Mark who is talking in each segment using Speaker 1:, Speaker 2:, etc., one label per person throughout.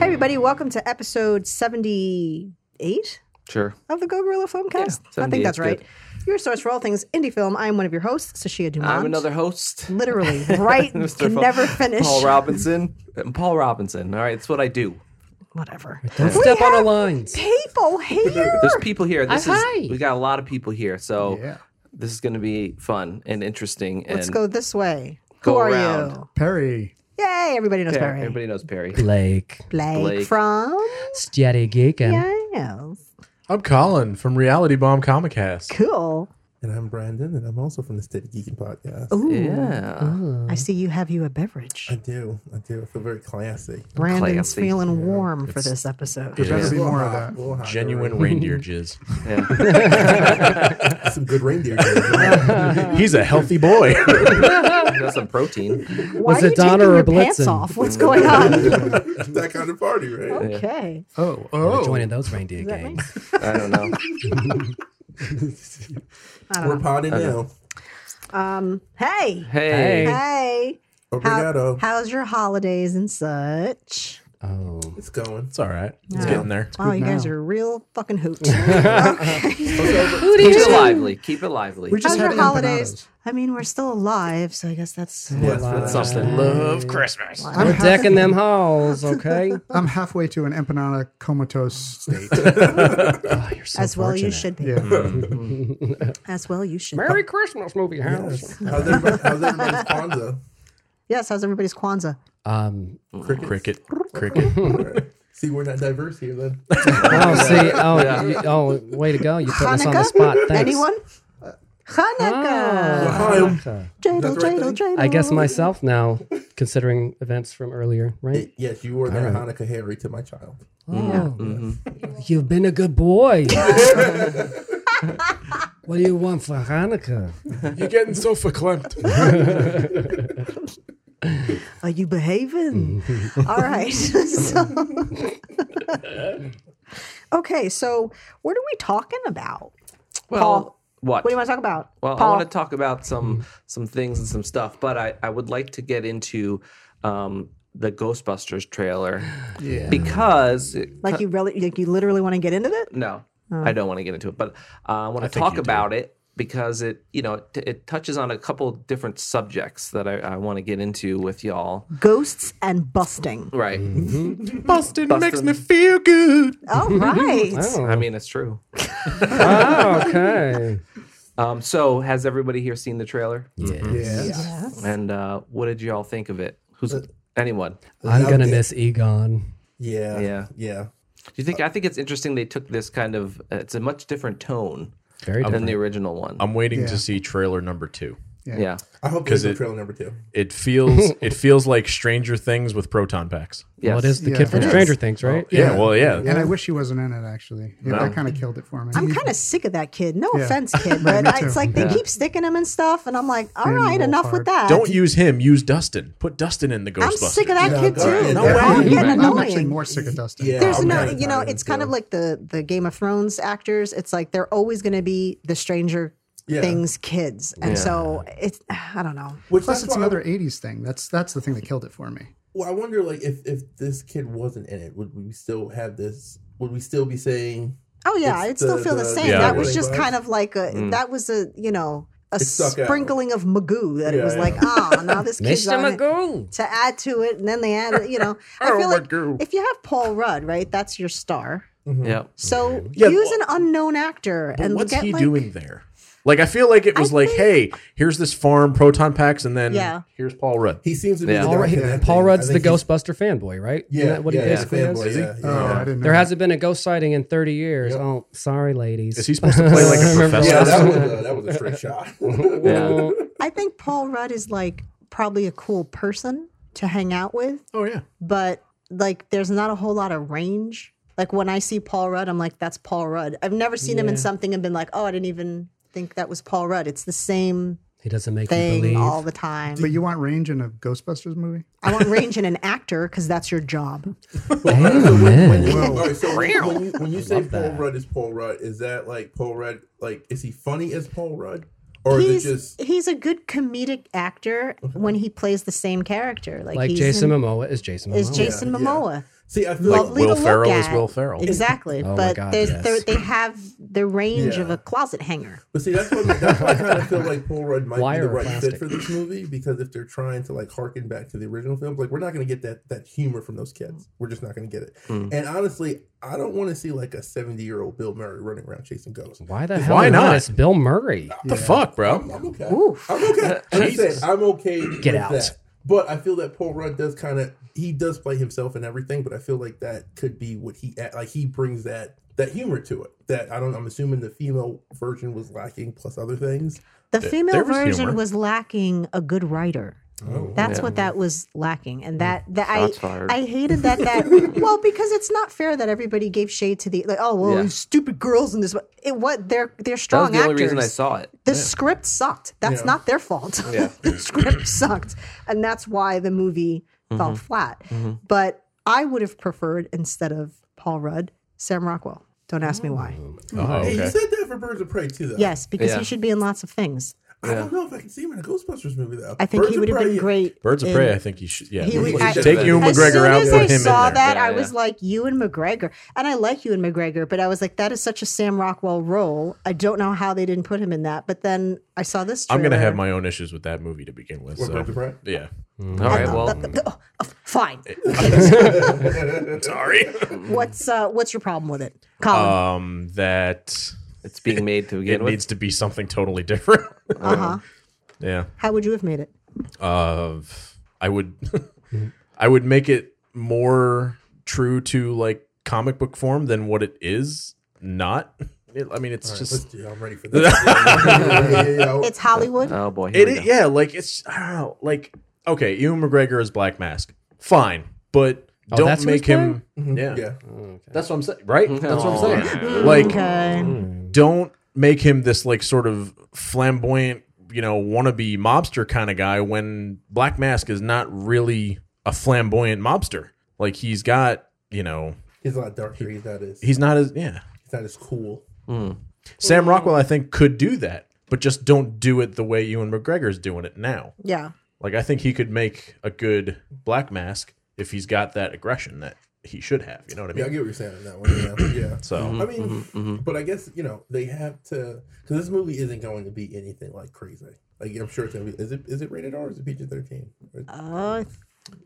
Speaker 1: everybody. Welcome to episode 78
Speaker 2: Sure.
Speaker 1: of the Go Gorilla Filmcast.
Speaker 2: Yeah,
Speaker 1: I think
Speaker 2: 78
Speaker 1: that's
Speaker 2: is
Speaker 1: right.
Speaker 2: good.
Speaker 1: Your source for all things indie film. I am one of your hosts, Sashia Dumont.
Speaker 2: I'm another host.
Speaker 1: Literally, right?
Speaker 2: Mr.
Speaker 1: can
Speaker 2: Paul-
Speaker 1: never finish.
Speaker 2: Paul Robinson. I'm Paul Robinson. All right, that's what I do.
Speaker 1: Whatever.
Speaker 3: Don't
Speaker 1: We
Speaker 3: step on our
Speaker 1: have
Speaker 3: lines.
Speaker 1: People here.
Speaker 2: There's people here.
Speaker 1: Uh,
Speaker 2: This
Speaker 3: Aye.
Speaker 2: is we got a lot of people here, so
Speaker 4: Yeah.
Speaker 2: this is going to be fun and interesting. And
Speaker 1: Let's go this way. Who
Speaker 2: Go
Speaker 1: are
Speaker 2: around.
Speaker 4: Perry.
Speaker 1: you? Yay! Everybody knows
Speaker 2: Perry.
Speaker 1: Barry.
Speaker 2: Everybody knows Perry.
Speaker 3: Blake,
Speaker 1: Blake,
Speaker 2: Blake.
Speaker 1: from
Speaker 3: Stjaddy Geek, and
Speaker 1: Yes.
Speaker 5: I'm Colin from Reality Bomb Comic Cast.
Speaker 1: Cool.
Speaker 6: And I'm Brandon, and I'm also from the Steady Geeking Podcast.
Speaker 1: Ooh.
Speaker 2: Yeah.
Speaker 1: I
Speaker 3: Um,
Speaker 1: see you have you a beverage.
Speaker 6: I do, I do. I feel very classy.
Speaker 1: Brandon's
Speaker 2: Classy.
Speaker 1: feeling warm for this episode.
Speaker 5: It
Speaker 4: There
Speaker 5: is
Speaker 4: better be more of
Speaker 6: hot,
Speaker 4: that.
Speaker 6: a little hot,
Speaker 5: genuine
Speaker 6: all
Speaker 5: reindeer jizz.
Speaker 2: yeah.
Speaker 6: right. Some good reindeer. games.
Speaker 5: He's a healthy boy.
Speaker 2: That's some protein.
Speaker 1: Why
Speaker 3: Was
Speaker 1: are
Speaker 3: it
Speaker 1: you
Speaker 3: Donna
Speaker 1: taking
Speaker 3: or
Speaker 1: your pants
Speaker 3: Blitzen?
Speaker 1: off? What's going on?
Speaker 6: that kind of party, right?
Speaker 1: okay.
Speaker 4: Oh,
Speaker 3: We're
Speaker 4: oh.
Speaker 3: joining those reindeer
Speaker 1: that
Speaker 3: gangs.
Speaker 2: I don't know.
Speaker 6: We're potting now.
Speaker 1: Um. Hey.
Speaker 2: Hey.
Speaker 3: Hey.
Speaker 1: Hey. How,
Speaker 6: Obrigado.
Speaker 1: how's your holidays and such?
Speaker 3: Oh,
Speaker 6: it's going.
Speaker 5: It's all right. It's
Speaker 1: Yeah.
Speaker 5: getting there.
Speaker 1: Wow, you guys are a real fucking hoot. okay.
Speaker 2: Keep it lively. Keep it lively.
Speaker 4: We
Speaker 1: How's
Speaker 4: just
Speaker 1: your
Speaker 4: had empanadas.
Speaker 1: holidays? I mean, we're still alive, so I guess that's.
Speaker 6: Yes,
Speaker 2: That's
Speaker 6: that's-
Speaker 2: something.
Speaker 5: Love Christmas.
Speaker 4: I'm,
Speaker 3: we're
Speaker 4: half-
Speaker 3: decking them halls, okay?
Speaker 4: I'm halfway to an empanada comatose state.
Speaker 3: Oh, you're so
Speaker 1: As well, you
Speaker 3: fortunate.
Speaker 1: should be.
Speaker 4: Yeah.
Speaker 1: As well, you should.
Speaker 3: Merry Christmas, movie house.
Speaker 6: How's everybody? How's everybody's Kwanzaa?
Speaker 1: be. Yes. How's everybody's Kwanzaa?
Speaker 3: Um,
Speaker 6: Crickets.
Speaker 5: Cricket. Cricket.
Speaker 6: See, we're not diverse here, then.
Speaker 3: oh, see, oh, you- oh, way to go. You put us on the
Speaker 1: Hanukkah?
Speaker 3: spot. Thanks. Ah.
Speaker 1: Anyone? Hanukkah.
Speaker 6: Hi.
Speaker 3: Hanukkah.
Speaker 1: Jadle,
Speaker 6: That's the right
Speaker 1: jadle, jadle.
Speaker 3: I guess myself now, considering events from earlier, right?
Speaker 6: Yes, you were that Hanukkah Harry to my child.
Speaker 3: Oh,
Speaker 1: Mm-hmm.
Speaker 3: you've been a good boy. what do you want for Hanukkah?
Speaker 5: You're getting so verklempt.
Speaker 1: Are you behaving?
Speaker 4: Mm-hmm.
Speaker 1: All right. So- okay, so what are we talking about? Paul,
Speaker 2: Well,
Speaker 1: What
Speaker 2: what?
Speaker 1: do you want to talk about?
Speaker 2: Well,
Speaker 1: Paul,
Speaker 2: I want to talk about some some things and some stuff, but I, I would like to get into um, the Ghostbusters trailer
Speaker 4: Yeah.
Speaker 2: because
Speaker 1: like you really, like you literally want to get into it?
Speaker 2: no, I don't want to get into it, but uh, I want to talk about it because it you know it, it touches on a couple different subjects that I, I want to get into with y'all. Mm-hmm.
Speaker 1: Ghosts and busting.
Speaker 2: Right?
Speaker 5: Bustin makes
Speaker 2: Bustin'.
Speaker 5: me feel good.
Speaker 1: All right.
Speaker 3: Oh,
Speaker 2: I mean, it's true.
Speaker 3: oh, okay.
Speaker 2: Um, so, has everybody here seen the trailer?
Speaker 4: Yeah.
Speaker 2: And uh, what did y'all think of it? Who's anyone?
Speaker 3: I'm
Speaker 6: Loved
Speaker 3: gonna
Speaker 6: it.
Speaker 3: miss Egon.
Speaker 6: Yeah.
Speaker 2: Yeah.
Speaker 6: Yeah.
Speaker 2: Do you think? I think it's interesting they took this kind of. Uh, it's a much different tone
Speaker 3: Very
Speaker 2: than
Speaker 3: different.
Speaker 2: the original one.
Speaker 5: I'm waiting
Speaker 4: Yeah.
Speaker 5: to see trailer number two.
Speaker 2: yeah.
Speaker 6: I hope
Speaker 5: 'Cause
Speaker 6: it's a
Speaker 5: it-
Speaker 6: trailer number two.
Speaker 5: It feels it feels like Stranger Things with proton packs.
Speaker 2: Yes.
Speaker 3: Well, it is the
Speaker 4: Yeah.
Speaker 3: kid from
Speaker 4: It
Speaker 3: Stranger Things, right?
Speaker 5: Yeah, well, yeah.
Speaker 4: And I wish he wasn't in it, actually. Yeah, That kind of killed it for me.
Speaker 1: I'm kind of sick of that kid. No
Speaker 4: Yeah.
Speaker 1: offense, kid, but
Speaker 4: me
Speaker 1: I- it's
Speaker 4: too.
Speaker 1: like they keep sticking him and stuff, and I'm like, all
Speaker 4: Fanny
Speaker 1: right, enough with that.
Speaker 4: Wolfhard.
Speaker 5: Don't use him. Use Dustin. Put Dustin in the Ghostbusters.
Speaker 1: I'm sick of that
Speaker 6: Yeah,
Speaker 1: kid
Speaker 6: go
Speaker 1: too.
Speaker 6: ahead. No
Speaker 1: They're
Speaker 6: way.
Speaker 1: all getting
Speaker 4: I'm actually
Speaker 1: annoying.
Speaker 4: more sick of Dustin.
Speaker 6: Yeah.
Speaker 1: There's
Speaker 6: I'm
Speaker 1: no,
Speaker 6: kinda
Speaker 1: you know,
Speaker 6: tired
Speaker 1: it's kind of
Speaker 6: too.
Speaker 1: like the the Game of Thrones actors. It's like they're always going to be the stranger
Speaker 6: Yeah.
Speaker 1: things kids, and so it's I don't know.
Speaker 6: Which
Speaker 4: Plus,
Speaker 6: that's
Speaker 4: it's
Speaker 6: why I-
Speaker 4: another 80s thing. That's that's the thing that killed it for me.
Speaker 6: Well, I wonder, like, if if this kid wasn't in it, would we still have this? Would we still be saying
Speaker 1: Oh yeah,
Speaker 6: It's
Speaker 1: I'd still
Speaker 6: the-
Speaker 1: feel the,
Speaker 6: the-
Speaker 1: same.
Speaker 5: Yeah,
Speaker 1: that
Speaker 5: it
Speaker 1: was
Speaker 6: is.
Speaker 1: just kind of like a that was a you know a
Speaker 6: stuck out.
Speaker 1: sprinkling of Magoo that it
Speaker 6: Yeah,
Speaker 1: was
Speaker 6: yeah.
Speaker 1: like ah now this kid's
Speaker 3: Mr.
Speaker 1: on it.
Speaker 3: Magoo.
Speaker 1: to add to it, and then they add you know I feel like if you have Paul Rudd right, that's your star.
Speaker 2: Yeah.
Speaker 1: So
Speaker 5: Yeah,
Speaker 1: use
Speaker 5: well-
Speaker 1: an unknown actor
Speaker 5: But
Speaker 1: and
Speaker 5: what's
Speaker 1: get
Speaker 5: he
Speaker 1: like
Speaker 5: doing there? Like I feel like it was like, hey, here's this farm proton packs, and then
Speaker 1: Yeah.
Speaker 5: here's Paul Rudd.
Speaker 6: he seems to be
Speaker 2: Yeah.
Speaker 6: the
Speaker 3: Paul,
Speaker 6: guy
Speaker 3: Rudd-
Speaker 6: connecting?
Speaker 3: Paul Rudd's
Speaker 6: I
Speaker 3: the
Speaker 6: think he's-
Speaker 3: Ghostbuster fanboy, right?
Speaker 6: Yeah,
Speaker 3: Isn't that what
Speaker 6: yeah,
Speaker 3: he
Speaker 6: he's a
Speaker 3: basically is?
Speaker 6: fanboy, yeah,
Speaker 4: Oh,
Speaker 6: yeah.
Speaker 4: I didn't know.
Speaker 3: There hasn't been a ghost sighting in 30 years. Oh, sorry, ladies.
Speaker 5: Is he supposed to play like a
Speaker 3: Remember
Speaker 5: professor?
Speaker 6: Yeah, that was, a, that was a straight shot.
Speaker 2: Yeah.
Speaker 1: I think Paul Rudd is like probably a cool person to hang out with,
Speaker 5: Oh yeah.
Speaker 1: but like there's not a whole lot of range. Like when I see Paul Rudd, I'm like, that's Paul Rudd. I've never seen him in something and been like, oh, I didn't even think that was Paul Rudd. It's the same
Speaker 3: He doesn't make me
Speaker 1: thing
Speaker 3: believe.
Speaker 1: all the time.
Speaker 4: But you want range in a Ghostbusters movie?
Speaker 1: I want range in an actor because that's your job.
Speaker 3: Damn, man.
Speaker 6: All right, so when, you- when you when you say Paul Rudd is Paul Rudd, is that like Paul Rudd? Like, is he funny as Paul Rudd, or
Speaker 1: He's
Speaker 6: is it just
Speaker 1: he's a good comedic actor when he plays the same character. Like,
Speaker 3: Like
Speaker 1: he's
Speaker 3: Jason
Speaker 1: in-
Speaker 3: Momoa is Jason Momoa.
Speaker 1: is Jason
Speaker 6: yeah.
Speaker 1: Momoa.
Speaker 6: See, I feel
Speaker 5: Like
Speaker 1: Lovely to
Speaker 5: Will
Speaker 1: look
Speaker 5: Ferrell is
Speaker 1: at.
Speaker 5: Will Ferrell.
Speaker 1: Exactly,
Speaker 5: Oh my
Speaker 1: but
Speaker 5: God,
Speaker 1: there's
Speaker 5: yes.
Speaker 1: there- they have the range of
Speaker 6: Yeah.
Speaker 1: a closet hanger.
Speaker 6: But see, that's what that's why I kind of feel like Paul Rudd might
Speaker 3: Wire
Speaker 6: be
Speaker 3: or
Speaker 6: the right
Speaker 3: plastic?
Speaker 6: fit for this movie because if they're trying to like harken back to the original films, like we're not going to get that that humor from those kids. We're just not going to get it.
Speaker 3: Hmm.
Speaker 6: And honestly, I don't want to see like a seventy year old Bill Murray running around chasing ghosts.
Speaker 3: Why the hell
Speaker 5: Why not?
Speaker 3: It's Bill Murray.
Speaker 5: What the fuck,
Speaker 6: I'm,
Speaker 5: bro?
Speaker 6: I'm okay. I'm okay. And I said, I'm okay.
Speaker 3: Get
Speaker 6: with
Speaker 3: out.
Speaker 6: that. But I feel that Paul Rudd does kind of he does play himself and everything. But I feel like that could be what he like he brings that that humor to it. That I don't. I'm assuming the female version was lacking plus other things.
Speaker 1: The female
Speaker 5: was
Speaker 1: version
Speaker 5: humor.
Speaker 1: was lacking a good writer. That's what that was lacking, and that that
Speaker 2: Oh, Mm. Shots
Speaker 1: I
Speaker 2: fired.
Speaker 1: I hated that that well because it's not fair that everybody gave shade to the like oh well
Speaker 2: Yeah.
Speaker 1: these stupid girls in this it what they're they're
Speaker 2: That was
Speaker 1: strong
Speaker 2: the only
Speaker 1: actors.
Speaker 2: reason I saw it.
Speaker 1: the script sucked. That's
Speaker 6: Yeah.
Speaker 1: not their fault.
Speaker 2: Yeah.
Speaker 1: the script sucked, and that's why the movie
Speaker 5: Mm-hmm.
Speaker 1: fell flat. But I would have preferred instead of Paul Rudd, Sam Rockwell. Don't ask me why.
Speaker 5: Oh,
Speaker 6: Hey, you
Speaker 5: okay.
Speaker 6: said that for Birds of Prey too, though.
Speaker 1: Yes, because
Speaker 2: Yeah.
Speaker 1: he should be in lots of things.
Speaker 6: I don't know if I can see him in a Ghostbusters movie though.
Speaker 1: I think
Speaker 6: Birds
Speaker 1: he
Speaker 6: of
Speaker 1: would have
Speaker 6: Prey-
Speaker 1: been great.
Speaker 5: Birds of
Speaker 1: in-
Speaker 5: Prey. I think you should. Yeah,
Speaker 1: He
Speaker 5: we
Speaker 1: would-
Speaker 5: should
Speaker 1: I-
Speaker 5: take Ewan
Speaker 1: As
Speaker 5: McGregor
Speaker 1: soon
Speaker 5: out,
Speaker 1: as
Speaker 5: put
Speaker 1: I
Speaker 5: him in
Speaker 1: saw
Speaker 5: there.
Speaker 1: that,
Speaker 2: Yeah,
Speaker 1: I
Speaker 2: yeah.
Speaker 1: was like, Ewan McGregor. And I like Ewan McGregor, but I was like, that is such a Sam Rockwell role. I don't know how they didn't put him in that. But then I saw this.
Speaker 5: I'm gonna
Speaker 1: trailer.
Speaker 5: have my own issues with that movie to begin with.
Speaker 6: What,
Speaker 5: so-
Speaker 6: Birds of Prey?
Speaker 5: Yeah,
Speaker 3: Mm-hmm.
Speaker 2: All right, well,
Speaker 1: Oh, oh, fine.
Speaker 6: Uh,
Speaker 5: sorry.
Speaker 1: What's uh, what's your problem with it, Colin?
Speaker 2: Uh,
Speaker 5: um, that
Speaker 2: it's being made to
Speaker 5: it
Speaker 2: begin
Speaker 5: needs
Speaker 2: with.
Speaker 5: to be something totally different.
Speaker 1: Uh huh.
Speaker 5: yeah,
Speaker 1: How would you have made it?
Speaker 5: of I would I would make it more true to like comic book form than what it is not. It, I mean, it's
Speaker 6: Let's
Speaker 5: just
Speaker 6: do it. I'm ready for this. Yeah, yeah, yeah, yeah.
Speaker 1: It's Hollywood.
Speaker 2: Oh boy, here
Speaker 5: it.
Speaker 2: we
Speaker 5: i-
Speaker 2: go.
Speaker 5: Yeah, like it's I don't know. Like okay, Ewan McGregor is Black Mask, fine, but
Speaker 3: Oh,
Speaker 5: don't
Speaker 3: that's who he's Mm-hmm.
Speaker 5: make him. Yeah.
Speaker 6: Yeah.
Speaker 5: that's what I'm saying. Right, that's what I'm
Speaker 1: Mm,
Speaker 5: saying. Like
Speaker 2: uh,
Speaker 1: okay.
Speaker 5: don't make him this like sort of flamboyant, you know, wannabe mobster kind of guy when Black Mask is not really a flamboyant mobster. Like he's got, you know,
Speaker 6: He's a lot darker. He's not as he's
Speaker 5: he's not as yeah.
Speaker 6: not as cool.
Speaker 5: Sam Rockwell I think could do that, but just don't do it the way Ewan McGregor's doing it now.
Speaker 1: Yeah.
Speaker 5: Like I think he could make a good Black Mask if he's got that aggression that he should have, you know what I
Speaker 6: Yeah, I
Speaker 5: mean?
Speaker 6: get what you're saying on that one. Yeah, yeah.
Speaker 5: So
Speaker 1: Mm-hmm,
Speaker 6: I mean, but I guess you know they have to because this movie isn't going to be anything like crazy. Like I'm sure it's gonna be. Is it is it rated R or is it PG-13? Or-
Speaker 1: Uh,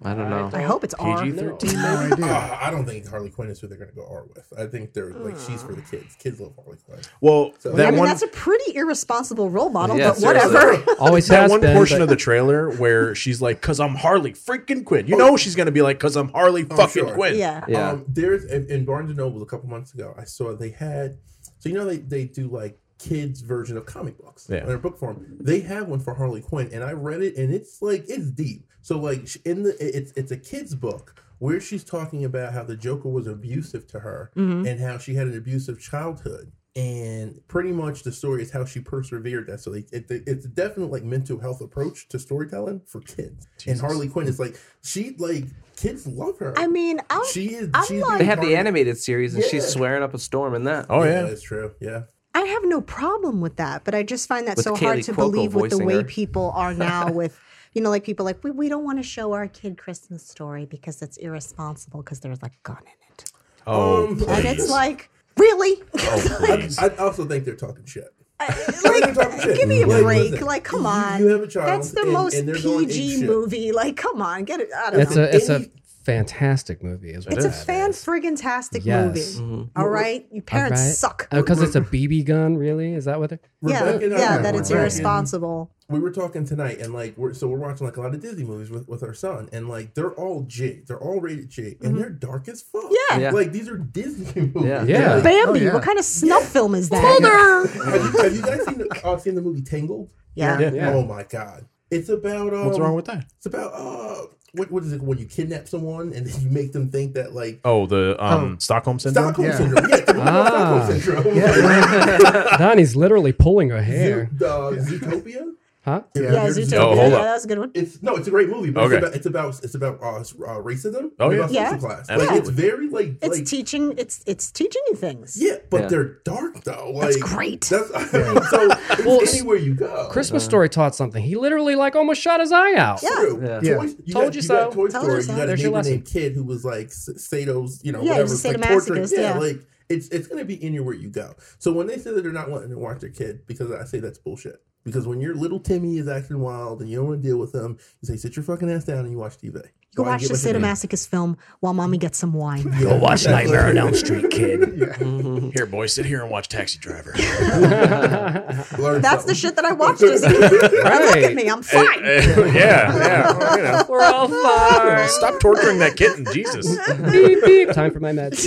Speaker 2: I don't know.
Speaker 1: I hope it's R.
Speaker 2: PG-13.
Speaker 4: No idea.
Speaker 6: Ah, I don't think Harley Quinn is who they're gonna go R with. I think they're like she's
Speaker 1: uh,
Speaker 6: for the kids. Kids love Harley Quinn.
Speaker 5: well that
Speaker 1: I mean,
Speaker 5: one
Speaker 1: that's a pretty irresponsible role model,
Speaker 2: Yeah,
Speaker 1: but whatever.
Speaker 3: Always
Speaker 5: that
Speaker 3: has
Speaker 5: one
Speaker 3: been,
Speaker 5: portion
Speaker 3: but-
Speaker 5: of the trailer where she's like, "Cause I'm Harley freaking Quinn." You know she's gonna be like, "Cause I'm Harley fucking
Speaker 6: Oh. sure.
Speaker 5: Quinn."
Speaker 1: yeah.
Speaker 2: Yeah.
Speaker 6: Um, there's in, in Barnes and Noble a couple months ago. I saw they had so you know they they do like kids version of comic books
Speaker 5: Yeah.
Speaker 6: in their book form. They have one for Harley Quinn, and I read it, and it's like it's deep. So like sh- in the it- it's it's a kids book where she's talking about how the Joker was abusive to her and how she had an abusive childhood. And pretty much the story is how she persevered that. So like, it, it's a definite like mental health approach to storytelling for kids. And Harley Quinn is like she like kids love her.
Speaker 1: I mean, I'll,
Speaker 6: She is.
Speaker 1: I'm
Speaker 6: she's
Speaker 1: like-
Speaker 2: They had the
Speaker 6: incarnate-
Speaker 2: animated series, and she's
Speaker 6: Yeah.
Speaker 2: swearing up a storm in that.
Speaker 5: Oh yeah.
Speaker 6: that's true. Yeah,
Speaker 1: I have no problem with that, but I just find that
Speaker 2: With
Speaker 1: so
Speaker 2: Kaley
Speaker 1: hard to
Speaker 2: Cuoco
Speaker 1: believe with the
Speaker 2: voicing
Speaker 1: way
Speaker 2: her.
Speaker 1: people are now with. You know, like people like we, we don't want to show our kid Christmas story because it's irresponsible because there's like gun in it,
Speaker 5: Oh,
Speaker 6: Um,
Speaker 1: and it's like really,
Speaker 5: please.
Speaker 6: I also think they're talking shit.
Speaker 1: Uh, like give me a break, like come on,
Speaker 6: You have a child.
Speaker 1: that's the
Speaker 6: and-
Speaker 1: most
Speaker 6: and they're going
Speaker 1: PG
Speaker 6: apeshit.
Speaker 1: movie. Like come on, get it. I don't
Speaker 3: It's
Speaker 1: know.
Speaker 3: a it's a
Speaker 6: Any-
Speaker 3: fantastic movie. Is what
Speaker 1: it's a
Speaker 3: that
Speaker 1: fan
Speaker 3: is.
Speaker 1: friggin' tastic
Speaker 3: Yes.
Speaker 1: movie. Mm-hmm. All right, you parents suck.
Speaker 3: because Oh, it's a BB gun. Really, is that what? They're...
Speaker 1: yeah,
Speaker 6: Rebecca and I
Speaker 1: yeah,
Speaker 6: were
Speaker 1: that it's
Speaker 6: talking-
Speaker 1: irresponsible.
Speaker 6: We were talking tonight, and like, we're so we're watching like a lot of Disney movies with, with our son, and like they're all J, they're all rated J, and they're dark as fuck.
Speaker 1: Mm-hmm. Yeah.
Speaker 2: Yeah.
Speaker 6: like these are Disney movies.
Speaker 2: Yeah.
Speaker 3: Yeah.
Speaker 6: Like,
Speaker 1: Uh, Bambi,
Speaker 4: Oh, yeah.
Speaker 1: what kind of snuff film is that?
Speaker 6: have, you, have you guys seen the, uh, seen the movie Tangled?
Speaker 1: Yeah.
Speaker 5: Yeah.
Speaker 6: Oh my god, it's about um,
Speaker 5: What's wrong with that?
Speaker 6: It's about uh, what what is it when you kidnap someone and then you make them think that like
Speaker 5: Oh, the um, Stockholm syndrome.
Speaker 6: Stockholm
Speaker 4: Yeah.
Speaker 6: syndrome, yeah, the real
Speaker 3: Ah.
Speaker 6: Stockholm syndrome, yeah,
Speaker 3: Donnie's literally pulling her
Speaker 6: Zoo,
Speaker 3: hair.
Speaker 6: uh, Zootopia.
Speaker 3: Huh?
Speaker 1: Yeah,
Speaker 6: you're-
Speaker 1: Zootopia.
Speaker 5: Oh, hold
Speaker 1: yeah,
Speaker 5: up.
Speaker 1: that was a good one.
Speaker 6: It's no, it's a great movie, but
Speaker 5: Okay.
Speaker 6: it's about it's about it's about uh, s- uh, racism.
Speaker 5: Oh, yeah.
Speaker 6: It's about
Speaker 1: Yeah.
Speaker 6: social class. Like
Speaker 5: Absolutely.
Speaker 6: it's very like
Speaker 1: It's
Speaker 6: like
Speaker 1: teaching. It's it's teaching you things.
Speaker 6: yeah, but
Speaker 2: Yeah.
Speaker 6: they're dark though. Like
Speaker 1: That's great.
Speaker 6: That's I mean, so it's
Speaker 3: Well, s-
Speaker 6: anywhere you go.
Speaker 3: Christmas Story taught something. He literally like almost shot his eye out.
Speaker 1: Yeah.
Speaker 6: True.
Speaker 2: Yeah.
Speaker 4: Yeah.
Speaker 6: Toy, you
Speaker 3: Told
Speaker 6: got,
Speaker 3: you
Speaker 6: you got
Speaker 3: so.
Speaker 6: Toy
Speaker 1: Told
Speaker 6: Story.
Speaker 1: you
Speaker 6: You,
Speaker 1: so.
Speaker 6: got a
Speaker 3: There's your
Speaker 6: neighbor
Speaker 3: lesson.
Speaker 6: named kid who was like s- Sato's, you know,
Speaker 1: Yeah, he
Speaker 6: whatever,
Speaker 1: was a
Speaker 6: like
Speaker 1: sadomasochist,
Speaker 6: torturing. Yeah,
Speaker 1: yeah.
Speaker 6: like it's it's gonna be anywhere you go. So when they say that they're not wanting to watch their kid, because I say that's bullshit. Because when your little Timmy is acting wild and you don't want to deal with him, you say sit your fucking ass down and you watch TV.
Speaker 1: You can
Speaker 6: Try and
Speaker 1: watch
Speaker 6: get
Speaker 1: the
Speaker 6: what you need.
Speaker 1: sadomasochist film while mommy gets some wine.
Speaker 6: Yeah, exactly.
Speaker 5: Street, kid. Here, boy, sit here and watch Taxi Driver.
Speaker 6: Learn
Speaker 1: That's the
Speaker 6: something.
Speaker 1: shit that I watched. as a kid. Look at me, I'm fine.
Speaker 5: yeah, yeah. well, you know.
Speaker 3: We're all fine.
Speaker 5: Stop torturing that kitten, Jesus.
Speaker 3: beep beep. Time for my meds.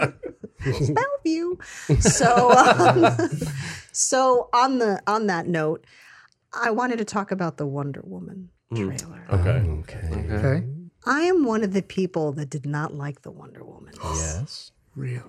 Speaker 1: Bellevue. So, um, so on the on that note, I wanted to talk about the Wonder Woman trailer.
Speaker 5: Hmm. Okay.
Speaker 3: Okay.
Speaker 4: Okay.
Speaker 1: I am one of the people that did not like the Wonder Woman.
Speaker 5: Yes.
Speaker 4: Really?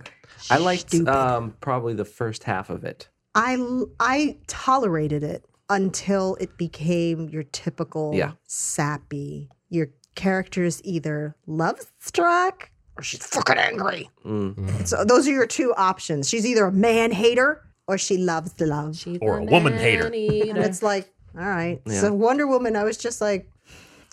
Speaker 2: I liked um, probably the first half of it.
Speaker 1: I I tolerated it until it became your typical
Speaker 2: Yeah.
Speaker 1: sappy. Your character is either love struck or she's fucking angry.
Speaker 5: Mm.
Speaker 1: So those are your two options. She's either a man hater or she loves the love.
Speaker 5: Or a woman hater.
Speaker 1: and it's like, all right. So Wonder Woman, I was just like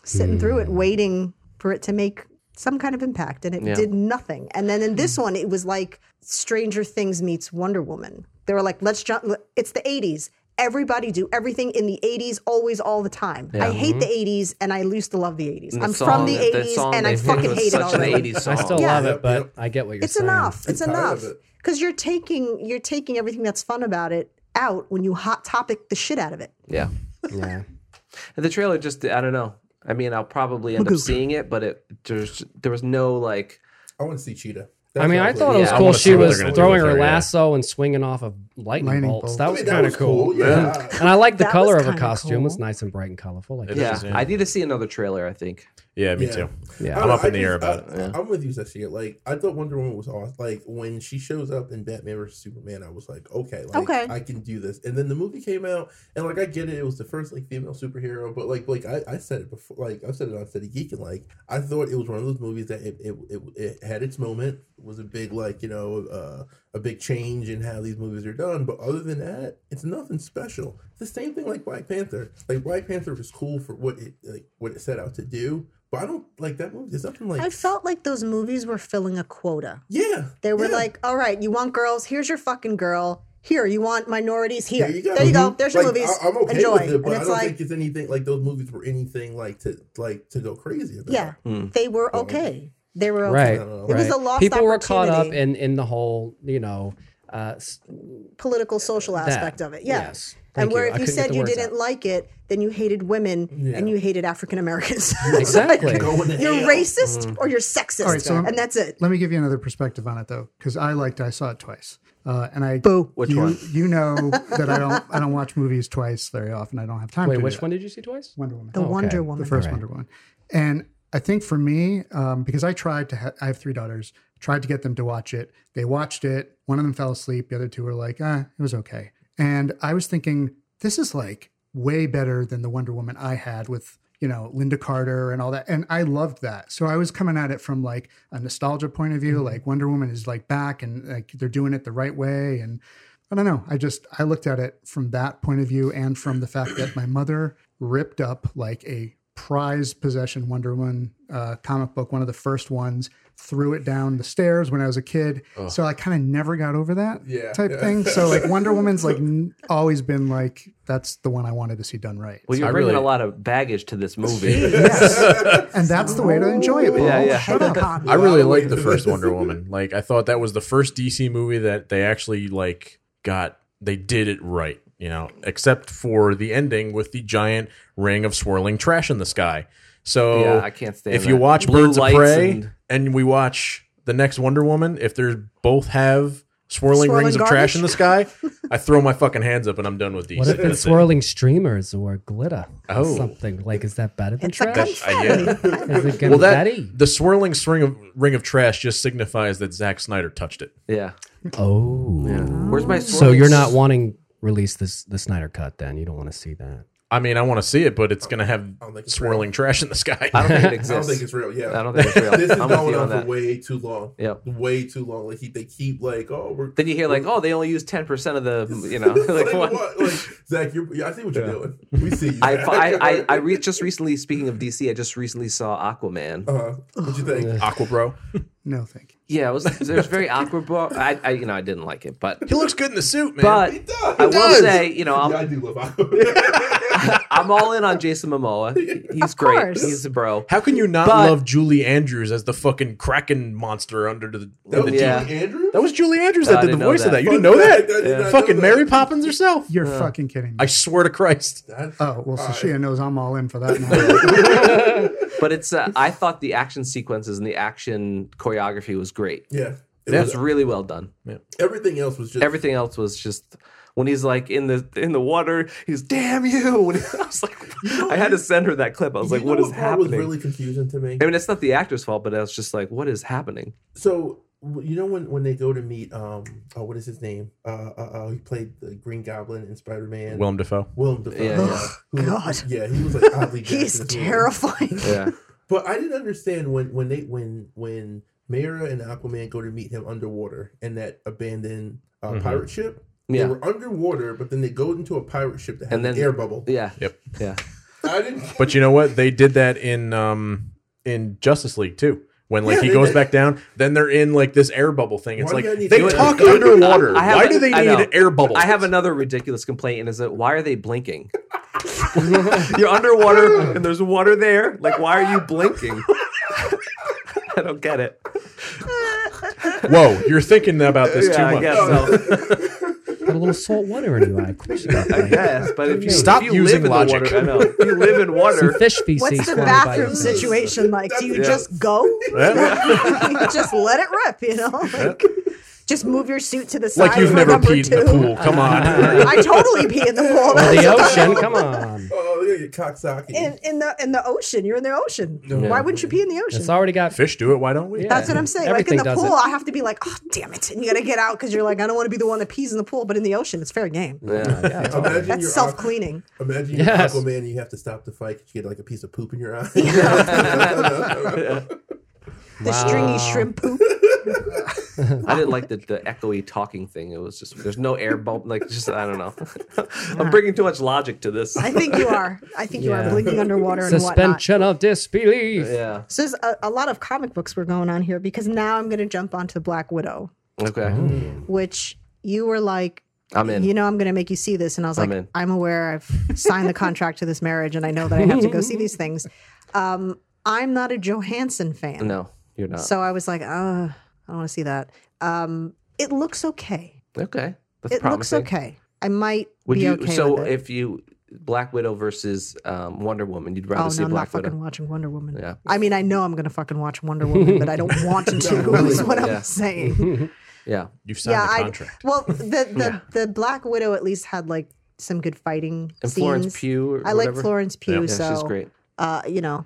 Speaker 1: sitting through it, waiting for it to make some kind of impact, and it
Speaker 2: Hmm. Yeah.
Speaker 1: did nothing. And then in this one, it was like Stranger Things meets Wonder Woman. They were like, let's jump. It's the '80s. Everybody do everything in the '80s, always, all the time. I hate the '80s, and I used to love the '80s.
Speaker 2: Mm-hmm. And
Speaker 1: I'm
Speaker 2: song-
Speaker 1: from the
Speaker 2: that- that
Speaker 1: '80s,
Speaker 2: song
Speaker 1: and I
Speaker 2: they picked
Speaker 1: fucking
Speaker 2: was
Speaker 1: hate it
Speaker 2: such an
Speaker 1: already.
Speaker 2: 80s
Speaker 3: I
Speaker 2: song.
Speaker 3: still
Speaker 1: Yeah.
Speaker 3: love it, but
Speaker 6: Yep,
Speaker 3: I get what you're
Speaker 1: It's
Speaker 3: saying.
Speaker 1: enough. It's
Speaker 6: tired
Speaker 1: enough.
Speaker 6: of it.
Speaker 1: Because you're taking you're taking everything that's fun about it out when you hot topic the shit out of it.
Speaker 2: Yeah.
Speaker 3: Yeah.
Speaker 2: And the trailer just, I don't know. I mean, I'll probably end up seeing it, but it there's there was no like,
Speaker 6: I want to see Cheetah.
Speaker 3: I mean, I
Speaker 6: That's
Speaker 3: thought it
Speaker 6: what
Speaker 3: was
Speaker 2: Yeah, I
Speaker 3: cool.
Speaker 2: wanna
Speaker 3: She
Speaker 2: see what
Speaker 3: was
Speaker 2: they're gonna do
Speaker 3: throwing
Speaker 5: with
Speaker 3: her
Speaker 5: her, yeah.
Speaker 3: lasso and swinging off of lightning,
Speaker 4: Lightning
Speaker 3: bolts.
Speaker 4: bolts.
Speaker 3: That
Speaker 6: I
Speaker 3: was
Speaker 6: mean,
Speaker 3: kind of cool.
Speaker 6: Yeah.
Speaker 3: And I like the
Speaker 1: That
Speaker 3: color
Speaker 1: was
Speaker 3: of her
Speaker 1: kinda
Speaker 3: costume. It was
Speaker 1: cool.
Speaker 3: nice and bright and colorful. Like,
Speaker 5: It
Speaker 2: yeah,
Speaker 5: is, yeah.
Speaker 2: I need to see another trailer, I think.
Speaker 5: Yeah, me
Speaker 6: Yeah.
Speaker 5: too.
Speaker 3: yeah.
Speaker 6: I
Speaker 5: I'm
Speaker 6: don't
Speaker 5: up
Speaker 6: know,
Speaker 5: in
Speaker 6: I
Speaker 5: the air
Speaker 6: just-
Speaker 5: about
Speaker 6: I,
Speaker 5: it, yeah.
Speaker 6: I'm with you, Sasha. Like, I thought Wonder Woman was awesome. Like, when she shows up in Batman versus Superman, I was like, okay, like,
Speaker 1: Okay.
Speaker 6: I can do this. And then the movie came out, and like, I get it. It was the first like female superhero, but like, like I, I said it before, like I've said it on City Geek, and like, I thought it was one of those movies that it it, it, it had its moment. It was a big like you know uh, a big change in how these movies are done. But other than that, it's nothing special. It's the same thing like Black Panther. Like Black Panther was cool for what it like what it set out to do. But I don't like that movie. There's nothing like
Speaker 1: I felt like those movies were filling a quota.
Speaker 6: yeah.
Speaker 1: They were
Speaker 6: yeah.
Speaker 1: like, all right, you want girls? Here's your fucking girl. Here, you want minorities? Here.
Speaker 6: There you go. Mhm.
Speaker 1: There's your
Speaker 6: Like,
Speaker 1: movies.
Speaker 6: I, am okay
Speaker 1: Enjoy.
Speaker 6: with it,
Speaker 1: and
Speaker 6: but I
Speaker 1: it's
Speaker 6: don't
Speaker 1: like,
Speaker 6: think it's anything like those movies were anything like to like to go crazy about.
Speaker 1: yeah,
Speaker 2: Mm.
Speaker 1: they were okay. They were okay.
Speaker 3: Hmm. Right.
Speaker 6: I don't know.
Speaker 1: It was
Speaker 3: right.
Speaker 1: a lost
Speaker 3: People were caught up
Speaker 1: opportunity.
Speaker 3: in in the whole, you know, uh, s-
Speaker 1: Political, social
Speaker 3: that.
Speaker 1: aspect of it. Yeah.
Speaker 3: Yes.
Speaker 1: And
Speaker 3: Thank
Speaker 1: where
Speaker 3: I
Speaker 1: if you
Speaker 3: couldn't get
Speaker 1: said
Speaker 3: the
Speaker 1: you
Speaker 3: words
Speaker 1: didn't
Speaker 3: out.
Speaker 1: like it, then you hated women and you hated African Americans.
Speaker 3: exactly. Hmm.
Speaker 6: Go in the
Speaker 1: you're
Speaker 6: hell.
Speaker 1: racist or you're sexist.
Speaker 4: All right, so I'm-
Speaker 1: and that's it.
Speaker 4: Let me give you another perspective on it though, because I liked. I saw it twice, uh, and I.
Speaker 1: Boo.
Speaker 2: Which
Speaker 4: you,
Speaker 2: one?
Speaker 4: You know that I don't. I don't watch movies twice very often. I don't have time.
Speaker 3: Wait,
Speaker 4: to do
Speaker 3: which
Speaker 4: that.
Speaker 3: one did you see twice?
Speaker 4: Wonder Woman.
Speaker 1: The Wonder Woman.
Speaker 4: the first
Speaker 3: Right.
Speaker 4: Wonder Woman. And I think for me, um, because I tried to, ha- I have three daughters, tried to get them to watch it. They watched it. One of them fell asleep. The other two were like, ah, it was okay. And I was thinking, this is like way better than the Wonder Woman I had with, you know, Linda Carter and all that. And I loved that. So I was coming at it from like a nostalgia point of view, like Wonder Woman is like back and like they're doing it the right way. And I don't know. I just I looked at it from that point of view and from the fact that my mother ripped up like a prize possession Wonder Woman uh, comic book, one of the first ones, threw it down the stairs when I was a kid. So I kind of never got over that
Speaker 6: Yeah.
Speaker 4: type
Speaker 6: Yeah.
Speaker 4: thing. So like Wonder Woman's like n- always been like that's the one I wanted to see done right.
Speaker 2: Well, you're
Speaker 5: I
Speaker 2: bringing
Speaker 5: really-
Speaker 2: a lot of baggage to this movie.
Speaker 4: yes. and that's the way to enjoy it. Paul.
Speaker 2: Yeah, yeah.
Speaker 4: Shut up.
Speaker 5: I really
Speaker 6: Wow.
Speaker 5: liked the first Wonder Woman. Like I thought that was the first DC movie that they actually like got they did it right, you know, except for the ending with the giant ring of swirling trash in the sky. So
Speaker 2: Yeah, I can't stand
Speaker 5: If you
Speaker 2: that.
Speaker 5: watch
Speaker 2: Blue
Speaker 5: Birds of
Speaker 2: lights
Speaker 5: Prey and,
Speaker 2: and-
Speaker 5: we watch the next Wonder Woman, if they both have swirling,
Speaker 1: Swirling
Speaker 5: rings of trash
Speaker 1: garbage?
Speaker 5: in the sky, I throw my fucking hands up and I'm done with these.
Speaker 3: What if
Speaker 5: That's
Speaker 3: it's
Speaker 5: it.
Speaker 3: swirling streamers or glitter or
Speaker 5: Oh.
Speaker 3: something? Like, is that better than
Speaker 1: It's a
Speaker 3: trash?
Speaker 5: I- yeah.
Speaker 1: confetti.
Speaker 3: Is it
Speaker 5: Well, that
Speaker 3: confetti?
Speaker 5: the swirling string of ring of trash just signifies that Zack Snyder touched it.
Speaker 2: yeah.
Speaker 3: oh.
Speaker 2: Where's my
Speaker 3: So
Speaker 2: swirling
Speaker 3: you're not wanting
Speaker 7: release this the Snyder cut. Then you don't want to see that.
Speaker 5: I mean, I want to see it, but it's
Speaker 6: Oh,
Speaker 5: going to have
Speaker 6: I don't think it's
Speaker 5: swirling trash in the sky.
Speaker 2: I don't think it
Speaker 6: I don't think
Speaker 2: exists.
Speaker 6: it's real. Yeah,
Speaker 2: I don't think it's real.
Speaker 6: this is
Speaker 2: I'm with
Speaker 6: going
Speaker 2: you on
Speaker 6: on for
Speaker 2: that.
Speaker 6: way too long.
Speaker 2: Yep.
Speaker 6: way too long. Like he, they keep like, oh, we're
Speaker 2: Then you hear like, oh, they only use ten percent of the, you know,
Speaker 6: like,
Speaker 2: like
Speaker 6: what?
Speaker 2: what?
Speaker 6: Like, Zach, you're, yeah, I see what you're
Speaker 2: Yeah.
Speaker 6: doing. We see you.
Speaker 2: I,
Speaker 6: Zach.
Speaker 2: I, I, I re- just recently, speaking of DC, I just recently saw Aquaman.
Speaker 6: uh, what you think?
Speaker 5: Aqua bro.
Speaker 4: No, thank you.
Speaker 2: Yeah, it was, it was very awkward. But I, I, you know, I didn't like it. But,
Speaker 5: He looks good in the suit, man.
Speaker 2: but
Speaker 6: He does.
Speaker 2: I
Speaker 6: He
Speaker 2: will
Speaker 6: does.
Speaker 2: say, you know, I'm,
Speaker 6: yeah, I do love Aquaman.
Speaker 2: I'm all in on Jason Momoa. He's great.
Speaker 1: course.
Speaker 2: He's a bro.
Speaker 5: how can you not
Speaker 2: But-
Speaker 5: love Julie Andrews as the fucking kraken monster under the?
Speaker 6: that was
Speaker 2: Yeah.
Speaker 6: Julie Andrews.
Speaker 5: That was Julie Andrews
Speaker 2: I
Speaker 5: that did the
Speaker 2: didn't know
Speaker 5: voice of
Speaker 2: that.
Speaker 5: that. You didn't
Speaker 6: Fun
Speaker 5: know that?
Speaker 6: fact, I did not
Speaker 5: Fucking
Speaker 6: know
Speaker 5: Mary
Speaker 6: that.
Speaker 5: Poppins herself.
Speaker 4: You're fucking kidding me.
Speaker 5: I swear to Christ.
Speaker 6: That's-
Speaker 4: oh, well,
Speaker 6: Uh, All right.
Speaker 4: Sashia knows I'm all in for that now.
Speaker 2: But it's, uh, I thought the action sequences and the action choreography was great.
Speaker 6: Yeah, it
Speaker 2: It
Speaker 6: was,
Speaker 2: was really well done.
Speaker 6: everything else was just
Speaker 2: Everything else was just when he's like in the in the water, he's damn you. When I was like, I had to send her that clip. I was
Speaker 6: You
Speaker 2: like,
Speaker 6: know
Speaker 2: what is
Speaker 6: part
Speaker 2: happening?
Speaker 6: Was really confusing to me.
Speaker 2: I mean, it's not the actor's fault, but I was just like, what is happening?
Speaker 6: So w- you know when when they go to meet um oh what is his name uh uh, uh he played the Green Goblin in Spider Man
Speaker 5: Willem Dafoe.
Speaker 6: Willem Dafoe
Speaker 2: Yeah, yeah.
Speaker 6: Who-
Speaker 1: God.
Speaker 6: yeah he was like oddly
Speaker 1: He's
Speaker 6: jacked in this movie.
Speaker 1: terrifying.
Speaker 2: Yeah,
Speaker 6: But I didn't understand when when they when when Mera and Aquaman go to meet him underwater in that abandoned uh,
Speaker 5: Mhm.
Speaker 6: pirate ship.
Speaker 2: Mm-hmm. Yeah.
Speaker 6: They were underwater, but then they go into a pirate ship that has
Speaker 2: And
Speaker 6: an
Speaker 2: then-
Speaker 6: air bubble.
Speaker 2: yeah,
Speaker 5: Yep.
Speaker 2: yeah.
Speaker 6: I didn't.
Speaker 5: But you know what? They did that in um in Justice League too. When like
Speaker 6: Yeah,
Speaker 5: he
Speaker 6: they
Speaker 5: goes
Speaker 6: did.
Speaker 5: back down, then they're in like this air bubble thing. It's
Speaker 6: Why do you
Speaker 5: like
Speaker 6: need
Speaker 5: they
Speaker 6: to do it?
Speaker 5: talk underwater.
Speaker 2: I have
Speaker 5: Why
Speaker 2: a-
Speaker 5: do they
Speaker 2: I know.
Speaker 5: need air bubbles?
Speaker 2: I have another ridiculous complaint, and is that why are they blinking? You're underwater, and there's water there. Like, why are you blinking? I don't get it.
Speaker 5: Whoa, you're thinking about this
Speaker 2: yeah,
Speaker 5: too
Speaker 2: I
Speaker 5: much.
Speaker 2: guess so.
Speaker 7: Put a little salt water in your eye. Of course you got
Speaker 2: I guess, but if you
Speaker 5: Stop
Speaker 2: if you
Speaker 5: using
Speaker 2: live in
Speaker 5: logic.
Speaker 2: the water, I know. If you live in
Speaker 3: Some
Speaker 2: water,
Speaker 3: fish feces.
Speaker 1: What's the
Speaker 3: flying by
Speaker 1: bathroom
Speaker 3: your face.
Speaker 1: situation like? Do you
Speaker 2: Yeah.
Speaker 1: just go? You just let it rip, you know? Like, just move your suit to the side.
Speaker 5: Like you've
Speaker 1: for
Speaker 5: never
Speaker 1: number
Speaker 5: peed in the
Speaker 1: two.
Speaker 5: pool. Come on.
Speaker 1: I totally pee in the pool.
Speaker 3: Or the ocean. Come on.
Speaker 6: Oh, look at you, cocksocky.
Speaker 1: in, in the in the ocean. You're in the ocean. Why wouldn't you pee in the ocean?
Speaker 3: It's already got.
Speaker 5: Fish do it, why don't we?
Speaker 3: Yeah.
Speaker 1: That's what I'm saying. Like in
Speaker 3: Everything
Speaker 1: the
Speaker 3: does
Speaker 1: pool,
Speaker 3: it.
Speaker 1: I have to be like, oh damn it, and you gotta get out because you're like, I don't want to be the one that pees in the pool, but in the ocean, it's fair game.
Speaker 2: yeah.
Speaker 6: Imagine
Speaker 1: oh, That's
Speaker 6: you're
Speaker 1: self cleaning.
Speaker 6: Aqu- Imagine
Speaker 3: Yes.
Speaker 6: you're Aquaman and you have to stop the fight 'cause you get like a piece of poop in your eye.
Speaker 1: The stringy shrimp poop.
Speaker 2: I didn't like the, the echoey talking thing. It was just there's no air bump. Like just I don't know. I'm bringing too much logic to this.
Speaker 1: I think you are. I think you are
Speaker 3: Yeah.
Speaker 1: blinking underwater and whatnot.
Speaker 3: Suspension of disbelief.
Speaker 2: Yeah.
Speaker 1: So there's a, a lot of comic books were going on here because now I'm gonna jump onto Black Widow,
Speaker 2: Okay.
Speaker 5: Oh.
Speaker 1: which you were like.
Speaker 2: I'm in.
Speaker 1: You know, I'm going to make you see this. And I was
Speaker 2: I'm
Speaker 1: like,
Speaker 2: in.
Speaker 1: I'm aware I've signed the contract to this marriage and I know that I have to go see these things. Um, I'm not a Johansson fan.
Speaker 2: no, you're not.
Speaker 1: So I was like, uh, I don't want to see that. Um, it looks okay.
Speaker 2: okay. That's
Speaker 1: It
Speaker 2: promising.
Speaker 1: looks okay. I might
Speaker 2: Would
Speaker 1: be
Speaker 2: you?
Speaker 1: okay.
Speaker 2: so
Speaker 1: with it.
Speaker 2: if you Black Widow versus um, Wonder Woman, you'd rather
Speaker 1: oh
Speaker 2: see
Speaker 1: no, I'm not
Speaker 2: Black
Speaker 1: fucking
Speaker 2: Widow.
Speaker 1: watching Wonder Woman.
Speaker 2: Yeah.
Speaker 1: I mean, I know I'm gonna fucking watch Wonder Woman, but I don't want to. is what
Speaker 2: Yeah.
Speaker 1: I'm saying.
Speaker 2: Yeah.
Speaker 5: You've signed
Speaker 1: yeah,
Speaker 5: the
Speaker 1: I
Speaker 5: contract.
Speaker 1: well, the the, the Black Widow at least had like some good fighting
Speaker 2: And
Speaker 1: scenes.
Speaker 2: Florence Pugh. Or
Speaker 1: I like
Speaker 2: whatever?
Speaker 1: Florence Pugh,
Speaker 2: Yeah,
Speaker 1: so
Speaker 2: she's great.
Speaker 1: uh, you know.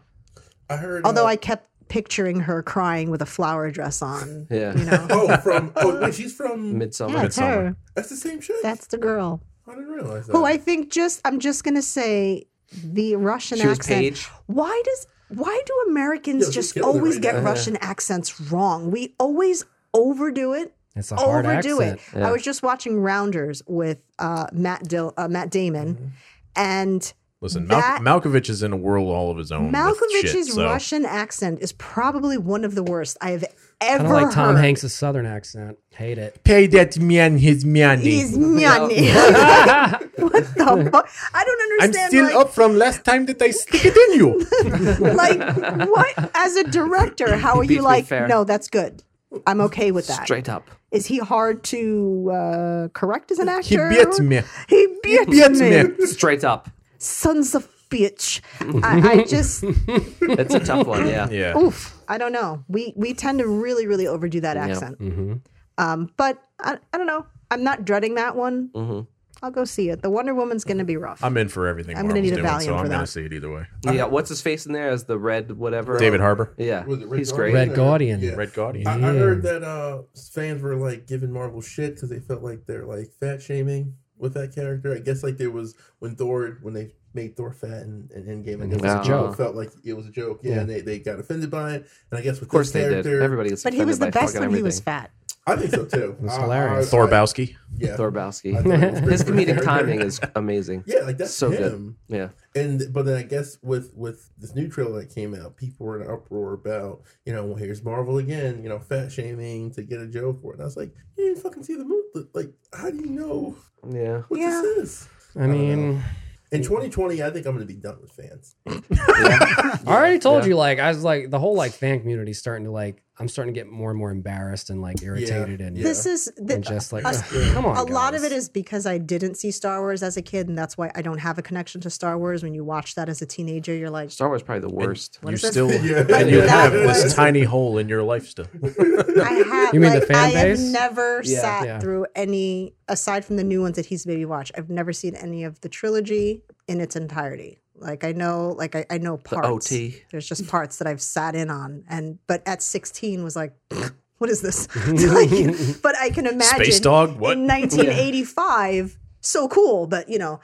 Speaker 6: I heard.
Speaker 1: Although
Speaker 6: uh,
Speaker 1: I kept picturing her crying with a flower dress on.
Speaker 2: Yeah.
Speaker 1: You know.
Speaker 6: Oh, from oh, wait, she's from.
Speaker 2: Midsummer.
Speaker 1: yeah, it's her.
Speaker 6: That's the same shit.
Speaker 1: That's the girl.
Speaker 6: I didn't realize that.
Speaker 1: who I think just I'm just gonna say the Russian
Speaker 2: She was
Speaker 1: accent.
Speaker 2: Paige.
Speaker 1: Why does why do Americans
Speaker 6: Yo, she
Speaker 1: just
Speaker 6: killed it
Speaker 1: always
Speaker 6: right
Speaker 1: get
Speaker 6: there.
Speaker 1: Russian accents wrong? We always overdo it.
Speaker 7: It's a hard
Speaker 1: Overdo
Speaker 7: accent.
Speaker 1: it. I was just watching Rounders with uh, Matt Dil- uh, Matt Damon, and
Speaker 5: Listen, Mal-
Speaker 1: that-
Speaker 5: Malkovich is in a world all of his own. with shit,
Speaker 1: Malkovich's
Speaker 5: so.
Speaker 1: Russian accent is probably one of the worst I have
Speaker 3: I
Speaker 1: ever
Speaker 3: don't like Tom
Speaker 1: heard.
Speaker 3: Hanks' southern accent. Hate it.
Speaker 5: Pay that man his money.
Speaker 1: He's nanny. what the fuck? I don't understand. like-
Speaker 5: from last time that I stick it in you.
Speaker 1: like what as a director how are
Speaker 2: beats
Speaker 1: you
Speaker 2: me
Speaker 1: like
Speaker 2: fair.
Speaker 1: no that's good i'm okay with that. Is
Speaker 2: Straight up.
Speaker 1: he hard to uh, correct as an actor he beats, me.
Speaker 2: Straight up.
Speaker 1: sons of bitch I, I just
Speaker 2: It's a tough one. Yeah.
Speaker 5: Yeah.
Speaker 1: oof i don't know we we tend to really really overdo that accent
Speaker 2: Mm-hmm.
Speaker 1: um but I, I don't know i'm not dreading that one i'll go see it the wonder woman's gonna be rough
Speaker 5: I'm in for everything
Speaker 1: I'm
Speaker 5: I'm
Speaker 1: gonna
Speaker 5: Marvel's
Speaker 1: need a
Speaker 5: doing,
Speaker 1: Valium
Speaker 5: so
Speaker 1: for
Speaker 5: I'm going
Speaker 1: that.
Speaker 5: to see it either way.
Speaker 2: You got what's his face in there as the red whatever.
Speaker 5: David Harbour.
Speaker 2: Yeah.
Speaker 6: Was it Red
Speaker 2: He's
Speaker 6: Guardian
Speaker 2: great.
Speaker 3: Red Guardian.
Speaker 6: Yeah.
Speaker 5: Red Guardian.
Speaker 6: I, I heard that uh, fans were like giving Marvel shit because they felt like they're like fat shaming with that character. I guess like there was when Thor when they made Thor fat in, in Endgame, I guess
Speaker 2: was a
Speaker 6: people
Speaker 2: joke.
Speaker 6: felt like it was a joke. Yeah, and they, they got offended by it. And I guess with
Speaker 2: Of course
Speaker 6: this
Speaker 2: they did.
Speaker 6: character,
Speaker 2: Everybody gets
Speaker 1: But he was the
Speaker 2: offended by
Speaker 1: best when
Speaker 2: fucking
Speaker 1: he was
Speaker 2: everything.
Speaker 1: fat.
Speaker 6: I think so too.
Speaker 7: It's
Speaker 6: I- I-
Speaker 7: hilarious.
Speaker 6: I-
Speaker 5: Thorbowski.
Speaker 6: Yeah,
Speaker 2: Thorbowski.
Speaker 6: I thought it was great.
Speaker 2: His comedic timing is amazing.
Speaker 6: Yeah, like that's
Speaker 2: so good.
Speaker 6: him.
Speaker 2: Yeah.
Speaker 6: And but then I guess with with this new trailer that came out, people were in an uproar about you know well here's Marvel again, you know fat shaming to get a joke for it. And I was like, you didn't fucking see the movie. Like, how do you know
Speaker 2: Yeah.
Speaker 6: what
Speaker 1: Yeah.
Speaker 6: this is?
Speaker 3: I mean,
Speaker 6: In 2020, I think I'm going to be done with fans.
Speaker 3: I already told
Speaker 2: Yeah.
Speaker 3: you, like, I was like, the whole like fan community is starting to like, I'm starting to get more and more embarrassed and like irritated and,
Speaker 6: Yeah.
Speaker 1: This is the,
Speaker 3: and just like,
Speaker 1: Us-
Speaker 3: "Ugh, come on.
Speaker 1: a lot of
Speaker 3: guys."
Speaker 1: it is because I didn't see Star Wars as a kid, and that's why I don't have a connection to Star Wars. When you watch that as a teenager, you're like,
Speaker 2: Star Wars probably the worst.
Speaker 1: What
Speaker 5: you
Speaker 1: is this?
Speaker 5: still
Speaker 6: Yeah.
Speaker 5: and you
Speaker 1: That
Speaker 5: have
Speaker 1: was-
Speaker 5: this tiny hole in your life still.
Speaker 1: I have.
Speaker 3: You mean the
Speaker 1: like,
Speaker 3: fan
Speaker 1: I have
Speaker 3: base?
Speaker 1: never
Speaker 2: Yeah.
Speaker 1: sat
Speaker 3: Yeah.
Speaker 1: through any aside from the new ones that he's maybe watched. I've never seen any of the trilogy in its entirety. Like I know, like I, I know
Speaker 2: The
Speaker 1: parts.
Speaker 2: OT.
Speaker 1: There's just parts that I've sat in on, and but at 16 was like, what is this? Like, but I can imagine
Speaker 5: Space dog. What?
Speaker 1: in 1985. So cool, but you know,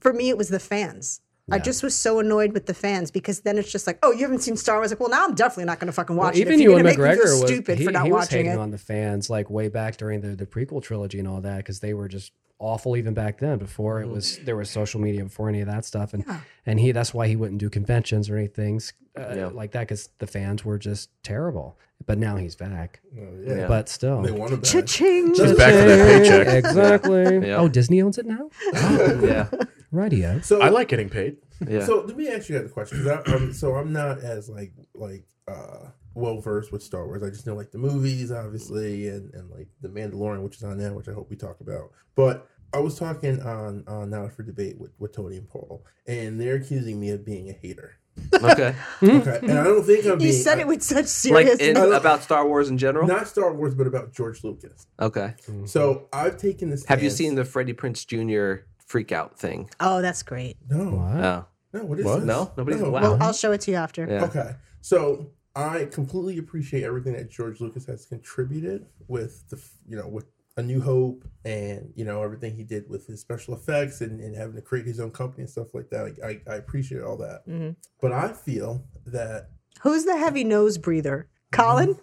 Speaker 1: for me it was the fans. I
Speaker 7: Yeah.
Speaker 1: just was so annoyed with the fans because then it's just like, oh, you haven't seen Star Wars. Like, well, now I'm definitely not going to fucking
Speaker 3: Well,
Speaker 1: watch it.
Speaker 3: even
Speaker 1: if you're
Speaker 3: Ewan
Speaker 1: gonna make me feel
Speaker 3: McGregor was
Speaker 1: stupid
Speaker 3: he,
Speaker 1: for not
Speaker 3: he was
Speaker 1: watching
Speaker 3: hating
Speaker 1: it.
Speaker 3: on the fans like way back during the the prequel trilogy and all that because they were just awful even back then before it was there was social media before any of that stuff and
Speaker 1: Mm-hmm. Yeah.
Speaker 3: and he that's why he wouldn't do conventions or anything uh,
Speaker 2: Yeah.
Speaker 3: like that because the fans were just terrible but now he's back
Speaker 6: Oh, yeah.
Speaker 2: Yeah.
Speaker 3: but still
Speaker 6: They want to back.
Speaker 1: Cha-ching.
Speaker 5: She's back for that paycheck.
Speaker 3: exactly
Speaker 2: Yeah.
Speaker 3: oh Disney owns it now
Speaker 2: Yeah.
Speaker 3: rightio
Speaker 6: So
Speaker 5: I like getting paid.
Speaker 2: Yeah.
Speaker 6: So let me ask you guys a question. 'cause I, um, so I'm not as like like uh well versed with Star Wars. I just know like the movies, obviously, and and like the Mandalorian, which is on now, which I hope we talk about. But I was talking on on now for debate with with Tony and Paul, and they're accusing me of being a hater.
Speaker 2: okay.
Speaker 6: Okay, and I don't think I'm.
Speaker 1: You
Speaker 6: being,
Speaker 1: said it with such seriousness.
Speaker 2: Like in, about Star Wars in general.
Speaker 6: not Star Wars, but about George Lucas.
Speaker 2: Okay.
Speaker 6: So I've taken this.
Speaker 2: Mm-hmm. Have you seen the Freddie Prince Jr. freak out thing?
Speaker 1: oh, that's great.
Speaker 6: no?
Speaker 3: what
Speaker 2: No.
Speaker 6: No, what is
Speaker 5: What?
Speaker 6: this?
Speaker 2: No? Nobody's-
Speaker 6: No.
Speaker 2: wow.
Speaker 1: Well, I'll show it to you after.
Speaker 2: Yeah.
Speaker 6: Okay. So I completely appreciate everything that George Lucas has contributed with the, f- you know, with A New Hope and, you know, everything he did with his special effects and, and having to create his own company and stuff like that. I, I, I appreciate all that.
Speaker 1: Mhm.
Speaker 6: But I feel that
Speaker 1: Who's the heavy nose breather?
Speaker 2: Hmm?
Speaker 1: Colin?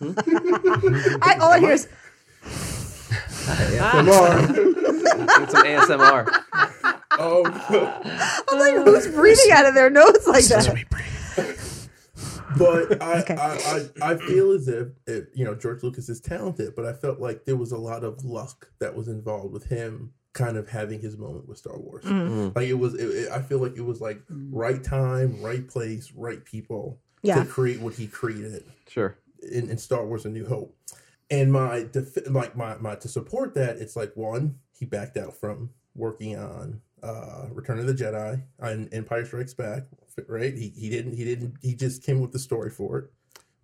Speaker 1: I, all I hear is,
Speaker 2: It's an ASMR.
Speaker 6: oh,
Speaker 1: I'm like, who's breathing out of their nose like that?
Speaker 6: but I,
Speaker 1: Okay.
Speaker 6: I, I, I feel as if, if you know George Lucas is talented, but I felt like there was a lot of luck that was involved with him kind of having his moment with Star Wars.
Speaker 2: Mm-hmm.
Speaker 6: Like it was, it, it- I feel like it was like right time, right place, right people
Speaker 1: Yeah.
Speaker 6: to create what he created
Speaker 2: Sure.
Speaker 6: in, in Star Wars: A New Hope. And my def- like my my to support that, it's like one, he backed out from working on uh Return of the Jedi and Empire Strikes Back, right? He he didn't he didn't he just came up with the story for it,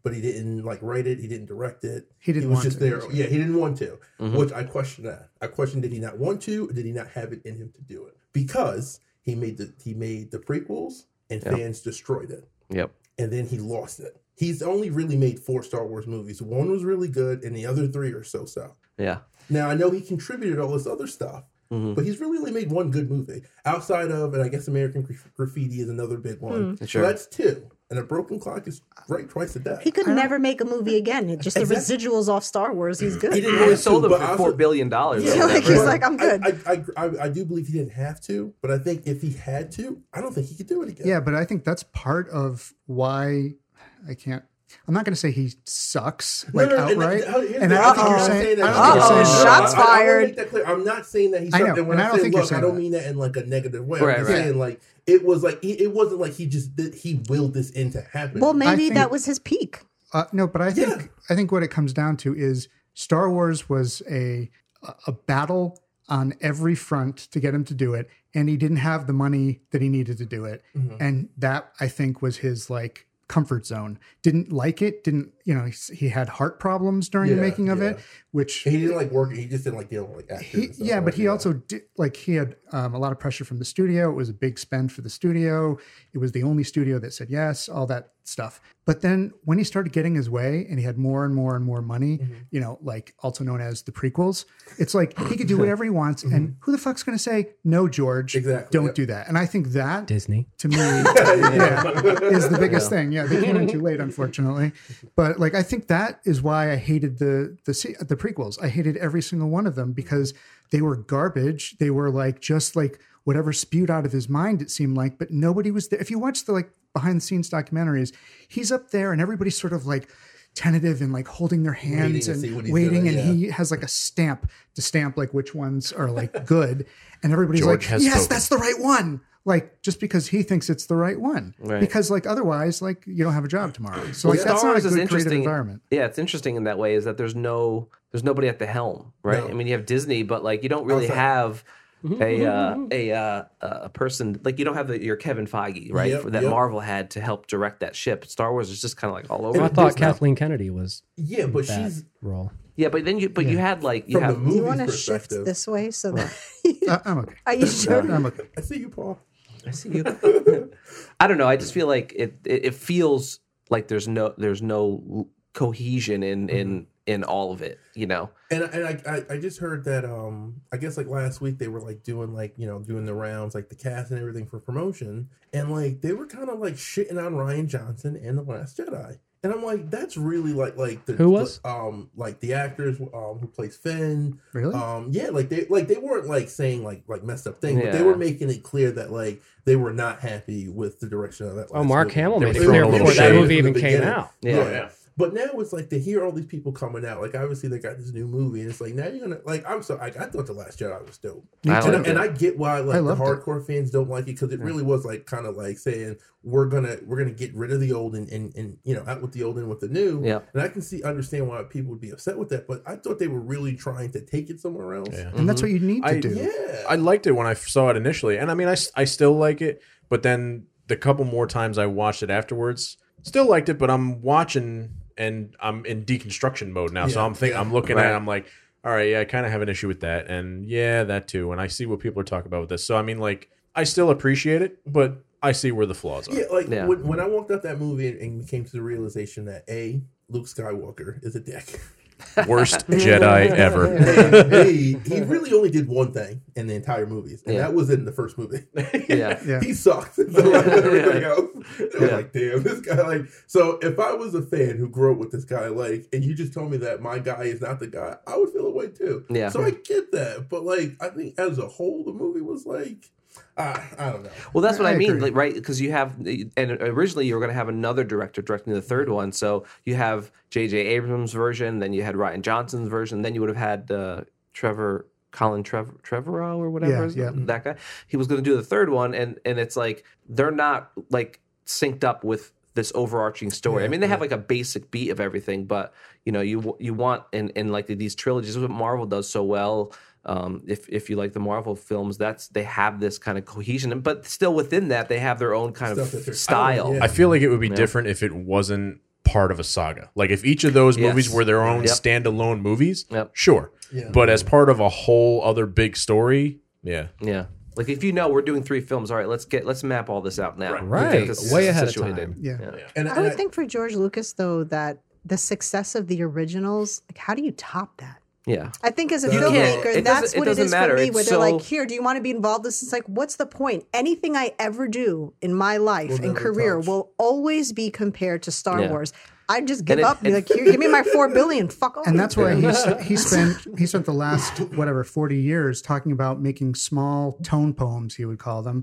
Speaker 6: but he didn't like write it, he didn't direct it.
Speaker 4: He didn't
Speaker 6: He was
Speaker 4: want
Speaker 6: just
Speaker 4: to.
Speaker 6: there. Yeah, he didn't want to.
Speaker 2: Mhm.
Speaker 6: Which I question that. I question did he not want to, or did he not have it in him to do it? Because he made the he made the prequels and
Speaker 2: Yeah.
Speaker 6: fans destroyed it
Speaker 2: Yep.
Speaker 6: and then he lost it. He's only really made four Star Wars movies. One was really good, and the other three are so so.
Speaker 2: Yeah.
Speaker 6: Now I know he contributed all this other stuff,
Speaker 2: Mhm.
Speaker 6: but he's really only made one good movie outside of, and I guess American Graf- Graffiti is another big one.
Speaker 2: Hmm. Sure.
Speaker 6: So that's two, and a broken clock is right twice a day.
Speaker 1: He could never make a movie again. It's just the residuals off Star Wars. He's good.
Speaker 6: He didn't
Speaker 2: They
Speaker 6: want
Speaker 2: sold
Speaker 6: to,
Speaker 2: them
Speaker 6: but
Speaker 2: for
Speaker 6: I
Speaker 2: four
Speaker 6: also-
Speaker 2: billion dollars.
Speaker 1: Yeah, like, he's
Speaker 6: but
Speaker 1: like, I'm good.
Speaker 6: I, I, I, I do believe he didn't have to, but I think if he had to, I don't think he could do it again.
Speaker 4: Yeah, but I think that's part of why I can't. I'm not going to say he sucks like
Speaker 6: no, no, and
Speaker 4: outright.
Speaker 6: that- how- here's
Speaker 4: And
Speaker 6: the-
Speaker 4: I don't think you're
Speaker 1: Uh-oh.
Speaker 4: saying. I
Speaker 1: Uh-oh,
Speaker 4: don't think you're saying.
Speaker 1: shut shots
Speaker 6: I- I wanna
Speaker 1: fired.
Speaker 6: make that clear. I'm not saying that he's.
Speaker 4: I know,
Speaker 6: something. When
Speaker 4: and
Speaker 6: I,
Speaker 4: I don't
Speaker 6: say
Speaker 4: think you're
Speaker 6: luck, I
Speaker 4: saying
Speaker 6: don't
Speaker 4: that.
Speaker 6: mean that in like a negative way.
Speaker 2: Right,
Speaker 6: I'm just
Speaker 2: right.
Speaker 6: saying like it was like he, it wasn't like he just did, he willed this into happening.
Speaker 1: well, maybe
Speaker 4: think-
Speaker 1: that was his peak.
Speaker 4: Uh, no, but I think I think what it comes down to is Star Wars was a a battle on every front to get him to do it, and he didn't have the money that he needed
Speaker 6: Mm-hmm.
Speaker 4: to do it, and that I think was his like comfort zone. Didn't like it, didn't you know, he's, he had heart problems during the
Speaker 6: Yeah,
Speaker 4: making of it,
Speaker 6: yeah.
Speaker 4: which
Speaker 6: He didn't like working. He just didn't like dealing with like actors.
Speaker 4: he,
Speaker 6: and stuff
Speaker 4: yeah,
Speaker 6: like
Speaker 4: but he
Speaker 6: that.
Speaker 4: also did like he had um, a lot of pressure from the studio. It was a big spend for the studio. It was the only studio that said yes, all that stuff. But then when he started getting his way and he had more and more and more money, you know, like also known as the prequels, it's like he could do whatever he wants. And who the fuck's going to say no, George?
Speaker 6: Exactly,
Speaker 4: Don't
Speaker 6: yeah.
Speaker 4: do that. And I think that
Speaker 7: Disney.
Speaker 4: to me yeah, is the biggest thing. Yeah, they came in too late, unfortunately. But like, I think that is why I hated the the se- the prequels. I hated every single one of them because they were garbage. They were like just like whatever spewed out of his mind. It seemed like, but nobody was there. If you watch the like behind the scenes documentaries, he's up there and everybody's sort of like tentative and like holding their
Speaker 6: Waiting
Speaker 4: hands
Speaker 6: to see what
Speaker 4: and
Speaker 6: he's
Speaker 4: waiting
Speaker 6: doing,
Speaker 4: and
Speaker 6: yeah.
Speaker 4: he has like a stamp to stamp like which ones are like good and everybody's
Speaker 5: George
Speaker 4: like
Speaker 5: has
Speaker 4: yes
Speaker 5: spoken."
Speaker 4: that's the right one like just because he thinks it's the right one
Speaker 2: Right.
Speaker 4: because like otherwise like you don't have a job tomorrow so
Speaker 2: Well,
Speaker 4: like that's
Speaker 2: Star
Speaker 4: not a
Speaker 2: Wars is
Speaker 4: good creative
Speaker 2: interesting.
Speaker 4: environment
Speaker 2: Yeah, it's interesting in that way is that there's no there's nobody at the helm, right?
Speaker 6: No.
Speaker 2: I mean, you have Disney, but like you don't really
Speaker 6: Outside.
Speaker 2: have a uh, a uh, a person like you don't have the, your Kevin Feige, right?
Speaker 6: Yep,
Speaker 2: that
Speaker 6: yep.
Speaker 2: Marvel had to help direct that ship. Star Wars is just kind of like all over.
Speaker 7: I
Speaker 2: the
Speaker 7: thought
Speaker 2: place now.
Speaker 7: Kathleen Kennedy was
Speaker 6: Yeah, but
Speaker 7: that
Speaker 6: she's
Speaker 7: role.
Speaker 2: Yeah, but then you but you had like you
Speaker 6: from the
Speaker 2: have
Speaker 1: You
Speaker 6: movie's
Speaker 1: want to shift
Speaker 6: perspective.
Speaker 1: this way so that
Speaker 4: Uh, i'm okay
Speaker 1: are you
Speaker 4: Uh,
Speaker 1: sure?
Speaker 4: i'm okay
Speaker 6: I see you, Paul.
Speaker 2: I see you. I don't know. I just feel like it, it. It feels like there's no there's no cohesion in in in all of it. You know.
Speaker 6: And I- and I, I I just heard that um I guess like last week they were like doing like you know doing the rounds like the cast and everything for promotion and like they were kind of like shitting on Ryan Johnson and the Last Jedi and I'm like that's really like like the
Speaker 7: Who was?
Speaker 6: um like the actors um who plays Finn
Speaker 4: really
Speaker 2: Oh,
Speaker 6: um yeah like they like they weren't like saying like like messed up things but they
Speaker 2: Yeah.
Speaker 6: were making it clear that like they were not happy with the direction of that
Speaker 3: Oh,
Speaker 6: last
Speaker 3: Mark
Speaker 6: movie.
Speaker 3: Hamill
Speaker 5: They
Speaker 3: made
Speaker 5: were
Speaker 3: it clear
Speaker 5: throwing a little
Speaker 3: before that
Speaker 5: shade.
Speaker 3: movie
Speaker 6: From the
Speaker 3: even came
Speaker 6: beginning.
Speaker 3: out.
Speaker 2: Yeah.
Speaker 6: Yeah. But now it's like to hear all these people coming out. Like obviously they got this new movie, and it's like now you're gonna like I'm so I, I thought the Last Jedi was dope,
Speaker 2: I
Speaker 6: and, I,
Speaker 2: liked it.
Speaker 6: and I get why like
Speaker 4: I
Speaker 6: the
Speaker 4: loved it.
Speaker 6: hardcore fans don't like it because it really was like kind of like saying we're gonna we're gonna get rid of the old and, and and you know out with the old and with the new.
Speaker 2: Yeah.
Speaker 6: and I can see understand why people would be upset with that, but I thought they were really trying to take it somewhere else.
Speaker 5: Yeah.
Speaker 4: and that's what you need to
Speaker 5: I-
Speaker 4: do
Speaker 6: Yeah.
Speaker 5: I liked it when I saw it initially, and I mean, I, s- I still like it. But then the couple more times I watched it afterwards, still liked it. But I'm watching and I'm in deconstruction mode now, so
Speaker 6: Yeah,
Speaker 5: I'm thinking
Speaker 6: yeah.
Speaker 5: I'm looking at, it,
Speaker 2: Right.
Speaker 5: I'm like, all right, yeah, I kind of have an issue with that, and yeah, that too. And I see what people are talking about with this, so I mean, like, I still appreciate it, but I see where the flaws are.
Speaker 6: Yeah, like
Speaker 2: Yeah.
Speaker 6: When, when I walked out that movie and, and came to the realization that a Luke Skywalker is a dick.
Speaker 5: Worst Jedi ever.
Speaker 6: And B, he really only did one thing in the entire movies, and
Speaker 2: Yeah.
Speaker 6: that was in the first movie.
Speaker 2: Yeah.
Speaker 4: Yeah.
Speaker 6: He sucked. So like everything else, it was
Speaker 2: Yeah.
Speaker 6: like, damn, this guy. Like, so if I was a fan who grew up with this guy, like, and you just told me that my guy is not the guy, I would feel away too.
Speaker 2: Yeah.
Speaker 6: So I get that, but like, I think as a whole, the movie was like, uh, I don't know.
Speaker 2: Well, that's what
Speaker 4: I
Speaker 2: I, mean,
Speaker 4: agree.
Speaker 2: like, right? Because you have, and originally you were going to have another director directing the third one. So you have J.J. Abrams' version, then you had Ryan Johnson's version, then you would have had uh, Trevor, Colin Trev- Trevorrow or whatever,
Speaker 4: Yeah,
Speaker 2: his-
Speaker 4: yeah. mm.
Speaker 2: that guy. He was going to do the third one, and and it's like they're not like synced up with this overarching story. I
Speaker 6: Yeah,
Speaker 2: mean, they have
Speaker 6: yeah.
Speaker 2: like a basic beat of everything, but you know, you w- you want and and like these trilogies, what Marvel does so well um, if if you like the Marvel films, that's they have this kind of cohesion, but still within that they have their own kind
Speaker 6: Stuff that they're-
Speaker 2: of style.
Speaker 6: Oh, yeah.
Speaker 5: I feel like it would be
Speaker 2: Yeah.
Speaker 5: different if it wasn't part of a saga. Like if each of those
Speaker 2: Yes.
Speaker 5: movies were their own
Speaker 2: Yep.
Speaker 5: standalone movies,
Speaker 2: Yep.
Speaker 5: sure.
Speaker 6: Yeah.
Speaker 5: But as part of a whole other big story, yeah.
Speaker 2: yeah. Like if you know we're doing three films, all right, let's get let's map all this out now. Let's get
Speaker 7: Right.
Speaker 2: this
Speaker 7: Way ahead of
Speaker 2: situated.
Speaker 7: time.
Speaker 4: yeah
Speaker 6: and,
Speaker 1: I
Speaker 6: and
Speaker 1: would think for George Lucas though that the success of the originals, like how do you top that?
Speaker 2: Yeah.
Speaker 1: I think as a
Speaker 6: You can't.
Speaker 1: filmmaker,
Speaker 2: It
Speaker 1: that's
Speaker 2: doesn't- it
Speaker 1: what it
Speaker 2: doesn't
Speaker 1: is
Speaker 2: matter.
Speaker 1: for me.
Speaker 2: It's
Speaker 1: Where
Speaker 2: so-
Speaker 1: they're like, "Here, do you want to be involved?" This is like, what's the point? Anything I ever do in my life
Speaker 6: We'll
Speaker 1: and
Speaker 6: never
Speaker 1: career
Speaker 6: touch.
Speaker 1: will always be compared to Star
Speaker 2: Yeah.
Speaker 1: Wars. I just give
Speaker 2: it-
Speaker 1: up. and be
Speaker 2: it-
Speaker 1: like, "Here, give me my four billion. Fuck off."
Speaker 4: and that's why he s he spent he spent the last whatever 40 years talking about making small tone poems he would call them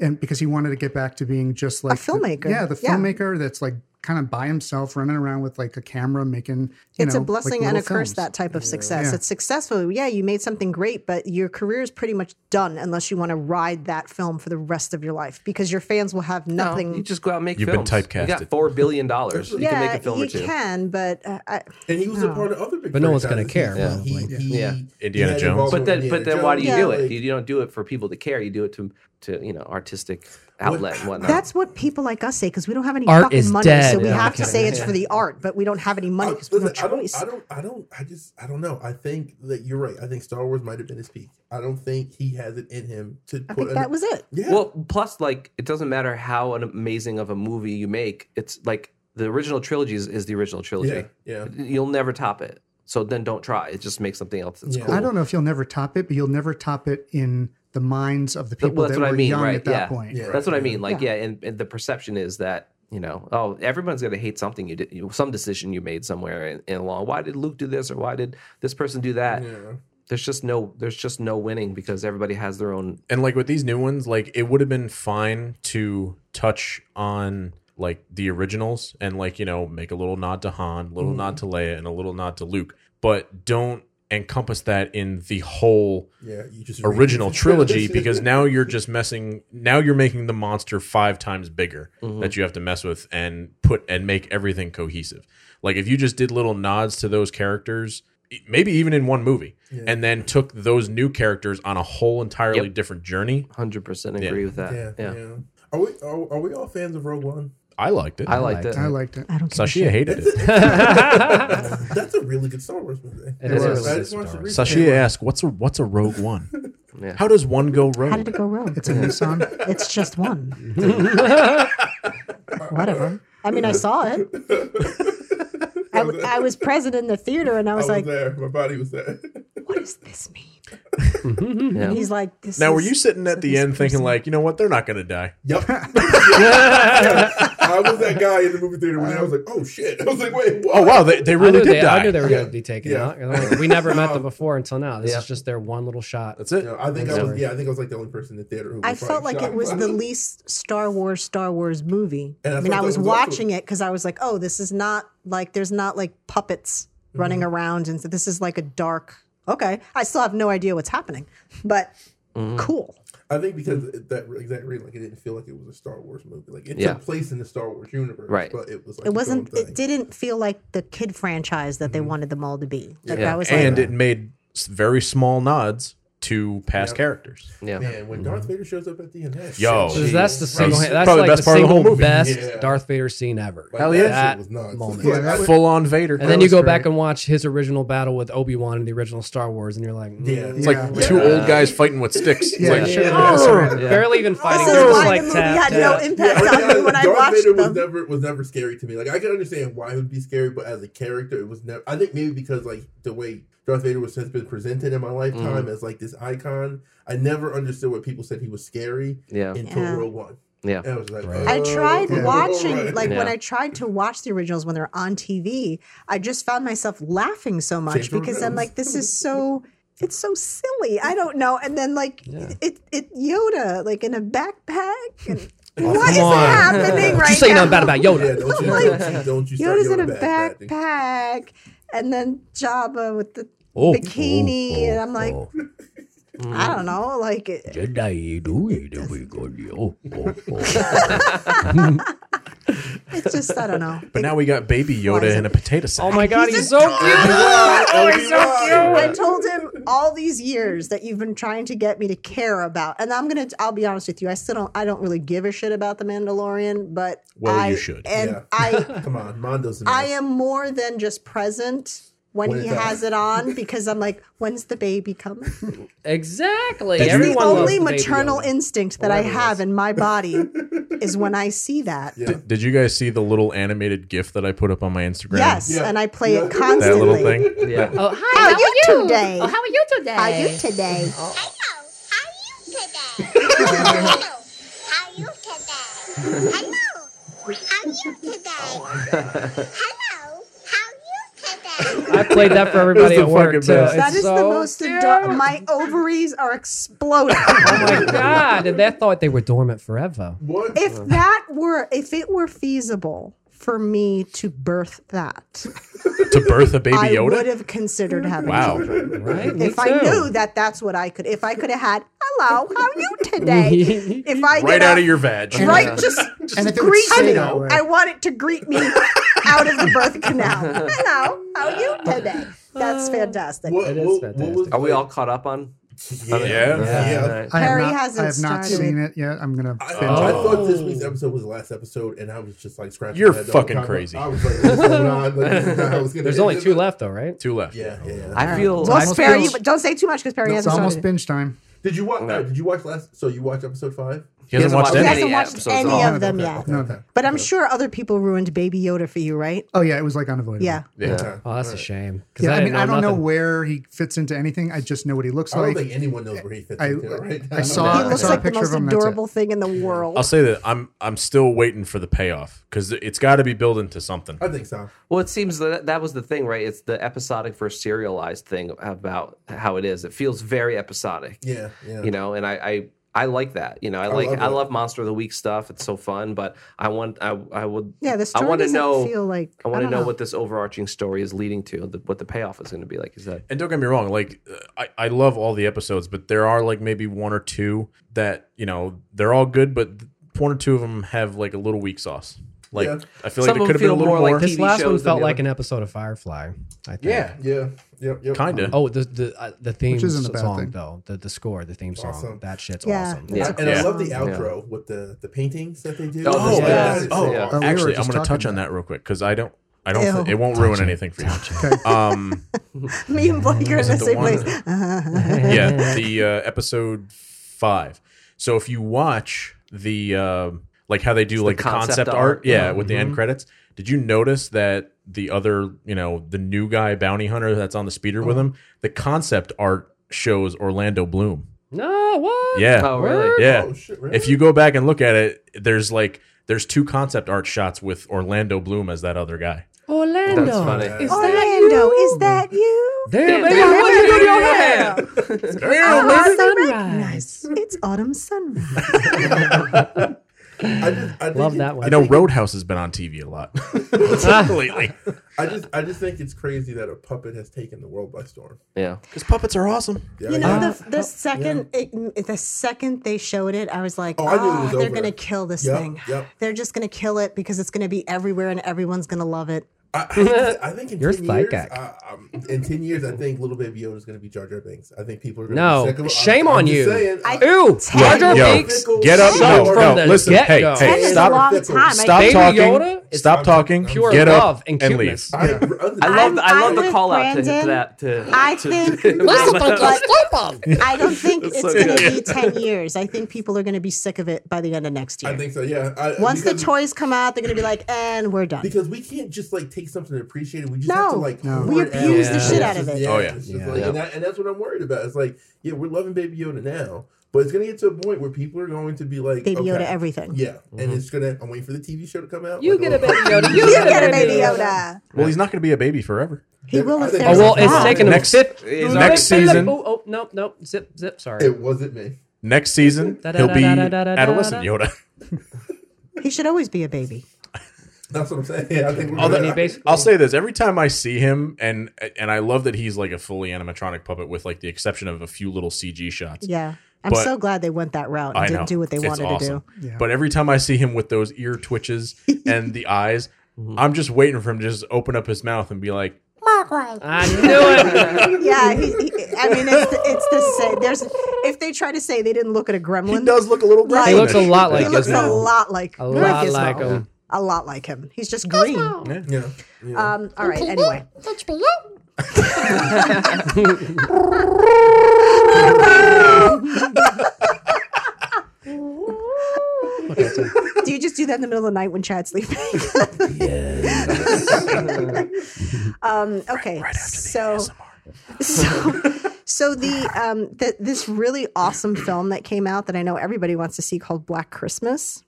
Speaker 4: and because he wanted to get back to being just like the-
Speaker 1: Mm-hmm. filmmaker.
Speaker 4: yeah the
Speaker 1: Yeah.
Speaker 4: filmmaker that's like kind of by himself running around with like a camera making you
Speaker 1: it's a
Speaker 4: know, like
Speaker 1: blessing and
Speaker 4: little
Speaker 1: a curse
Speaker 4: films.
Speaker 1: that type of success.
Speaker 4: Yeah.
Speaker 1: It's successful. Yeah, you made something great, but your career is pretty much done unless you want to ride that film for the rest of your life because your fans will have nothing.
Speaker 2: You just go out and make
Speaker 5: You've been
Speaker 2: films. You got
Speaker 5: typecasted.
Speaker 2: four billion dollars. You
Speaker 1: yeah,
Speaker 2: can make a film
Speaker 1: you
Speaker 2: or two. Oh.
Speaker 1: can, but uh, I,
Speaker 6: And he was a part of other big
Speaker 7: But no one's gonna
Speaker 6: franchises.
Speaker 7: care,
Speaker 6: He- he-
Speaker 2: Yeah.
Speaker 6: he-
Speaker 5: Indiana
Speaker 6: he had
Speaker 5: Jones.
Speaker 6: involvement
Speaker 2: But
Speaker 6: with
Speaker 2: then, but
Speaker 6: Indiana
Speaker 2: then, why do you
Speaker 6: Jones,
Speaker 2: do it?
Speaker 6: like-
Speaker 2: You, you don't do it for people to care. You do it to to you know artistic outlet and whatnot.
Speaker 1: That's what people like us say because we don't have any
Speaker 7: Art
Speaker 1: fucking
Speaker 7: is
Speaker 1: money.
Speaker 7: dead.
Speaker 1: So we
Speaker 7: Yeah,
Speaker 1: have to
Speaker 7: okay.
Speaker 1: say it's for the art, but we don't have any money because we have no
Speaker 6: Uh, Oh, Listen, I don't,
Speaker 1: choice.
Speaker 6: I don't, I don't, I just, I don't know. I think that you're right. I think Star Wars might have been his peak. I don't think he has it in him to.
Speaker 1: I think that was it.
Speaker 6: Yeah.
Speaker 2: Well, plus, like, it doesn't matter how an amazing of a movie you make. It's like the original trilogy is, is the original
Speaker 6: yeah.
Speaker 2: trilogy.
Speaker 6: Yeah.
Speaker 2: You'll never top it. So then don't try. It just makes something else that's
Speaker 6: Yeah.
Speaker 2: cool.
Speaker 4: I don't know if you'll never top it, but you'll never top it in the minds of the
Speaker 2: Th-
Speaker 4: people
Speaker 2: well, that's
Speaker 4: that
Speaker 2: what I
Speaker 4: were
Speaker 2: mean,
Speaker 4: young
Speaker 2: right?
Speaker 4: at that
Speaker 2: Yeah.
Speaker 4: point.
Speaker 6: Yeah.
Speaker 2: That's what I mean. Like,
Speaker 1: Yeah.
Speaker 2: yeah, and, and the perception is that you know, oh, everyone's gonna hate something you did, you- some decision you made somewhere in, in along. Why did Luke do this or why did this person do that?
Speaker 6: Yeah.
Speaker 2: There's just no, there's just no winning because everybody has their own.
Speaker 5: and like with these new ones, like it would have been fine to touch on like the originals and like you know make a little nod to Han, a little
Speaker 2: Mm.
Speaker 5: nod to Leia, and a little nod to Luke, but don't encompass that in the whole
Speaker 6: Yeah. You just
Speaker 5: original trilogy because now you're just messing now you're making the monster five times bigger that you have to mess with and put and make everything cohesive like if you just did little nods to those characters e- maybe even in one movie and then took those new characters on a whole entirely different journey
Speaker 2: Hundred percent agree with that.
Speaker 6: Yeah.
Speaker 2: Yeah,
Speaker 6: Yeah. Are we are, are we all fans of Rogue One?
Speaker 5: i liked it
Speaker 2: I liked it.
Speaker 4: I liked it.
Speaker 1: I don't give a
Speaker 5: sashia
Speaker 1: shit.
Speaker 5: hated it
Speaker 6: That's a really good Star Wars movie.
Speaker 3: It is
Speaker 4: was.
Speaker 3: really good
Speaker 6: I just watched
Speaker 3: Star
Speaker 6: the
Speaker 3: Wars.
Speaker 6: recap.
Speaker 5: sashia asked what's a what's a rogue one how does one go
Speaker 1: How did it
Speaker 5: rogue
Speaker 1: go wrong?
Speaker 4: It's a Nissan.
Speaker 1: It's just one. Whatever. I mean, I saw it. I, w- I was present in the theater, and I
Speaker 6: I
Speaker 1: was
Speaker 6: was
Speaker 1: like,
Speaker 6: there. My body was there.
Speaker 1: "What does this mean?"
Speaker 2: Yeah.
Speaker 1: And he's like, this
Speaker 5: now were
Speaker 1: is-
Speaker 5: you sitting at the
Speaker 1: this
Speaker 5: end thinking
Speaker 1: person-
Speaker 5: like you know what they're not gonna die
Speaker 6: Yep. I was that guy in the movie theater when I was like, oh shit. I was like, wait, what?
Speaker 5: oh wow they, they
Speaker 3: I
Speaker 5: really
Speaker 3: knew,
Speaker 5: did
Speaker 3: they,
Speaker 5: die
Speaker 3: I knew they were
Speaker 6: Yeah.
Speaker 3: going to be taken
Speaker 6: Yeah.
Speaker 3: out. And I'm like, we never met them before until now. This is just their one little shot.
Speaker 5: that's it
Speaker 6: No, I think I was. Yeah, I think I was like the only person in the theater. Who was
Speaker 1: I felt
Speaker 6: probably
Speaker 1: like it
Speaker 6: shocked
Speaker 1: was
Speaker 6: by
Speaker 1: the least Star Wars Star Wars movie.
Speaker 6: And I
Speaker 1: I mean,
Speaker 6: thought
Speaker 1: I
Speaker 6: that
Speaker 1: was
Speaker 6: was also-
Speaker 1: watching it because I was like, "Oh, this is not like there's not like puppets running around, and so this is like a dark." Okay, I still have no idea what's happening, but cool.
Speaker 6: I think because it- that re- exact reason, like it didn't feel like it was a Star Wars movie. Like it
Speaker 2: Yeah.
Speaker 6: took place in the Star Wars universe,
Speaker 2: Right.
Speaker 6: But it was. Like
Speaker 1: It
Speaker 6: its
Speaker 1: wasn't.
Speaker 6: own thing.
Speaker 1: It didn't feel like the kid franchise that they wanted them all to be. Like
Speaker 2: Yeah.
Speaker 1: I was
Speaker 5: and
Speaker 1: like,
Speaker 5: it made s- very small nods to past
Speaker 6: Yeah.
Speaker 5: characters.
Speaker 2: yeah.
Speaker 6: Man, when Darth Vader shows up at the end, that
Speaker 5: Yo.
Speaker 6: shit
Speaker 3: So that's the
Speaker 6: was
Speaker 3: single.
Speaker 5: Right.
Speaker 3: That's
Speaker 5: Probably
Speaker 3: like
Speaker 5: the best part of the
Speaker 3: single
Speaker 5: whole movie.
Speaker 3: best
Speaker 6: Yeah.
Speaker 3: Darth Vader scene ever.
Speaker 6: Like,
Speaker 5: Hell
Speaker 6: that
Speaker 5: yeah.
Speaker 6: shit was nuts.
Speaker 3: moment.
Speaker 6: Yeah,
Speaker 4: that was-
Speaker 5: Full on Vader.
Speaker 3: And then you
Speaker 4: was
Speaker 3: go
Speaker 4: great.
Speaker 3: back and watch his original battle with Obi Wan in the original Star Wars, and you're like, mm.
Speaker 6: Yeah,
Speaker 5: it's like two old guys fighting with sticks. It's
Speaker 4: Yeah,
Speaker 5: like,
Speaker 4: sure.
Speaker 3: Yeah. barely even
Speaker 1: "This
Speaker 3: fighting.
Speaker 1: is
Speaker 3: They're just
Speaker 1: why
Speaker 3: like
Speaker 1: the movie
Speaker 3: tap,
Speaker 1: had no
Speaker 3: tap.
Speaker 6: Yeah,
Speaker 1: impact
Speaker 6: like,
Speaker 1: on me when I
Speaker 6: Darth Vader
Speaker 1: watched
Speaker 6: was
Speaker 1: them."
Speaker 6: never was never scary to me. Like I can understand why it would be scary, but as a character, it was never. I think maybe because like the way Darth Vader was has been presented in my lifetime as like this icon, I never understood what people said he was scary
Speaker 2: Yeah.
Speaker 6: until
Speaker 1: Yeah.
Speaker 6: Rogue One.
Speaker 2: Yeah.
Speaker 6: And I was like,
Speaker 1: I tried
Speaker 6: oh,
Speaker 1: watching,
Speaker 6: alright.
Speaker 1: like when
Speaker 2: Yeah.
Speaker 1: I tried to watch the originals when they're on TV, I just found myself laughing so much
Speaker 6: for
Speaker 1: because I'm
Speaker 6: Rose.
Speaker 1: like, this is so, it's so silly. I don't know. And then like it, it Yoda like in a backpack. And what is
Speaker 3: on.
Speaker 1: happening right
Speaker 7: Oh, Just say
Speaker 1: now?
Speaker 7: nothing bad about Yoda.
Speaker 6: Yeah, don't you, don't you, don't you start
Speaker 1: Yoda's in
Speaker 6: going
Speaker 1: a
Speaker 6: back, back.
Speaker 1: backpack, and then Jabba with the
Speaker 7: Oh,
Speaker 1: bikini,
Speaker 7: oh,
Speaker 1: and I'm like,
Speaker 7: oh.
Speaker 1: I don't know, like it-
Speaker 7: Jedi do it, oh my God, yo, oh, oh.
Speaker 1: it's just I don't know.
Speaker 5: But now we got baby Yoda in a potato
Speaker 3: Oh
Speaker 5: sack.
Speaker 3: my god, he's, so cute.
Speaker 1: Oh,
Speaker 6: he's so cute.
Speaker 1: I told him all these years that you've been trying to get me to care about, and I'm gonna. I'll be honest with you. I still don't. I don't really give a shit about the Mandalorian, but
Speaker 5: Well,
Speaker 1: I,
Speaker 5: you should.
Speaker 1: And
Speaker 6: Yeah.
Speaker 1: I,
Speaker 6: Come on, Mondo's. in
Speaker 1: I
Speaker 6: there.
Speaker 1: am more than just present. When
Speaker 6: When
Speaker 1: he
Speaker 6: it's on.
Speaker 1: has it on, because I'm like, when's the baby coming?
Speaker 3: Exactly.
Speaker 1: It's the
Speaker 3: Everyone loves
Speaker 1: only
Speaker 3: baby
Speaker 1: maternal
Speaker 3: Yoda.
Speaker 1: instinct that I have in my body is when I see that.
Speaker 6: Yeah.
Speaker 5: Did you guys see the little animated GIF that I put up on my Instagram?
Speaker 1: Yes,
Speaker 6: Yeah.
Speaker 1: and I play
Speaker 6: Yeah.
Speaker 1: it
Speaker 6: That
Speaker 1: constantly.
Speaker 5: That little thing.
Speaker 2: Yeah.
Speaker 8: Oh, hi.
Speaker 1: How
Speaker 8: How,
Speaker 1: are
Speaker 8: are
Speaker 1: you
Speaker 8: you
Speaker 1: today?
Speaker 8: Oh, how are you today?
Speaker 1: How are you today?
Speaker 9: Hello, how you today? Hello, how you today? Hello, how you today? Hello, how you today?
Speaker 3: I played that for everybody
Speaker 5: It's
Speaker 3: at
Speaker 5: the
Speaker 3: work
Speaker 5: fucking
Speaker 3: too.
Speaker 5: best.
Speaker 3: It's
Speaker 1: That is
Speaker 3: so
Speaker 1: the most
Speaker 3: cute.
Speaker 1: adult. My ovaries are exploding.
Speaker 3: Oh my god! And they thought they were dormant forever.
Speaker 6: What?
Speaker 1: if that were, if it were feasible for me to birth that,
Speaker 5: To birth a baby
Speaker 1: I would
Speaker 5: Yoda?
Speaker 1: have considered having
Speaker 5: Wow.
Speaker 1: children.
Speaker 3: Right? Me
Speaker 1: If I
Speaker 3: too.
Speaker 1: knew that that's what I could, if I could have had, hello, how are you today? If I
Speaker 5: Right
Speaker 1: get
Speaker 5: out
Speaker 1: up-
Speaker 5: of your vag.
Speaker 1: right, just, just
Speaker 4: And if it would
Speaker 1: greet
Speaker 4: stay
Speaker 1: me.
Speaker 4: that way.
Speaker 1: I want it to greet me out of the birth canal. Hello, how are you today? That's fantastic.
Speaker 6: What,
Speaker 3: It is
Speaker 6: what- what
Speaker 3: fantastic.
Speaker 6: was
Speaker 2: Are we all caught up on
Speaker 6: Yeah, yeah.
Speaker 2: Right.
Speaker 4: I have
Speaker 1: Harry
Speaker 4: not,
Speaker 1: hasn't
Speaker 4: I have not
Speaker 1: started.
Speaker 4: seen it yet. I'm gonna.
Speaker 6: I,
Speaker 4: binge
Speaker 6: I
Speaker 2: Oh.
Speaker 4: it.
Speaker 6: thought this week's episode was the last episode, and I was just like scratching.
Speaker 5: You're
Speaker 6: my head the whole
Speaker 5: fucking
Speaker 6: time.
Speaker 5: crazy.
Speaker 6: I was like, what's going on? Like, this is not how it's gonna
Speaker 3: There's
Speaker 6: end.
Speaker 3: only two left, though, right?
Speaker 5: Two left.
Speaker 6: Yeah, yeah. yeah.
Speaker 2: I feel.
Speaker 1: Don't,
Speaker 2: I
Speaker 1: s-
Speaker 2: feel-
Speaker 1: Perry, but don't say too much because Perry
Speaker 4: It's
Speaker 1: hasn't
Speaker 4: almost
Speaker 1: started. it.
Speaker 4: binge time.
Speaker 6: Did you watch? uh,
Speaker 2: No.
Speaker 6: Did you watch last? So you watched episode five?
Speaker 5: He hasn't watched
Speaker 1: He
Speaker 5: any.
Speaker 1: hasn't watched
Speaker 2: episodes at
Speaker 1: any
Speaker 2: all.
Speaker 1: of them yet.
Speaker 4: No, that.
Speaker 1: But I'm sure other people ruined Baby Yoda for you, right?
Speaker 4: Oh yeah, it was like unavoidable.
Speaker 1: Yeah.
Speaker 6: Okay.
Speaker 3: Oh, that's a shame. 'cause
Speaker 4: Yeah, I, mean, I don't know
Speaker 3: nothing.
Speaker 4: where he fits into anything. I just know what he looks
Speaker 6: I don't
Speaker 4: like.
Speaker 6: think anyone knows where he fits
Speaker 4: I-
Speaker 6: into it right
Speaker 4: I
Speaker 6: now.
Speaker 4: saw-
Speaker 1: he
Speaker 4: I
Speaker 1: looks
Speaker 4: saw a
Speaker 1: like the
Speaker 4: picture
Speaker 1: most
Speaker 4: of him, that's it.
Speaker 1: adorable thing in the world.
Speaker 5: I'll say that I'm I'm still waiting for the payoff because it's got to be built into something.
Speaker 6: I think so.
Speaker 2: Well, it seems that that was the thing, right? It's the episodic versus serialized thing about how it is. It feels very episodic.
Speaker 6: Yeah, yeah.
Speaker 2: you know and i i I like that, you know. I like,
Speaker 6: love
Speaker 2: I
Speaker 6: that.
Speaker 2: love Monster of the Week stuff. It's so fun, but I want, I, I would,
Speaker 1: yeah, the
Speaker 2: I
Speaker 1: story
Speaker 2: want to
Speaker 1: doesn't
Speaker 2: know,
Speaker 1: feel like
Speaker 2: I want to
Speaker 1: don't
Speaker 2: know, what this overarching story is leading to, the, what the payoff is going to be. Like you said,
Speaker 5: And don't get me wrong, like uh, I, I love all the episodes, but there are like maybe one or two that you know they're all good, but one or two of them have like a little weak sauce. Like
Speaker 6: Yeah.
Speaker 5: I feel
Speaker 2: Some of
Speaker 5: like it
Speaker 2: them
Speaker 5: could have been a
Speaker 2: feel
Speaker 5: little
Speaker 2: more
Speaker 5: more.
Speaker 2: like
Speaker 3: His
Speaker 2: TV
Speaker 3: last one
Speaker 2: shows than
Speaker 3: felt
Speaker 2: the
Speaker 3: like
Speaker 2: other-
Speaker 3: an episode of Firefly. I think.
Speaker 6: Yeah, yeah, yep, yep.
Speaker 5: Kinda.
Speaker 3: Oh, the the uh, the theme
Speaker 4: isn't a bad
Speaker 3: song
Speaker 4: thing.
Speaker 3: though. The the score, the theme song.
Speaker 6: Awesome.
Speaker 3: That shit's
Speaker 1: Yeah.
Speaker 3: awesome.
Speaker 2: Yeah.
Speaker 6: And I
Speaker 5: Yeah.
Speaker 6: love the outro with the the paintings that they do.
Speaker 2: Oh,
Speaker 5: Oh,
Speaker 2: yeah.
Speaker 5: yeah.
Speaker 2: Yeah.
Speaker 5: oh,
Speaker 2: Yeah.
Speaker 4: Oh, we were
Speaker 5: actually,
Speaker 4: just
Speaker 5: I'm going to
Speaker 4: talking
Speaker 5: touch on
Speaker 4: about
Speaker 5: that real quick because I don't, I don't,
Speaker 1: Ew.
Speaker 5: thi- it won't ruin anything for you. Um,
Speaker 1: me and Blake are in the
Speaker 5: the
Speaker 1: same
Speaker 5: one-
Speaker 1: place.
Speaker 5: yeah, the uh, episode five. So if you watch the uh, like how they do like the concept, art, Uh-huh. Mm-hmm. yeah, with the end credits. Did you notice that the other, you know, the new guy bounty hunter that's on the speeder with him, the concept art shows Orlando Bloom.
Speaker 3: No, what?
Speaker 5: Yeah.
Speaker 2: oh really?
Speaker 5: Yeah.
Speaker 6: Oh, shit, really?
Speaker 5: If you go back and look at it, there's like there's two concept art shots with Orlando Bloom as that other guy.
Speaker 3: Orlando.
Speaker 2: That's funny.
Speaker 3: Is that you?
Speaker 1: Orlando, is that you?
Speaker 3: Damn,
Speaker 2: baby,
Speaker 3: baby,
Speaker 2: I
Speaker 3: what
Speaker 2: wanna do
Speaker 3: you do to your
Speaker 2: your
Speaker 3: hair?
Speaker 1: Autumn
Speaker 3: Autumn
Speaker 1: sunrise. It's autumn sunrise.
Speaker 6: I just, I think
Speaker 3: Love
Speaker 6: it-
Speaker 3: that one.
Speaker 5: You know, Roadhouse has been on TV a lot lately
Speaker 6: I just, I just think it's crazy that a puppet has taken the world by storm.
Speaker 2: Yeah.
Speaker 5: because puppets are awesome.
Speaker 6: Yeah,
Speaker 1: You
Speaker 6: yeah.
Speaker 1: know, the, the second it, the second they showed it, I was like,
Speaker 6: Oh, I knew it
Speaker 1: "Ah,
Speaker 6: was
Speaker 1: they're
Speaker 6: over.
Speaker 1: gonna kill this
Speaker 6: Yep,
Speaker 1: thing.
Speaker 6: yep.
Speaker 1: They're just gonna kill it because it's gonna be everywhere and everyone's gonna love it."
Speaker 6: I, I, I think in
Speaker 3: You're
Speaker 6: ten years,
Speaker 3: psychic.
Speaker 6: I, um, in ten years, I think little baby Yoda is going to be Jar Jar Binks. I think people are going to
Speaker 3: No.
Speaker 6: be sick of it.
Speaker 3: Shame
Speaker 6: I'm,
Speaker 3: on
Speaker 6: I'm just
Speaker 3: you.
Speaker 6: Saying,
Speaker 1: I-
Speaker 3: Ew.
Speaker 1: Ten
Speaker 3: Roger
Speaker 5: yo,
Speaker 3: Binks.
Speaker 5: Get up!
Speaker 3: Sucked
Speaker 5: No,
Speaker 3: from
Speaker 5: no.
Speaker 3: the
Speaker 5: Listen,
Speaker 3: get-go.
Speaker 5: hey,
Speaker 1: That
Speaker 5: hey,
Speaker 1: is
Speaker 5: stop,
Speaker 1: a long time.
Speaker 5: stop
Speaker 1: I,
Speaker 3: Baby
Speaker 5: talking,
Speaker 3: Yoda is
Speaker 5: stop talking,
Speaker 3: pure
Speaker 5: get
Speaker 3: love
Speaker 5: up
Speaker 3: and
Speaker 5: and
Speaker 3: cuteness.
Speaker 5: leave.
Speaker 6: I, agree-
Speaker 2: I love,
Speaker 1: I'm-
Speaker 2: the, I
Speaker 1: I'm
Speaker 2: love the
Speaker 1: with
Speaker 2: call out to, to
Speaker 1: Brandon.
Speaker 2: that. To,
Speaker 1: I
Speaker 2: to-
Speaker 1: think-
Speaker 2: to-
Speaker 1: Listen,
Speaker 2: Like,
Speaker 1: like-
Speaker 3: on.
Speaker 1: I don't think it's
Speaker 2: so
Speaker 1: gonna
Speaker 2: good.
Speaker 1: be ten years. I think people are gonna be sick of it by the end of next year.
Speaker 6: I think so. Yeah. I,
Speaker 1: Once
Speaker 6: because,
Speaker 1: the toys come out, they're gonna be like, "And we're done."
Speaker 6: because we can't just like take something and appreciate it. We just
Speaker 1: No.
Speaker 6: have to like
Speaker 4: No.
Speaker 1: We
Speaker 6: pour it
Speaker 1: abuse
Speaker 2: the shit
Speaker 6: It's
Speaker 1: out of
Speaker 6: just-
Speaker 1: it.
Speaker 5: Oh, yeah.
Speaker 6: it's just
Speaker 3: Yeah.
Speaker 6: like- and, that, and that's what I'm worried about. It's like yeah, we're loving Baby Yoda now, but it's going to get to a point where people are going to be like
Speaker 1: Baby Yoda,
Speaker 6: okay.
Speaker 1: everything.
Speaker 6: Yeah, and it's gonna. I'm waiting for the TV show to come out.
Speaker 3: You
Speaker 6: Like,
Speaker 3: get
Speaker 6: oh,
Speaker 3: a Baby Yoda.
Speaker 1: You get a baby Yoda.
Speaker 5: Well, he's not going to be a baby forever.
Speaker 1: He will if
Speaker 6: I think-
Speaker 1: there's
Speaker 3: Oh well, it's
Speaker 1: a
Speaker 6: Next-
Speaker 3: taking him
Speaker 5: next-
Speaker 3: fifth.
Speaker 2: it's
Speaker 5: Next season.
Speaker 3: Oh, oh, no, no, zip, zip. Sorry.
Speaker 6: It wasn't me.
Speaker 5: Next season, he'll be adolescent Yoda.
Speaker 1: He should always be a baby.
Speaker 6: That's what I'm saying. Yeah, I think we're
Speaker 5: I'll,
Speaker 6: gonna-
Speaker 5: I'll say this every time I see him, and and I love that he's like a fully animatronic puppet, with like the exception of a few little CG shots.
Speaker 1: Yeah. I'm
Speaker 5: But-
Speaker 1: so glad they went that route and
Speaker 5: I
Speaker 1: didn't
Speaker 5: know.
Speaker 1: do what they
Speaker 5: It's
Speaker 1: wanted to
Speaker 5: awesome.
Speaker 1: do.
Speaker 4: Yeah.
Speaker 5: But every time I see him with those ear twitches and the eyes,
Speaker 3: Mm-hmm.
Speaker 5: I'm just waiting for him to just open up his mouth and be like,
Speaker 3: I knew it.
Speaker 1: Yeah, he, he, I mean, it's the, it's the same. There's if they try to say they didn't look at a gremlin,
Speaker 5: "He does look a little brown."
Speaker 1: He
Speaker 3: He looks a lot
Speaker 1: He
Speaker 3: like
Speaker 1: looks a
Speaker 3: Gizmo.
Speaker 1: lot like
Speaker 3: A lot
Speaker 1: Gizmo.
Speaker 3: like him.
Speaker 1: A lot like him. He's just green.
Speaker 6: Yeah. yeah.
Speaker 1: Um, all right. Anyway, do you just do that in the middle of the night when Chad's sleeping? um, okay. so, so, so the um, the, this really awesome film that came out that I know everybody wants to see called Black Christmas.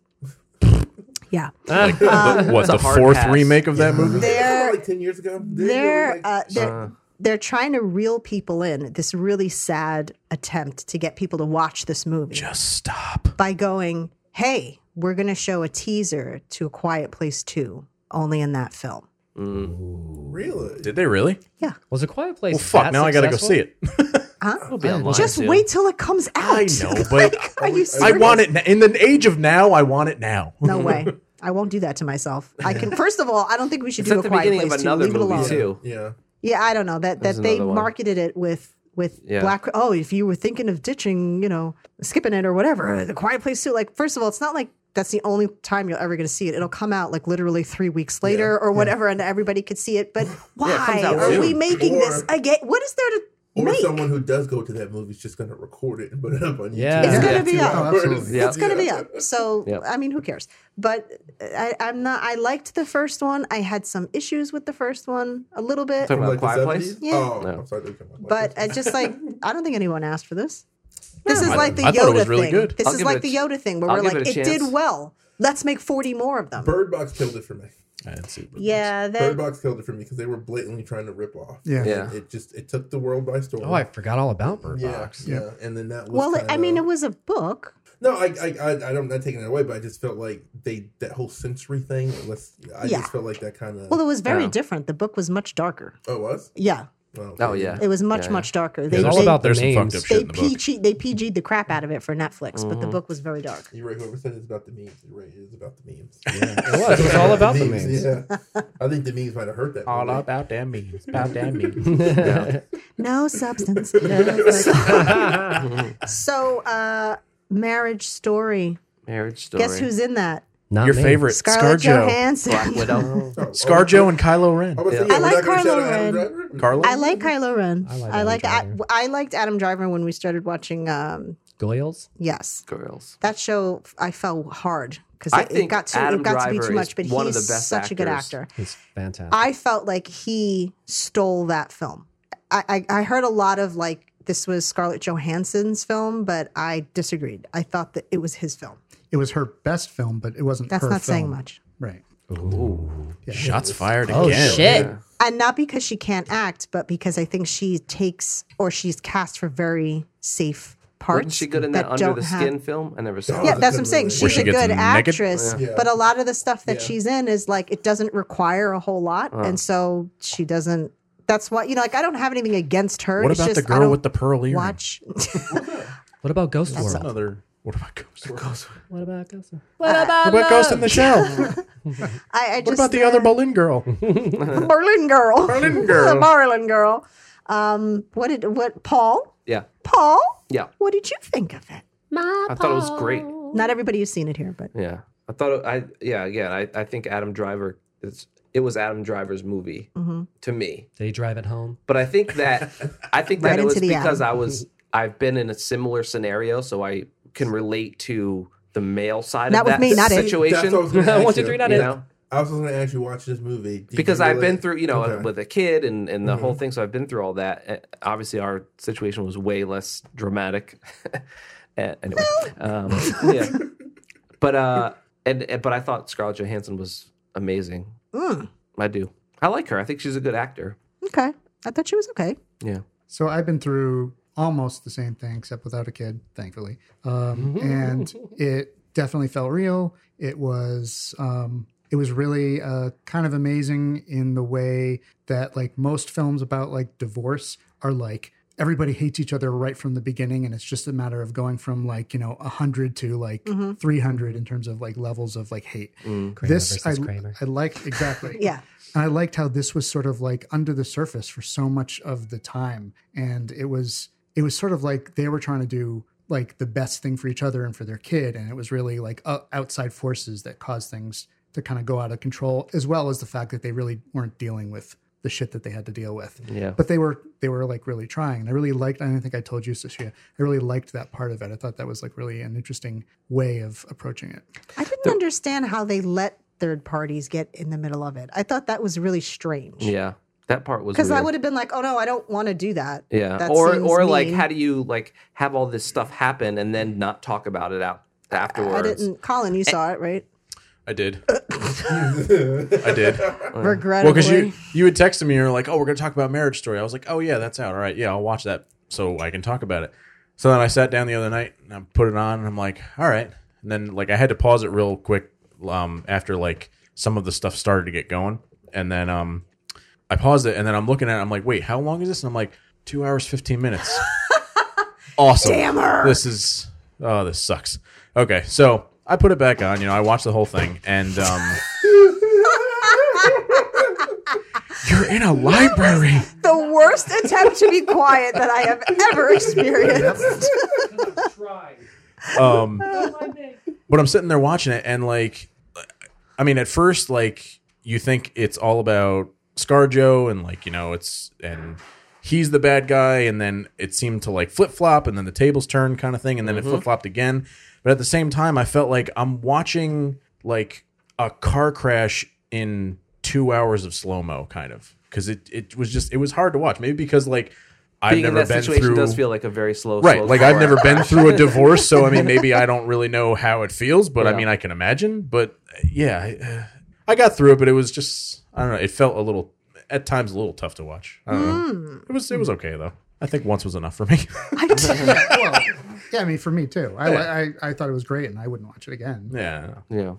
Speaker 1: Yeah.
Speaker 5: Like,
Speaker 1: Uh,
Speaker 5: the, what the
Speaker 2: a hard
Speaker 5: fourth
Speaker 2: pass.
Speaker 5: remake of that movie?
Speaker 1: They're
Speaker 6: like ten years ago.
Speaker 1: they're
Speaker 6: like,
Speaker 1: uh, they're, they're trying to reel people in this really sad attempt to get people to watch this movie
Speaker 5: Just stop.
Speaker 1: by going hey we're going to show a teaser to a quiet place 2 only in that film
Speaker 6: really.
Speaker 5: Did they really?
Speaker 3: Was a quiet place.
Speaker 5: Well, fuck.
Speaker 3: that
Speaker 5: Now I got to go
Speaker 3: successful?
Speaker 5: see it.
Speaker 1: huh?
Speaker 2: be online
Speaker 1: just
Speaker 2: soon.
Speaker 1: wait till it comes out
Speaker 5: I know, but
Speaker 1: are you
Speaker 5: I
Speaker 1: serious?
Speaker 5: want it n- in the age of now. I want it now.
Speaker 1: no way I won't do that to myself. I can. First of all, I don't think we should
Speaker 2: It's
Speaker 1: do
Speaker 2: at
Speaker 1: a
Speaker 2: the
Speaker 1: quiet
Speaker 2: beginning
Speaker 1: place
Speaker 2: of
Speaker 1: two.
Speaker 2: another
Speaker 1: Leave it
Speaker 2: movie
Speaker 1: alone.
Speaker 2: too.
Speaker 6: yeah.
Speaker 1: Yeah, I don't know that
Speaker 2: There's
Speaker 1: that they
Speaker 2: another one.
Speaker 1: marketed it with with
Speaker 2: Yeah.
Speaker 1: Black. Oh, if you were thinking of ditching, you know, skipping it or whatever, the Quiet Place Two. Like, first of all, it's not like that's the only time you're ever going to see it. It'll come out like literally three weeks later or wtever, and everybody could see it. But why
Speaker 2: comes out
Speaker 1: are
Speaker 2: soon.
Speaker 1: we making this
Speaker 6: Or-
Speaker 1: again? What is there to
Speaker 6: Or
Speaker 1: make?
Speaker 6: someone who does go to that movie is just going to record it and put it up on YouTube.
Speaker 3: Yeah. It's
Speaker 1: gonna
Speaker 6: in
Speaker 1: be
Speaker 6: two
Speaker 1: up.
Speaker 6: hours.
Speaker 4: Oh, absolutely.
Speaker 2: Yeah.
Speaker 1: It's going to be up. So,
Speaker 2: Yep.
Speaker 1: I mean, who cares? But uh, I, I'm not, I liked the first one. I had some issues with the first one a little bit,
Speaker 2: Talking
Speaker 6: From
Speaker 2: about
Speaker 6: like
Speaker 2: Quiet
Speaker 6: the 70s?
Speaker 2: Place.
Speaker 1: Yeah.
Speaker 6: Oh,
Speaker 2: No.
Speaker 6: I'm sorry. they came out
Speaker 1: but
Speaker 6: like
Speaker 1: I just like, I don't think anyone asked for this. This is
Speaker 5: I-
Speaker 1: like the
Speaker 5: I thought
Speaker 1: Yoda
Speaker 5: it was really
Speaker 1: thing.
Speaker 5: good.
Speaker 1: This
Speaker 2: I'll
Speaker 1: is
Speaker 2: give it
Speaker 1: like
Speaker 2: a
Speaker 1: the
Speaker 2: ch-
Speaker 1: Yoda thing where
Speaker 2: I'll
Speaker 1: we're
Speaker 2: give
Speaker 1: like,
Speaker 2: it
Speaker 1: it,
Speaker 2: a
Speaker 1: did
Speaker 2: chance."
Speaker 1: well. Let's make 40 more of them.
Speaker 6: Bird Box killed it for me.
Speaker 5: I didn't see it.
Speaker 1: yeah,
Speaker 6: Bird
Speaker 1: that,
Speaker 6: Box killed it for me because they were blatantly trying to rip off.
Speaker 4: Yeah.
Speaker 2: Yeah.
Speaker 6: It just it took the world by storm.
Speaker 3: Oh, I forgot all about Bird
Speaker 6: yeah,
Speaker 3: Box.
Speaker 6: yeah, and then that was
Speaker 1: well, I
Speaker 6: kinda-
Speaker 1: mean, it was a book.
Speaker 6: no, I, I, I, I don't, am not taking it away, but I just felt like they that whole sensory thing. Let's, I
Speaker 1: Yeah.
Speaker 6: just felt like that kind of.
Speaker 1: Well, it was very
Speaker 2: Yeah.
Speaker 1: different. The book was much darker.
Speaker 6: oh, it was.
Speaker 1: Yeah,
Speaker 2: Oh yeah.
Speaker 1: it was much,
Speaker 2: Yeah.
Speaker 1: much darker.
Speaker 3: It's all
Speaker 1: they,
Speaker 3: about the
Speaker 5: There's some fucked
Speaker 3: names.
Speaker 5: up shit
Speaker 1: they
Speaker 5: in the book.
Speaker 1: PG, they PG'd the crap out of it for Netflix, but
Speaker 2: Mm-hmm.
Speaker 1: the book was very dark.
Speaker 6: You're right. Whoever said it's about the memes, you're right. It is about the memes.
Speaker 3: It was. It was all about the memes.
Speaker 6: Yeah. I think the memes might have hurt that. movie.
Speaker 5: about damn memes. About damn memes.
Speaker 1: No substance. No substance. so, uh, marriage story.
Speaker 2: Marriage story.
Speaker 1: Guess who's in that?
Speaker 3: Not
Speaker 5: Your
Speaker 3: me.
Speaker 5: favorite,
Speaker 1: Scarlett
Speaker 5: ScarJo.
Speaker 1: Johansson. Oh,
Speaker 2: Black Widow?
Speaker 6: Oh, oh,
Speaker 5: ScarJo and Kylo Ren.
Speaker 6: I was
Speaker 2: Yeah.
Speaker 6: saying,
Speaker 1: I
Speaker 6: we're
Speaker 1: like
Speaker 6: not gonna shout out
Speaker 1: Carlo
Speaker 6: Adam
Speaker 1: Ren.
Speaker 6: Driver?
Speaker 5: Carlo.
Speaker 1: I like Kylo Ren.
Speaker 3: I like
Speaker 1: I
Speaker 3: Adam
Speaker 1: like I,
Speaker 3: Driver.
Speaker 1: I liked Adam Driver when we started watching. Um,
Speaker 3: Goyles.
Speaker 1: yes,
Speaker 2: Girls.
Speaker 1: that show I fell hard because
Speaker 2: I
Speaker 1: it, it
Speaker 2: think
Speaker 1: got too
Speaker 2: Adam
Speaker 1: it got to be too
Speaker 2: Driver is
Speaker 1: much. But
Speaker 2: one of
Speaker 1: he's
Speaker 2: the best
Speaker 1: such a good
Speaker 2: actors.
Speaker 1: actor.
Speaker 3: He's fantastic.
Speaker 1: I felt like he stole that film. I, I, I heard a lot of like this was Scarlett Johansson's film, but I disagreed. I thought that it was his film.
Speaker 4: It was her best film, but it wasn't.
Speaker 1: That's
Speaker 4: her
Speaker 1: not saying
Speaker 4: film.
Speaker 1: much.
Speaker 4: Right.
Speaker 5: Shots fired
Speaker 3: oh
Speaker 5: again.
Speaker 3: shit!
Speaker 1: And not because she can't act, but because I think she takes or she's cast for very safe parts.
Speaker 2: Wasn't she good in that, Under
Speaker 1: don't
Speaker 2: the
Speaker 1: have-
Speaker 2: Skin film? I never saw
Speaker 6: Yeah,
Speaker 1: Yeah,
Speaker 2: it.
Speaker 1: that's what I'm saying.
Speaker 6: Where
Speaker 1: She's
Speaker 5: she
Speaker 1: a
Speaker 5: gets
Speaker 1: good
Speaker 5: naked?
Speaker 1: actress,
Speaker 6: Yeah.
Speaker 1: but a lot of the stuff that
Speaker 6: Yeah.
Speaker 1: she's in is like it doesn't require a whole lot, and so she doesn't. That's why you know, like I don't have anything against her.
Speaker 5: What
Speaker 1: it's
Speaker 5: about
Speaker 1: just,
Speaker 5: the
Speaker 1: I
Speaker 5: girl
Speaker 1: don't
Speaker 5: with the pearl earring?
Speaker 1: watch?
Speaker 3: What about Ghost
Speaker 5: That's
Speaker 3: World?
Speaker 5: another. What about Ghost? World?
Speaker 3: What about Ghost? World?
Speaker 5: What about Ghost in the Shell? What
Speaker 1: I, I just
Speaker 5: about the other Bolin girl?
Speaker 1: Berlin girl?
Speaker 5: Berlin girl.
Speaker 1: the Berlin girl. Um, what did what Paul?
Speaker 2: Yeah.
Speaker 1: Paul,
Speaker 2: Yeah.
Speaker 1: what did you think of it?
Speaker 2: I thought it was great.
Speaker 1: Not everybody has seen it here, but
Speaker 2: Yeah. I thought it, I yeah, again, I, I think Adam Driver it's it was Adam Driver's movie
Speaker 1: Mm-hmm.
Speaker 2: to me.
Speaker 3: Did he drive it home?
Speaker 2: But I think that I think
Speaker 1: Right
Speaker 2: that it was
Speaker 1: into the
Speaker 2: because
Speaker 1: atom.
Speaker 2: I was I've been in a similar scenario, so I can relate to the male side
Speaker 1: Not
Speaker 2: of
Speaker 1: with
Speaker 2: that
Speaker 1: me, not it.
Speaker 2: situation.
Speaker 6: That's what I was gonna ask
Speaker 3: One, two,
Speaker 6: you,
Speaker 3: three, not
Speaker 2: you
Speaker 3: it.
Speaker 2: know?
Speaker 6: I was going to actually watch this movie Did you
Speaker 2: because I've been
Speaker 6: relate?
Speaker 2: through, you know,
Speaker 6: Okay.
Speaker 2: with a kid and, and the whole
Speaker 1: Mm-hmm.
Speaker 2: thing. So I've been through all that. Uh, Obviously, our situation was way less dramatic. Uh, anyway, um, yeah. But uh, and, and- but I thought Scarlett Johansson was amazing.
Speaker 1: Mm,
Speaker 2: I do. I like her. I think she's a good actor.
Speaker 1: okay. I thought she was okay.
Speaker 2: Yeah.
Speaker 4: So I've been through almost the same thing, except without a kid, thankfully.
Speaker 3: Mm-hmm.
Speaker 4: Um, and it definitely felt real. It was um, it was really uh, kind of amazing in the way that like most films about like divorce are like everybody hates each other right from the beginning and it's just a matter of going from like you know 100 to like 300 in terms of like levels of like hate
Speaker 3: Mm-hmm.
Speaker 1: Mm.
Speaker 3: Kramer
Speaker 4: this I,
Speaker 3: versus Kramer.
Speaker 4: I liked exactly
Speaker 1: Yeah.
Speaker 4: and I liked how this was sort of like under the surface for so much of the time. And it was it was sort of like they were trying to do like the best thing for each other and for their kid. And it was really like uh, outside forces that caused things to kind of go out of control, as well as the fact that they really weren't dealing with the shit that they had to deal with.
Speaker 2: Yeah.
Speaker 4: But they were they were like really trying. And I really liked I don't think I told you, Sashia, I really liked that part of it. I thought that was like really an interesting way of approaching it.
Speaker 1: I didn't understand how they let third parties get in the middle of it. I thought that was really strange.
Speaker 2: Yeah. That part was
Speaker 1: Because I
Speaker 2: weird.
Speaker 1: would have been like, oh no, I don't want to do that.
Speaker 2: Yeah.
Speaker 1: That
Speaker 2: or
Speaker 1: seems
Speaker 2: or like
Speaker 1: mean.
Speaker 2: how do you like have all this stuff happen and then not talk about it out afterwards?
Speaker 1: I didn't. Colin, you saw it, right?
Speaker 5: I did. I did. Well,
Speaker 2: Oh,
Speaker 1: Regrettably.
Speaker 5: because you you had texted me, you were like, "Oh, we're gonna talk about Marriage Story." I was like, "Oh yeah, that's out. All right, yeah, I'll watch that so I can talk about it." So then I sat down the other night and I put it on, and I'm like, "All right." And then like I had to pause it real quick um, after like some of the stuff started to get going, and then um, I paused it, and then I'm looking at it, I'm like, "Wait, how long is this?" And I'm like, two hours fifteen minutes." awesome. Damn her. This is oh, this sucks. Okay, so I put it back on. You know, I watched the whole thing, and um, you're in a library.
Speaker 1: the worst attempt to be quiet that I have ever experienced.
Speaker 5: Um, but I'm sitting there watching it, and like, I mean, at first, like, you think it's all about ScarJo, and like, you know, it's and he's the bad guy, and then it seemed to like flip flop, and then the tables turn kind of thing, and then
Speaker 2: Mm-hmm.
Speaker 5: it flip flopped again. But at the same time, I felt like I'm watching like a car crash in two hours of slow mo, kind of, because it it was just it was hard to watch. Maybe because like. I've
Speaker 2: Being in
Speaker 5: never
Speaker 2: that
Speaker 5: been
Speaker 2: situation
Speaker 5: through
Speaker 2: does feel like a very slow,
Speaker 5: right
Speaker 2: slow
Speaker 5: like i've
Speaker 2: car
Speaker 5: never been
Speaker 2: crash.
Speaker 5: through a divorce so i mean maybe i don't really know how it feels but i
Speaker 2: Yeah.
Speaker 5: mean i can imagine but uh, yeah I, uh, I got through it but it was just i don't know it felt a little at times a little tough to watch i don't
Speaker 2: Hmm.
Speaker 5: know it was it was okay though i think once was enough for me
Speaker 4: well, yeah, I mean, for me too. I, I I thought it was great, and I wouldn't watch it again.
Speaker 5: yeah
Speaker 2: Yeah.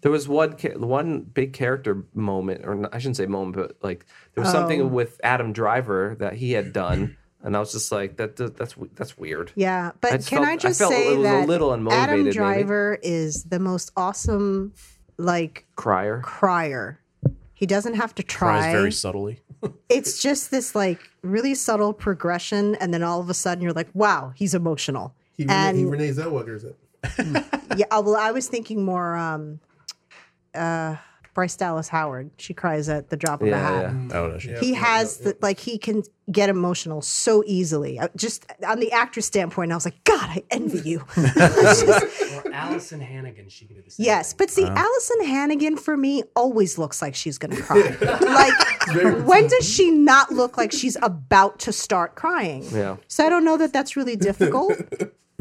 Speaker 2: There was one ca- one big character moment, or not, I shouldn't say moment, but like there was
Speaker 1: Oh.
Speaker 2: something with Adam Driver that he had done, and I was just like, that, that that's we- that's weird.
Speaker 1: Yeah, but
Speaker 2: I just
Speaker 1: can
Speaker 2: felt-
Speaker 1: I
Speaker 2: I
Speaker 1: just
Speaker 2: felt
Speaker 1: say
Speaker 2: it was a
Speaker 1: that
Speaker 2: little unmotivated,
Speaker 1: Adam
Speaker 2: maybe.
Speaker 1: Driver is the most awesome, like
Speaker 2: Crier.
Speaker 1: crier. He doesn't have to
Speaker 5: cries
Speaker 1: try.
Speaker 5: very subtly
Speaker 1: It's just this like really subtle progression, and then all of a sudden you're like, wow, he's emotional.
Speaker 6: He,
Speaker 1: and
Speaker 6: he Renee Zellweger's it.
Speaker 1: yeah, I- well, I was thinking more. um uh Bryce Dallas Howard. She cries at the drop of a
Speaker 2: Yeah,
Speaker 1: hat.
Speaker 2: yeah.
Speaker 5: oh no, she-
Speaker 6: Yeah.
Speaker 1: he has the like he can get emotional so easily. I- Just on the actor standpoint, I was like, God, I envy you. It's just-
Speaker 3: Or Allison Hannigan, she can do the same.
Speaker 1: yes,
Speaker 3: thing.
Speaker 1: but see, Allison Hannigan for me always looks like she's gonna cry. like, when does she not look like she's about to start crying?
Speaker 2: Yeah.
Speaker 1: So I don't know that that's really difficult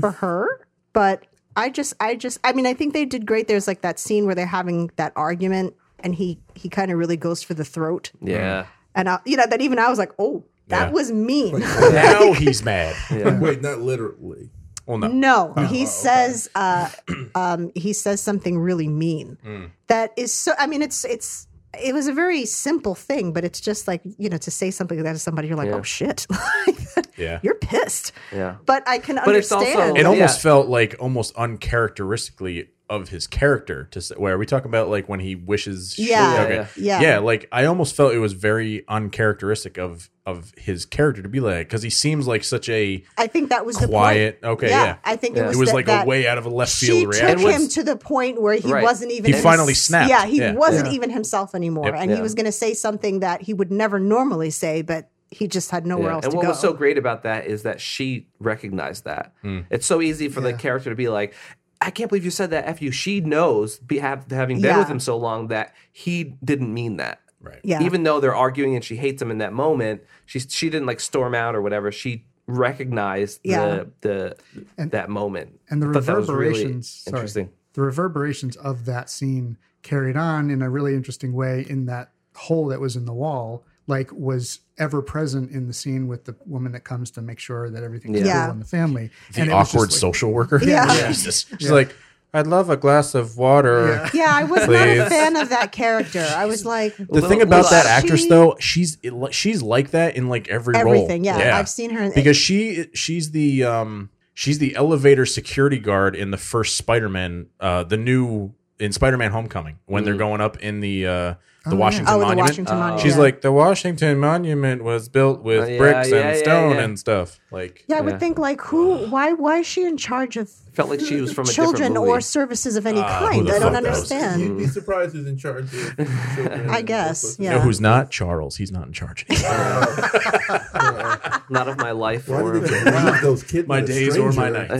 Speaker 1: for her, but I just, I just, I mean, I think they did great. There's like that scene where they're having that argument, and he he kind of really goes for the throat.
Speaker 2: Yeah.
Speaker 1: And I, you know, that even I was like, oh, that
Speaker 5: Yeah.
Speaker 1: was mean.
Speaker 5: now he's mad
Speaker 1: Mm-hmm.
Speaker 2: Yeah.
Speaker 6: Wait, not literally.
Speaker 5: well no
Speaker 1: no, he says, uh, um, he says something really mean.
Speaker 5: Mm.
Speaker 1: That is so. I mean, it's it's. It was a very simple thing, but it's just like you know to say something like that to somebody, you're like,
Speaker 2: Yeah.
Speaker 1: oh shit,
Speaker 5: yeah
Speaker 1: you're pissed.
Speaker 2: Yeah.
Speaker 1: But I can
Speaker 2: But it's also-
Speaker 1: understand.
Speaker 5: it
Speaker 2: Yeah.
Speaker 5: almost felt like almost uncharacteristically of his character to say where are we talking about like when he wishes shit?
Speaker 1: Yeah,
Speaker 5: okay.
Speaker 1: yeah.
Speaker 5: yeah like i almost felt it was very uncharacteristic of of his character to be like because he seems like such a
Speaker 1: I think that was the
Speaker 5: quiet
Speaker 1: Point.
Speaker 5: okay
Speaker 1: yeah,
Speaker 5: yeah,
Speaker 1: I think it
Speaker 5: it
Speaker 1: was,
Speaker 5: was
Speaker 1: that-
Speaker 5: like
Speaker 1: that
Speaker 5: a way out of a left
Speaker 1: She
Speaker 5: field
Speaker 1: took
Speaker 5: reaction
Speaker 1: him to the point where he
Speaker 2: Right.
Speaker 1: wasn't even.
Speaker 5: He
Speaker 1: himself-
Speaker 5: finally snapped.
Speaker 1: Yeah, he
Speaker 5: Yeah.
Speaker 1: wasn't
Speaker 4: Yeah.
Speaker 1: even himself anymore,
Speaker 5: Yep.
Speaker 1: and he
Speaker 2: Yeah.
Speaker 1: was going to say something that he would never normally say, but he just had nowhere
Speaker 2: Yeah.
Speaker 1: else
Speaker 2: and
Speaker 1: to
Speaker 2: what
Speaker 1: go.
Speaker 2: was so great about that is that she recognized that. It's so easy for the character to be like, I can't believe you said that. F you. She knows, be, have, having been
Speaker 1: Yeah.
Speaker 2: with him so long, that he didn't mean that.
Speaker 5: right
Speaker 1: yeah,
Speaker 2: even though they're arguing and she hates him in that moment, she she didn't like storm out or whatever. She recognized
Speaker 1: Yeah.
Speaker 2: the the
Speaker 4: And-
Speaker 2: that moment
Speaker 4: And the
Speaker 2: I thought that was really
Speaker 4: reverberations. sorry,
Speaker 2: interesting.
Speaker 4: the reverberations of that scene carried on in a really interesting way in that hole that was in the wall like was ever present in the scene with the woman that comes to make sure that everything's
Speaker 2: Yeah.
Speaker 1: Yeah.
Speaker 4: cool in the family
Speaker 5: the
Speaker 4: And it was just
Speaker 5: awkward
Speaker 4: like-
Speaker 5: social worker
Speaker 1: Yeah. Yeah.
Speaker 5: jesus she's like i'd love a glass of water
Speaker 4: Yeah.
Speaker 1: yeah, I was not a
Speaker 5: Please.
Speaker 1: fan of that character. I was like,
Speaker 5: The
Speaker 2: Little-
Speaker 5: thing about that
Speaker 1: she-
Speaker 5: actress, though, she's it li- she's like that in like every
Speaker 1: everything.
Speaker 5: role.
Speaker 1: Yeah, I've seen her in
Speaker 5: because she she's the um she's the elevator security guard in the first Spider-Man uh the new in Spider-Man Homecoming when they're going up in the uh the
Speaker 4: yeah.
Speaker 5: Washington
Speaker 1: oh, the
Speaker 5: Monument.
Speaker 1: Washington
Speaker 2: Oh.
Speaker 1: Monument.
Speaker 5: She's
Speaker 1: yeah.
Speaker 5: like the Washington Monument was built with
Speaker 2: Oh, yeah,
Speaker 5: bricks
Speaker 2: yeah,
Speaker 5: and
Speaker 2: yeah,
Speaker 5: stone
Speaker 2: yeah.
Speaker 5: and stuff. Like
Speaker 1: yeah, I would
Speaker 2: Yeah.
Speaker 1: think like who? Why? Why is she in charge of
Speaker 2: Felt like she was from a different
Speaker 1: children
Speaker 2: movie.
Speaker 1: or services of any
Speaker 5: Ah, who
Speaker 1: kind?
Speaker 5: the
Speaker 1: I don't
Speaker 5: fuck knows?
Speaker 1: understand.
Speaker 5: Mm.
Speaker 6: You'd be surprised who's in charge. Of children
Speaker 1: I
Speaker 6: and
Speaker 1: guess,
Speaker 6: stuff like
Speaker 1: yeah.
Speaker 5: you know who's not Charles? He's not in charge.
Speaker 2: Not of my life
Speaker 6: that. Why
Speaker 2: or
Speaker 6: did they leave those kids
Speaker 5: my
Speaker 6: with a
Speaker 5: days or my
Speaker 6: stranger?
Speaker 5: nights.
Speaker 2: I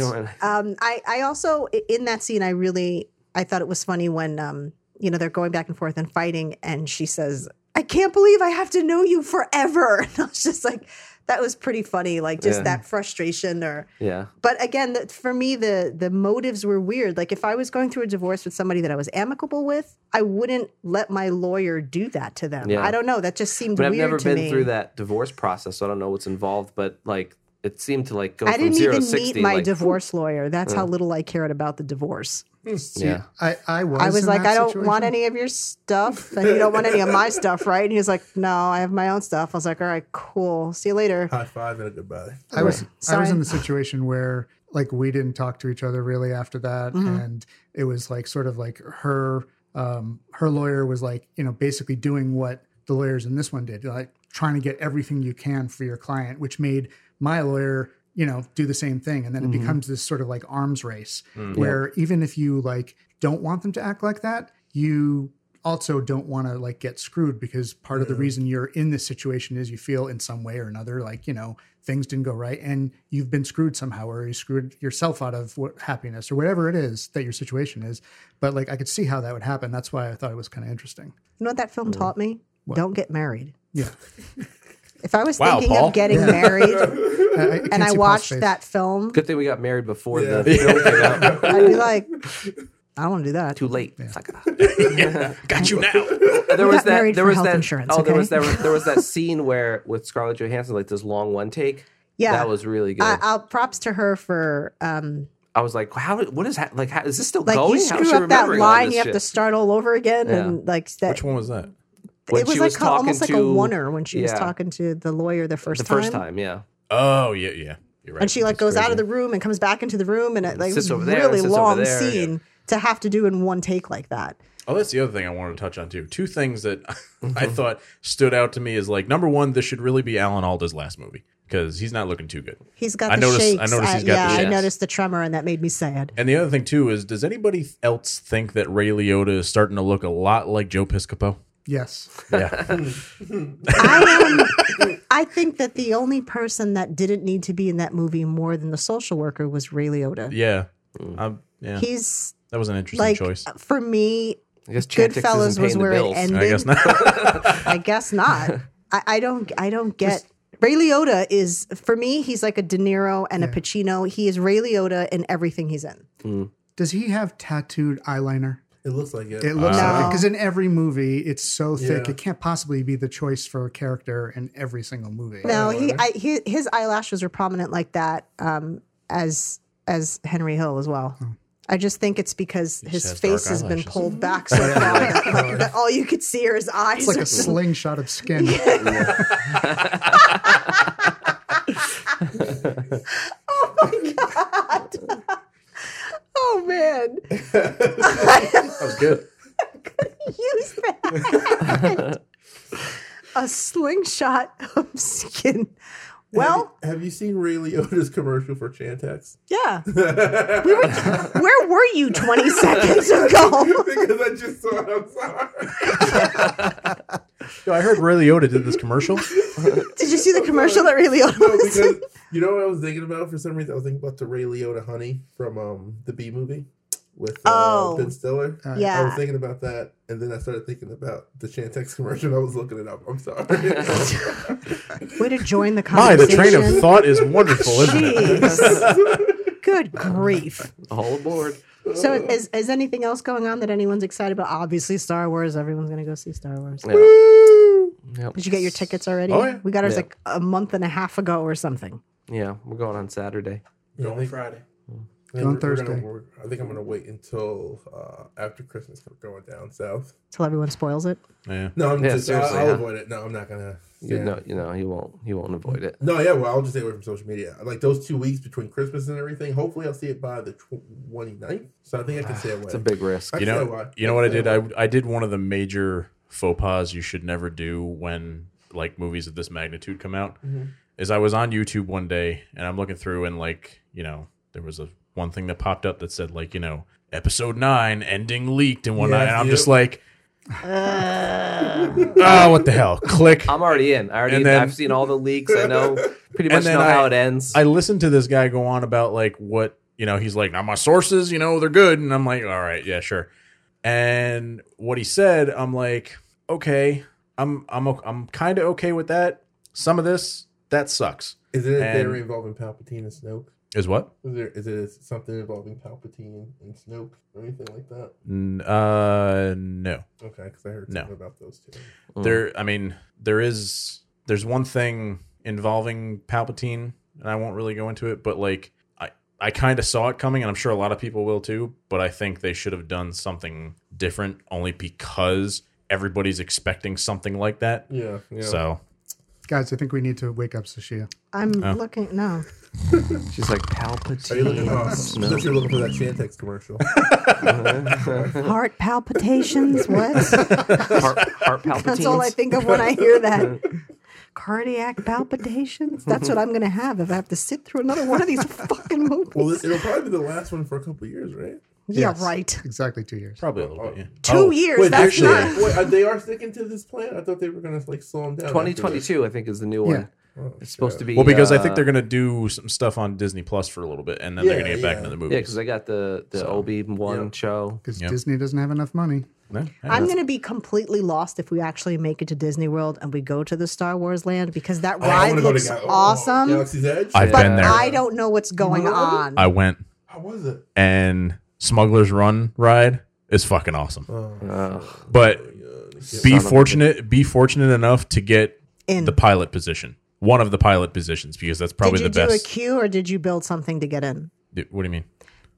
Speaker 2: don't-
Speaker 1: Um, I, I also i- in that scene, I really I thought it was funny when um, you know they're going back and forth and fighting, and she says, "I can't believe I have to know you forever." And I was just like, that was pretty funny, like just
Speaker 2: Yeah.
Speaker 1: that frustration. Or,
Speaker 2: yeah.
Speaker 1: but again, the, for me, the the motives were weird. Like if I was going through a divorce with somebody that I was amicable with, I wouldn't let my lawyer do that to them.
Speaker 2: Yeah.
Speaker 1: I don't know. That just seemed
Speaker 2: But I've
Speaker 1: weird
Speaker 2: never
Speaker 1: to
Speaker 2: been
Speaker 1: me.
Speaker 2: through that divorce process, so I don't know what's involved. But like, it seemed to like go
Speaker 1: I
Speaker 2: from
Speaker 1: didn't
Speaker 2: zero
Speaker 1: even
Speaker 2: to
Speaker 1: meet
Speaker 2: sixty.
Speaker 1: my
Speaker 2: like,
Speaker 1: divorce lawyer. That's how little I cared about the divorce.
Speaker 4: See,
Speaker 2: Yeah.
Speaker 4: hmm, I, I was
Speaker 1: I was
Speaker 4: in
Speaker 1: like,
Speaker 4: that
Speaker 1: I don't
Speaker 4: situation.
Speaker 1: want any of your stuff, and you don't want any of my stuff, right? And he was like, No, I have my own stuff. I was like, All right, cool. See you later.
Speaker 4: Uh,
Speaker 6: High five and a goodbye.
Speaker 4: I was I
Speaker 1: Sorry.
Speaker 4: was in the situation where like we didn't talk to each other really after that, and it was like sort of like her um her lawyer was like you know basically doing what the lawyers in this one did like trying to get everything you can for your client, which made my lawyer, you know, do the same thing. And then it becomes this sort of like arms race where even if you like don't want them to act like that, you also don't want to like get screwed because part of the reason you're in this situation is you feel in some way or another like you know things didn't go right and you've been screwed somehow or you screwed yourself out of what happiness or whatever it is that your situation is but like i could see how that would happen that's why i thought it was kind of interesting
Speaker 1: You know what that film taught me? Don't get married.
Speaker 4: yeah
Speaker 1: If I was
Speaker 5: Wow,
Speaker 1: thinking
Speaker 5: Paul.
Speaker 1: of getting married and I watched that film,
Speaker 2: Good thing we got married before
Speaker 6: Yeah.
Speaker 2: the film came out.
Speaker 1: I'd be like, I don't want to do that.
Speaker 2: Too late. Suck it up.
Speaker 5: Got you now.
Speaker 2: there
Speaker 1: We
Speaker 2: was
Speaker 1: got
Speaker 2: that.
Speaker 1: married
Speaker 2: There
Speaker 1: for
Speaker 2: was
Speaker 1: health
Speaker 2: that.
Speaker 1: insurance,
Speaker 2: oh, there
Speaker 1: okay?
Speaker 2: was that. There was that scene where with Scarlett Johansson, like this long one take.
Speaker 1: Yeah.
Speaker 2: that was really good.
Speaker 1: I,
Speaker 2: I,
Speaker 1: I'll props to her for um,
Speaker 2: was like, how? What is that? Like, how, is this still
Speaker 1: like
Speaker 2: going?
Speaker 1: you
Speaker 2: How's
Speaker 1: screw
Speaker 2: she
Speaker 1: up that
Speaker 2: remembering all
Speaker 1: line,
Speaker 2: this
Speaker 1: you have
Speaker 2: shit?
Speaker 1: to start all over again,
Speaker 2: Yeah.
Speaker 1: and like that.
Speaker 5: Which one was that?
Speaker 2: When
Speaker 1: it was
Speaker 2: she
Speaker 1: like
Speaker 2: was
Speaker 1: a- almost like
Speaker 2: talking
Speaker 1: a
Speaker 2: to-
Speaker 1: oneer when she was
Speaker 2: yeah.
Speaker 1: talking to the lawyer the first
Speaker 2: the
Speaker 1: time.
Speaker 2: first time. Yeah,
Speaker 5: Oh yeah, yeah. You're right.
Speaker 1: and she like
Speaker 5: That's
Speaker 1: goes out
Speaker 5: crazy.
Speaker 1: of the room and comes back into the room, and it like
Speaker 2: Sits
Speaker 1: was a
Speaker 2: over there,
Speaker 1: really
Speaker 2: sits over
Speaker 1: long
Speaker 2: there, yeah.
Speaker 1: scene to have to do in one take like that.
Speaker 5: Oh, that's the other thing I wanted to touch on too. Two things that I thought stood out to me is like number one, this should really be Alan Alda's last movie because he's not looking too good.
Speaker 1: He's got
Speaker 5: I
Speaker 1: the
Speaker 5: noticed- I
Speaker 1: shakes.
Speaker 5: noticed he's got
Speaker 1: yeah,
Speaker 5: the
Speaker 1: I
Speaker 5: shakes.
Speaker 1: noticed the tremor, and that made me sad.
Speaker 5: And the other thing too is, does anybody else think that Ray Liotta is starting to look a lot like Joe Piscopo?
Speaker 4: yes
Speaker 5: Yeah,
Speaker 1: I am. I think that the only person that didn't need to be in that movie more than the social worker was Ray Liotta.
Speaker 5: yeah, um, yeah.
Speaker 1: He's
Speaker 5: that was an interesting
Speaker 1: like uh,
Speaker 5: choice.
Speaker 1: for me,
Speaker 2: I guess Chantix
Speaker 1: Goodfellas
Speaker 2: isn't
Speaker 1: was
Speaker 2: paying
Speaker 1: where
Speaker 2: the
Speaker 1: it
Speaker 2: bills.
Speaker 1: ended.
Speaker 5: I guess not.
Speaker 1: I guess not. I, I don't. I don't get. Ray Liotta is for me. He's like a De Niro and a Pacino. He is Ray Liotta in everything he's in.
Speaker 4: does he have tattooed eyeliner
Speaker 6: It looks like it.
Speaker 4: It looks
Speaker 1: Uh,
Speaker 4: like
Speaker 1: No.
Speaker 4: because in every movie it's so thick
Speaker 6: Yeah.
Speaker 4: it can't possibly be the choice for a character in every single movie.
Speaker 1: No, he, I, he his eyelashes are prominent like that um, as as Henry Hill as well. I just think it's because his
Speaker 5: has
Speaker 1: face
Speaker 5: dark
Speaker 1: has been
Speaker 5: eyelashes.
Speaker 1: pulled back so far that, like, that all you could see are his eyes.
Speaker 4: It's like a slingshot of skin.
Speaker 1: oh my god! oh man! I
Speaker 5: that was good.
Speaker 1: use that. a slingshot of skin. Well,
Speaker 6: have, have you seen Ray Liotta's commercial for Chantix?
Speaker 1: yeah. We were, where were you 20 seconds ago?
Speaker 6: because I just saw it. I'm sorry.
Speaker 5: Yo, I heard Ray Liotta did this commercial.
Speaker 1: Did you see the commercial that really
Speaker 6: No,
Speaker 1: was?
Speaker 6: because you know what I was thinking about for some reason. I was thinking about the Ray Liotta Honey from um the B movie with uh,
Speaker 1: Oh.
Speaker 6: Ben Stiller. I
Speaker 5: Oh,
Speaker 6: was
Speaker 1: Yeah.
Speaker 6: thinking about that, and then I started thinking about the Chantix commercial. I was looking it up. I'm sorry.
Speaker 1: Way to join the
Speaker 5: My, the
Speaker 1: conversation.
Speaker 5: train of thought is wonderful, isn't it?
Speaker 1: Jeez. Good grief.
Speaker 2: All aboard.
Speaker 1: So is, is anything else going on that anyone's excited about? Obviously Star Wars. Everyone's going to go see Star Wars.
Speaker 2: Yeah. Yep.
Speaker 1: Did you get your tickets already?
Speaker 5: Oh, yeah.
Speaker 1: We got ours
Speaker 2: Yeah.
Speaker 1: like a month and a half ago or something.
Speaker 2: Yeah, we're going on Saturday.
Speaker 6: Going Friday.
Speaker 4: Going Thursday.
Speaker 6: I think I'm gonna wait until uh, after Christmas. I'm going down south.
Speaker 1: Till everyone spoils it.
Speaker 5: Yeah.
Speaker 6: No, I'm
Speaker 2: Yeah,
Speaker 6: just. I'll,
Speaker 2: seriously,
Speaker 6: I'll
Speaker 2: huh?
Speaker 6: avoid it. No, I'm not gonna.
Speaker 2: You
Speaker 6: yeah.
Speaker 2: know, you know, he won't. He won't avoid it.
Speaker 6: No, yeah, well, I'll just stay away from social media. Like those two weeks between Christmas and everything, hopefully I'll see it by the 29th. So I think I can stay away.
Speaker 2: It's a big risk.
Speaker 6: I
Speaker 5: You
Speaker 6: can stay
Speaker 5: know,
Speaker 6: away.
Speaker 5: you know what I
Speaker 6: can stay
Speaker 5: did? I,
Speaker 6: away.
Speaker 5: I did one of the major faux pas you should never do when like movies of this magnitude come out.
Speaker 6: Mm-hmm.
Speaker 5: Is I was on YouTube one day and I'm looking through and like you know there was a one thing that popped up that said like you know episode nine ending leaked and whatnot
Speaker 6: Yeah,
Speaker 5: and I'm
Speaker 6: yep.
Speaker 5: just like, oh what the hell? Click.
Speaker 2: I'm already in. I already.
Speaker 5: And then-
Speaker 2: I've seen all the leaks. I know pretty much
Speaker 5: then
Speaker 2: know
Speaker 5: I-
Speaker 2: how it ends.
Speaker 5: I listened to this guy go on about like what you know. He's like, now my sources, you know, they're good, and I'm like, all right, yeah, sure. And what he said, I'm like, okay, I'm I'm o- I'm kind of okay with that. Some of this that sucks.
Speaker 6: Is it a
Speaker 5: and-
Speaker 6: theory involving Palpatine and Snoke?
Speaker 5: Is what?
Speaker 6: Is there is it something involving Palpatine and Snoke or anything like that?
Speaker 5: N- uh, no.
Speaker 6: Okay, because I heard
Speaker 5: No.
Speaker 6: something about those two.
Speaker 5: There, I mean, there is there's one thing involving Palpatine, and I won't really go into it, but like I I kind of saw it coming, and I'm sure a lot of people will too. But I think they should have done something different, only because everybody's expecting something like that.
Speaker 6: Yeah, yeah.
Speaker 5: So
Speaker 4: Guys, I think we need to wake up Sashia.
Speaker 1: I'm
Speaker 6: Oh.
Speaker 1: looking. No.
Speaker 2: She's like
Speaker 6: Are you looking
Speaker 2: Palpatine.
Speaker 6: for? I'm sure you're looking for that Shantex commercial.
Speaker 1: Heart palpitations. What?
Speaker 2: Heart, heart Palpatine.
Speaker 1: That's all I think of when I hear that. cardiac palpitations. That's what I'm going to have if I have to sit through another one of these fucking movies.
Speaker 6: Well, this, it'll probably be the last one for a couple of years, right?
Speaker 1: yeah,
Speaker 4: Yes.
Speaker 1: right.
Speaker 4: Exactly two years.
Speaker 5: Probably a little bit. Yeah.
Speaker 1: Two years.
Speaker 6: Oh, Wait,
Speaker 1: that's
Speaker 6: actually,
Speaker 1: not.
Speaker 6: wait, uh, they are sticking to this plan. I thought they were gonna like slow them down. after this.
Speaker 2: 2022, I think, is the new one. It's supposed to be
Speaker 5: Oh, Well, because I
Speaker 2: uh,
Speaker 5: think they're gonna do some stuff on Disney Plus for a little bit, and then they're
Speaker 6: Yeah,
Speaker 5: gonna get back
Speaker 6: yeah.
Speaker 5: into the
Speaker 2: yeah,
Speaker 5: movies.
Speaker 2: because I got the the Obi one
Speaker 6: Yep.
Speaker 2: show.
Speaker 4: Because
Speaker 5: Yep.
Speaker 4: Disney doesn't have enough money.
Speaker 5: Yeah, yeah.
Speaker 1: I'm going to be completely lost if we actually make it to Disney World and we go to the Star Wars land because that
Speaker 6: I wanna
Speaker 1: ride
Speaker 6: go to
Speaker 1: looks
Speaker 6: Ga- oh,
Speaker 1: awesome.
Speaker 6: Galaxy's Edge.
Speaker 5: I've
Speaker 1: but
Speaker 5: been there.
Speaker 1: I don't know what's going on.
Speaker 5: I went
Speaker 6: How was it?
Speaker 5: and Smuggler's Run ride is fucking awesome.
Speaker 6: Oh.
Speaker 2: Ugh.
Speaker 5: But be
Speaker 2: of a-
Speaker 5: fortunate, be fortunate enough to get
Speaker 1: In
Speaker 5: the pilot position, one of the pilot positions, because that's probably
Speaker 1: did you
Speaker 5: the
Speaker 1: do a
Speaker 5: best.
Speaker 1: queue or did you build something to get in?
Speaker 5: Dude, what do you mean?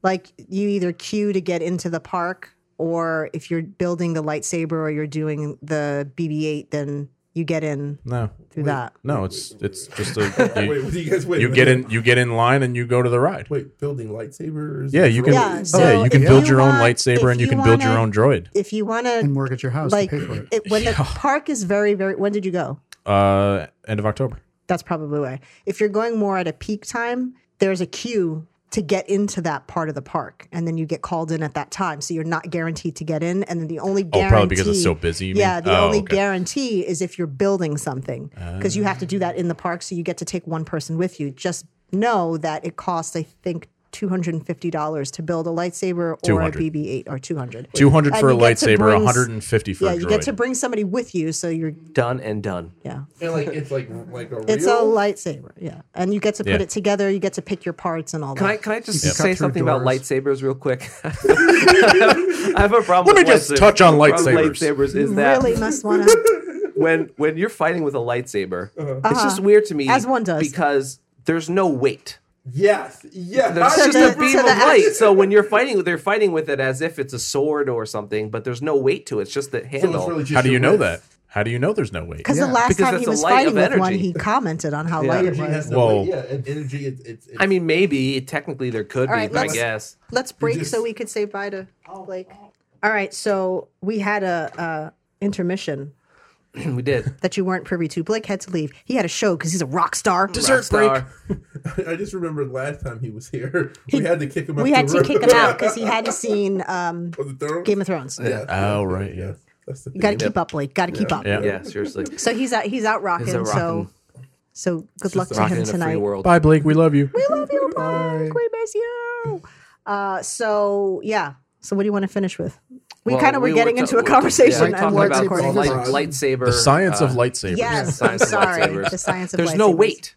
Speaker 1: Like you either queue to get into the park, or if you're building the lightsaber or you're doing the BB-8, then you get in
Speaker 5: No,
Speaker 1: through that.
Speaker 5: no, it's it's just a
Speaker 6: Wait,
Speaker 5: you,
Speaker 6: what do you guys wait?
Speaker 5: you
Speaker 6: wait,
Speaker 5: get in you get in line and you go to the ride.
Speaker 6: Wait, building lightsabers.
Speaker 5: Yeah, you can
Speaker 1: Yeah,
Speaker 5: yeah,
Speaker 1: so
Speaker 5: you can
Speaker 1: if
Speaker 5: build
Speaker 1: you
Speaker 5: your own
Speaker 1: want- if
Speaker 5: lightsaber and you
Speaker 1: you
Speaker 5: can build your
Speaker 1: wanna-
Speaker 5: own droid.
Speaker 1: If you want to,
Speaker 4: And work at your house
Speaker 1: like,
Speaker 4: to pay for it.
Speaker 1: it, when the park is very, very. When did you go?
Speaker 5: Uh, end of October.
Speaker 1: That's probably why. If you're going more at a peak time, there's a queue to get into that part of the park, and then you get called in at that time, so you're not guaranteed to get in. And then the only
Speaker 5: Oh,
Speaker 1: guarantee,
Speaker 5: probably because it's so busy. you mean?
Speaker 1: Yeah, the
Speaker 5: Oh,
Speaker 1: only
Speaker 5: okay.
Speaker 1: guarantee is if you're building something because you have to do that in the park, so you get to take one person with you. Just know that it costs, I think, two hundred and fifty dollars to build a lightsaber or a
Speaker 5: 200.
Speaker 1: BB-8 or two hundred.
Speaker 5: Two hundred for a
Speaker 1: And you get to
Speaker 5: lightsaber,
Speaker 1: bring s-
Speaker 5: one hundred and fifty for
Speaker 1: Yeah,
Speaker 5: a
Speaker 1: you
Speaker 5: droid.
Speaker 1: get to bring somebody with you, so you're
Speaker 2: Done and done.
Speaker 1: yeah.
Speaker 6: And like it's like like a
Speaker 1: It's a
Speaker 6: real
Speaker 1: lightsaber, yeah, and you get to put
Speaker 5: Yeah.
Speaker 1: it together. You get to pick your parts and all
Speaker 2: Can I
Speaker 1: that.
Speaker 2: can I just
Speaker 4: You can
Speaker 2: say
Speaker 4: cut through
Speaker 2: something about
Speaker 4: doors.
Speaker 2: lightsabers real quick? I have a problem.
Speaker 5: Let
Speaker 2: with
Speaker 5: me just
Speaker 2: lightsabers.
Speaker 5: touch on
Speaker 2: The problem
Speaker 5: lightsabers.
Speaker 2: with lightsabers is that
Speaker 1: really must want to.
Speaker 2: when when you're fighting with a lightsaber, it's just weird to me
Speaker 1: Uh-huh. As one does.
Speaker 2: because there's no weight.
Speaker 6: yes, yes.
Speaker 2: There's
Speaker 1: So
Speaker 2: just
Speaker 1: the-
Speaker 2: a beam
Speaker 1: so
Speaker 2: of
Speaker 1: the act-
Speaker 2: light. So when you're fighting, they're fighting with it as if it's a sword or something, but there's no weight to it. It's just the
Speaker 6: So
Speaker 2: handle.
Speaker 6: it's really just
Speaker 5: How do
Speaker 6: your
Speaker 5: you know
Speaker 6: wrist.
Speaker 5: that? How do you know there's no weight?
Speaker 1: Because the
Speaker 4: Yeah.
Speaker 1: last
Speaker 2: Because
Speaker 1: time
Speaker 2: that's
Speaker 1: he
Speaker 2: the
Speaker 1: was
Speaker 2: light
Speaker 1: fighting
Speaker 2: of
Speaker 1: with one,
Speaker 2: energy.
Speaker 1: he commented on how light it
Speaker 6: Energy
Speaker 1: was.
Speaker 6: has no
Speaker 5: Whoa.
Speaker 6: weight. Yeah, and energy. It's, it's, it's
Speaker 2: I mean, maybe technically there could
Speaker 1: All
Speaker 2: be,
Speaker 1: right,
Speaker 2: but I
Speaker 1: let's-
Speaker 2: guess
Speaker 1: Let's break
Speaker 6: just-
Speaker 1: so we could say bye to
Speaker 2: Oh.
Speaker 1: Blake. All right, so we had a uh, intermission
Speaker 2: we did.
Speaker 1: that you weren't privy to. Blake had to leave. He had a show because he's a rock star.
Speaker 2: Rockstar.
Speaker 6: I just remembered last time he was here, we had to kick him. out
Speaker 1: We had
Speaker 6: the
Speaker 1: to
Speaker 6: room.
Speaker 1: kick him out because he hadn't seen um,
Speaker 6: Was it Thurl?
Speaker 1: Game of Thrones.
Speaker 5: Oh right, yeah.
Speaker 6: That's the
Speaker 1: You
Speaker 6: thing.
Speaker 1: got to keep up, Blake. Got to keep up.
Speaker 5: Yeah.
Speaker 2: Yeah, seriously.
Speaker 1: So he's out. He's out rocking.
Speaker 2: He's out
Speaker 1: So,
Speaker 2: rocking.
Speaker 1: so good luck to
Speaker 2: Rocking
Speaker 1: him
Speaker 2: in a
Speaker 1: tonight.
Speaker 2: free world.
Speaker 5: Bye, Blake. We love you.
Speaker 1: love you, Blake. We miss you. Uh, so yeah. So what do you want to finish with? We
Speaker 2: Well,
Speaker 1: kind of were
Speaker 2: we
Speaker 1: getting
Speaker 2: ta-
Speaker 1: into a
Speaker 2: we were ta-
Speaker 1: conversation
Speaker 2: yeah,
Speaker 1: and
Speaker 2: talking
Speaker 1: we're
Speaker 2: about
Speaker 1: recording.
Speaker 2: light,
Speaker 4: this.
Speaker 2: lightsaber.
Speaker 5: The science of
Speaker 2: uh,
Speaker 5: lightsabers.
Speaker 1: Yes,
Speaker 2: The
Speaker 1: I'm
Speaker 2: science of
Speaker 1: sorry.
Speaker 2: lightsabers.
Speaker 1: The science of
Speaker 2: There's no
Speaker 1: lightsabers.
Speaker 2: weight.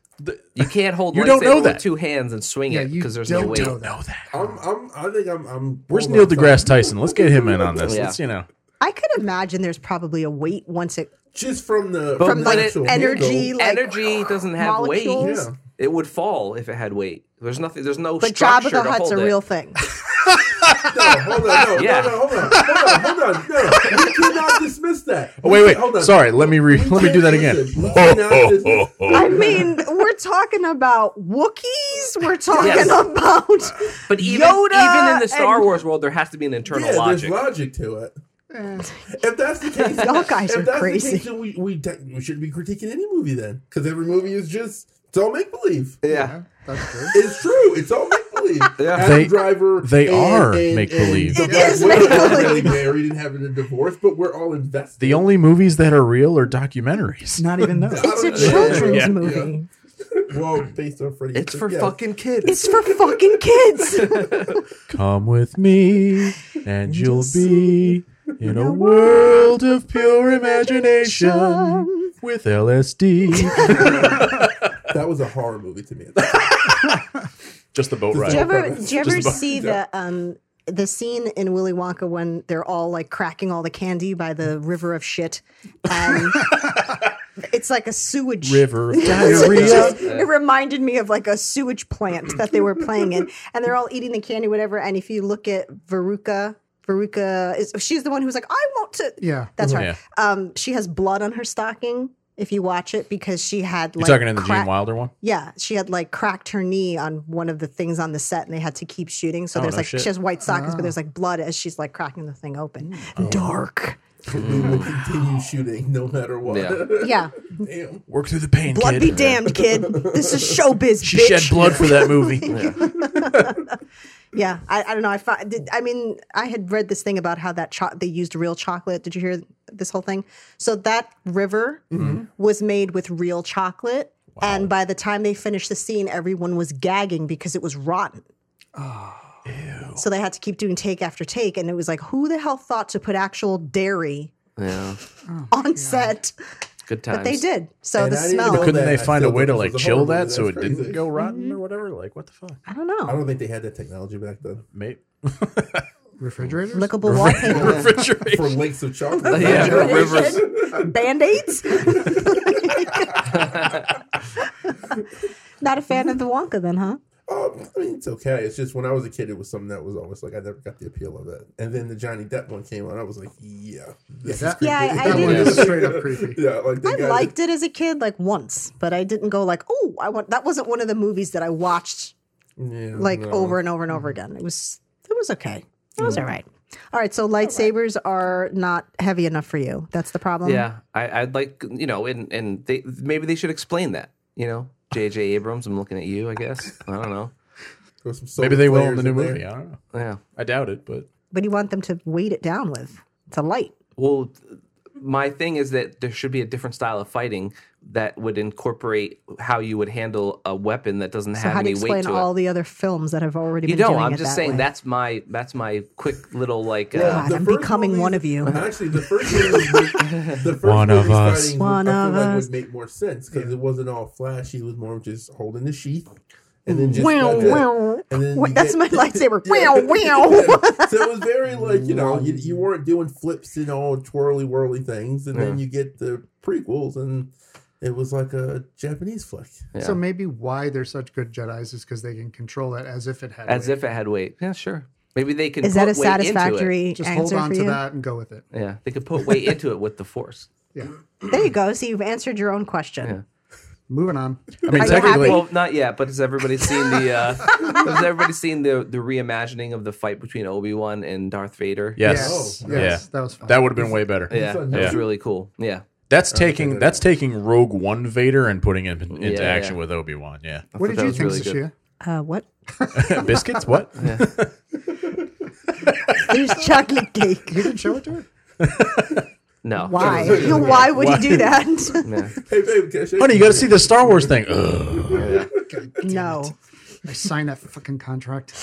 Speaker 2: You can't hold.
Speaker 5: You don't know
Speaker 2: lightsaber
Speaker 5: that.
Speaker 2: with two hands and swing
Speaker 4: Yeah,
Speaker 2: it
Speaker 4: you
Speaker 2: because there's no
Speaker 4: don't
Speaker 2: weight.
Speaker 4: know that.
Speaker 6: I'm, I'm, I think I'm. I'm
Speaker 5: Where's
Speaker 6: hold
Speaker 5: Neil
Speaker 6: on,
Speaker 5: deGrasse
Speaker 6: sorry.
Speaker 5: Tyson? Let's get him in on this.
Speaker 2: Yeah.
Speaker 5: Let's you know.
Speaker 1: I could imagine there's probably a weight once it
Speaker 6: Just from the
Speaker 2: But
Speaker 1: from
Speaker 2: when
Speaker 1: like
Speaker 2: it-
Speaker 6: actual
Speaker 1: energy,
Speaker 6: handle.
Speaker 1: like
Speaker 2: Energy doesn't have weight.
Speaker 1: molecules.
Speaker 6: Yeah.
Speaker 2: It would fall if it had weight. There's nothing. There's no.
Speaker 1: But Jabba
Speaker 2: structure
Speaker 1: the
Speaker 2: to
Speaker 1: Hutt's
Speaker 2: hold
Speaker 1: a
Speaker 2: it.
Speaker 1: real thing.
Speaker 6: No, hold on, no,
Speaker 2: Yeah.
Speaker 6: no, no, hold on, hold on, hold on. No, we cannot dismiss that.
Speaker 5: Oh, wait,
Speaker 6: We
Speaker 5: wait.
Speaker 6: can- Hold on.
Speaker 5: Sorry. Let me re- let me do that again.
Speaker 6: Listen, we cannot dismiss-
Speaker 1: I mean, we're talking about Wookiees. We're talking
Speaker 2: Yes.
Speaker 1: about
Speaker 2: But even
Speaker 1: Yoda
Speaker 2: even in the Star
Speaker 1: and-
Speaker 2: Wars world, there has to be an internal
Speaker 6: Yeah, there's
Speaker 2: logic.
Speaker 6: logic to it. If that's the case,
Speaker 1: Eh. Y'all guys
Speaker 6: if
Speaker 1: are
Speaker 6: that's
Speaker 1: crazy.
Speaker 6: The case, then we we, de- we shouldn't be critiquing any movie then, because every movie is just it's all make believe.
Speaker 2: yeah.
Speaker 4: That's true.
Speaker 6: It's true. It's all make believe.
Speaker 2: Yeah.
Speaker 6: Adam
Speaker 5: They-
Speaker 6: Driver.
Speaker 5: they
Speaker 6: and-
Speaker 5: are
Speaker 6: and-
Speaker 5: make-believe.
Speaker 6: and
Speaker 1: It is
Speaker 6: we're all
Speaker 1: make-believe.
Speaker 6: really married and having a divorce, but we're all invested.
Speaker 5: The only movies that are real are documentaries.
Speaker 4: Not even those.
Speaker 1: it's a children's movie.
Speaker 6: well, based on Freddie.
Speaker 2: It's for
Speaker 6: yes.
Speaker 2: fucking kids.
Speaker 1: It's for fucking kids.
Speaker 5: Come with me, and you'll be in a world of pure imagination with LSD.
Speaker 6: That was a horror movie to me.
Speaker 5: Just the boat
Speaker 1: Do you
Speaker 5: ride.
Speaker 1: ever, do you ever
Speaker 5: about-
Speaker 1: see the um the scene in Willy Wonka when they're all like cracking all the candy by the river of shit? Um, it's like a sewage.
Speaker 5: River of
Speaker 1: It
Speaker 5: diarrhea.
Speaker 1: just- it reminded me of like a sewage plant that they were playing in, and they're all eating the candy, whatever. And if you look at Veruca, Veruca is she's the one who's like, I want to.
Speaker 4: Yeah.
Speaker 1: That's
Speaker 5: Yeah.
Speaker 1: right. Um, she has blood on her stocking. If you watch it, because she had
Speaker 5: You're
Speaker 1: like
Speaker 5: talking in the
Speaker 1: crack-
Speaker 5: Gene Wilder one?
Speaker 1: yeah, she had like cracked her knee on one of the things on the set, and they had to keep shooting. So
Speaker 5: Oh,
Speaker 1: there's
Speaker 5: no
Speaker 1: like
Speaker 5: shit. Oh.
Speaker 1: she has white stockings, but there's like blood as she's like cracking the thing open. Dark.
Speaker 6: we will continue shooting no matter what.
Speaker 2: Yeah.
Speaker 1: Yeah.
Speaker 6: Damn.
Speaker 5: Work through the pain,
Speaker 1: Blood
Speaker 5: kid.
Speaker 1: be damned, kid. This is showbiz,
Speaker 5: She
Speaker 1: bitch.
Speaker 5: shed blood for that movie.
Speaker 1: Yeah, I, I don't know. I fi- did, I mean, I had read this thing about how that cho- they used real chocolate. Did you hear this whole thing? So that river was made with real chocolate, and by the time they finished the scene, everyone was gagging because it was rotten. So they had to keep doing take after take, and it was like, who the hell thought to put actual dairy
Speaker 2: Yeah.
Speaker 1: on set?
Speaker 2: Good times.
Speaker 1: But they did. So
Speaker 6: And
Speaker 1: the
Speaker 6: I didn't
Speaker 1: smell.
Speaker 6: know
Speaker 5: Couldn't
Speaker 6: that.
Speaker 5: they
Speaker 6: I
Speaker 5: find a
Speaker 6: still
Speaker 5: way
Speaker 6: think
Speaker 5: to
Speaker 6: this
Speaker 5: like
Speaker 6: was a
Speaker 5: chill
Speaker 6: horror
Speaker 5: that
Speaker 6: movie.
Speaker 5: so it
Speaker 6: That's
Speaker 5: didn't
Speaker 6: crazy.
Speaker 5: go rotten or whatever? Like what the fuck,
Speaker 1: I don't
Speaker 6: I
Speaker 1: know.
Speaker 6: don't think they had that technology back then
Speaker 5: mate?
Speaker 4: Refrigerators?
Speaker 1: Lickable wallpaper,
Speaker 6: for
Speaker 5: Refrigeration.
Speaker 6: lakes of chocolate.
Speaker 2: Yeah, for rivers.
Speaker 1: band aids. Not a fan of the Wonka, then, huh?
Speaker 6: Um, I mean, it's okay. It's just when I was a kid, it was something that was always like I never got the appeal of it. And then the Johnny Depp one came on. I was like, yeah, this
Speaker 4: that-
Speaker 6: creepy.
Speaker 1: Yeah, I- I
Speaker 4: that one
Speaker 1: didn't-
Speaker 4: is straight up creepy.
Speaker 6: yeah, like they
Speaker 1: I
Speaker 6: got
Speaker 1: liked it as a kid, like once, but I didn't go like, oh, I want. That wasn't one of the movies that I watched
Speaker 6: Yeah,
Speaker 1: like
Speaker 6: no.
Speaker 1: over and over and over again. It was, it was okay. It
Speaker 2: Mm.
Speaker 1: was all right. All right, so lightsabers are not heavy enough for you. That's the problem.
Speaker 2: Yeah, I, I'd like you know, and and they maybe they should explain that. You know, J.J. Abrams. I'm looking at you. I guess I don't know.
Speaker 6: Throw some solar
Speaker 5: Maybe they will in
Speaker 6: flares
Speaker 5: the new
Speaker 6: there.
Speaker 5: movie. I don't know.
Speaker 2: Yeah.
Speaker 5: I doubt it, but
Speaker 1: but you want them to weight it down with. It's a light.
Speaker 2: Well, th- my thing is that there should be a different style of fighting that would incorporate how you would handle a weapon that doesn't
Speaker 1: So
Speaker 2: have
Speaker 1: how do
Speaker 2: any
Speaker 1: you
Speaker 2: weight
Speaker 1: explain
Speaker 2: to
Speaker 1: all
Speaker 2: it.
Speaker 1: the other films that have already
Speaker 2: You
Speaker 1: been
Speaker 2: don't.
Speaker 1: doing
Speaker 2: I'm
Speaker 1: it
Speaker 2: just
Speaker 1: that
Speaker 2: saying
Speaker 1: way?
Speaker 2: that's my that's my quick little like.
Speaker 6: Yeah,
Speaker 2: Uh,
Speaker 1: God,
Speaker 6: the
Speaker 1: I'm
Speaker 6: first
Speaker 1: becoming
Speaker 6: movie-
Speaker 1: one of you.
Speaker 6: Actually, the first movie, the first
Speaker 5: One of
Speaker 6: movie's
Speaker 5: us.
Speaker 6: fighting
Speaker 1: One
Speaker 6: would, I
Speaker 1: of
Speaker 6: feel like
Speaker 1: us.
Speaker 6: would make more sense because it wasn't all flashy. It was more just holding the sheath and then just
Speaker 1: Wow,
Speaker 6: that's it.
Speaker 1: wow.
Speaker 6: And then
Speaker 1: Wait,
Speaker 6: you
Speaker 1: that's
Speaker 6: get-
Speaker 1: my lightsaber.
Speaker 6: Yeah.
Speaker 1: Wow, wow.
Speaker 6: Yeah. So it was very like you know you, you weren't doing flips and all twirly whirly things, and then
Speaker 2: Yeah.
Speaker 6: you get the prequels and. It was like a Japanese flick.
Speaker 2: yeah.
Speaker 4: So maybe why they're such good Jedi's is because they can control that as if it had.
Speaker 2: as
Speaker 4: weight.
Speaker 2: if it had weight. Yeah, sure. Maybe they can.
Speaker 1: Is that
Speaker 2: put
Speaker 1: a
Speaker 2: weight into it.
Speaker 1: satisfactory
Speaker 4: just hold
Speaker 1: answer
Speaker 4: on
Speaker 1: for
Speaker 4: to
Speaker 1: you?
Speaker 4: that and go with it.
Speaker 2: Yeah, they could put weight into it with the force.
Speaker 4: Yeah.
Speaker 1: There you go. So you've answered your own question.
Speaker 2: Yeah.
Speaker 4: Moving on.
Speaker 5: I mean,
Speaker 1: Are you
Speaker 5: technically,
Speaker 1: happy?
Speaker 2: Well, not yet, but has everybody seen the uh, has everybody seen the the reimagining of the fight between Obi Wan and Darth Vader?
Speaker 5: yes,
Speaker 6: Oh,
Speaker 4: Yes,
Speaker 5: yeah,
Speaker 4: that was fun.
Speaker 5: that would have been way better.
Speaker 2: yeah, that was
Speaker 5: Yeah.
Speaker 2: really cool. Yeah,
Speaker 5: That's taking
Speaker 6: good.
Speaker 5: that's taking Rogue One Vader and putting him in- into
Speaker 2: Yeah,
Speaker 5: action
Speaker 2: yeah.
Speaker 5: with Obi Wan. Yeah,
Speaker 2: I
Speaker 4: what
Speaker 2: thought
Speaker 4: did
Speaker 2: that
Speaker 4: you
Speaker 2: was
Speaker 4: think,
Speaker 2: really good.
Speaker 4: Sashia?
Speaker 1: Uh, what?
Speaker 5: biscuits. What?
Speaker 1: There's chocolate cake.
Speaker 4: You didn't show it to her.
Speaker 2: No,
Speaker 1: Why? Why would
Speaker 5: Why?
Speaker 1: you do that?
Speaker 2: Yeah.
Speaker 6: Hey, babe, can I shake
Speaker 5: Honey, you
Speaker 6: your
Speaker 5: got to see the Star Wars thing. Ugh.
Speaker 1: no.
Speaker 4: I signed that fucking contract.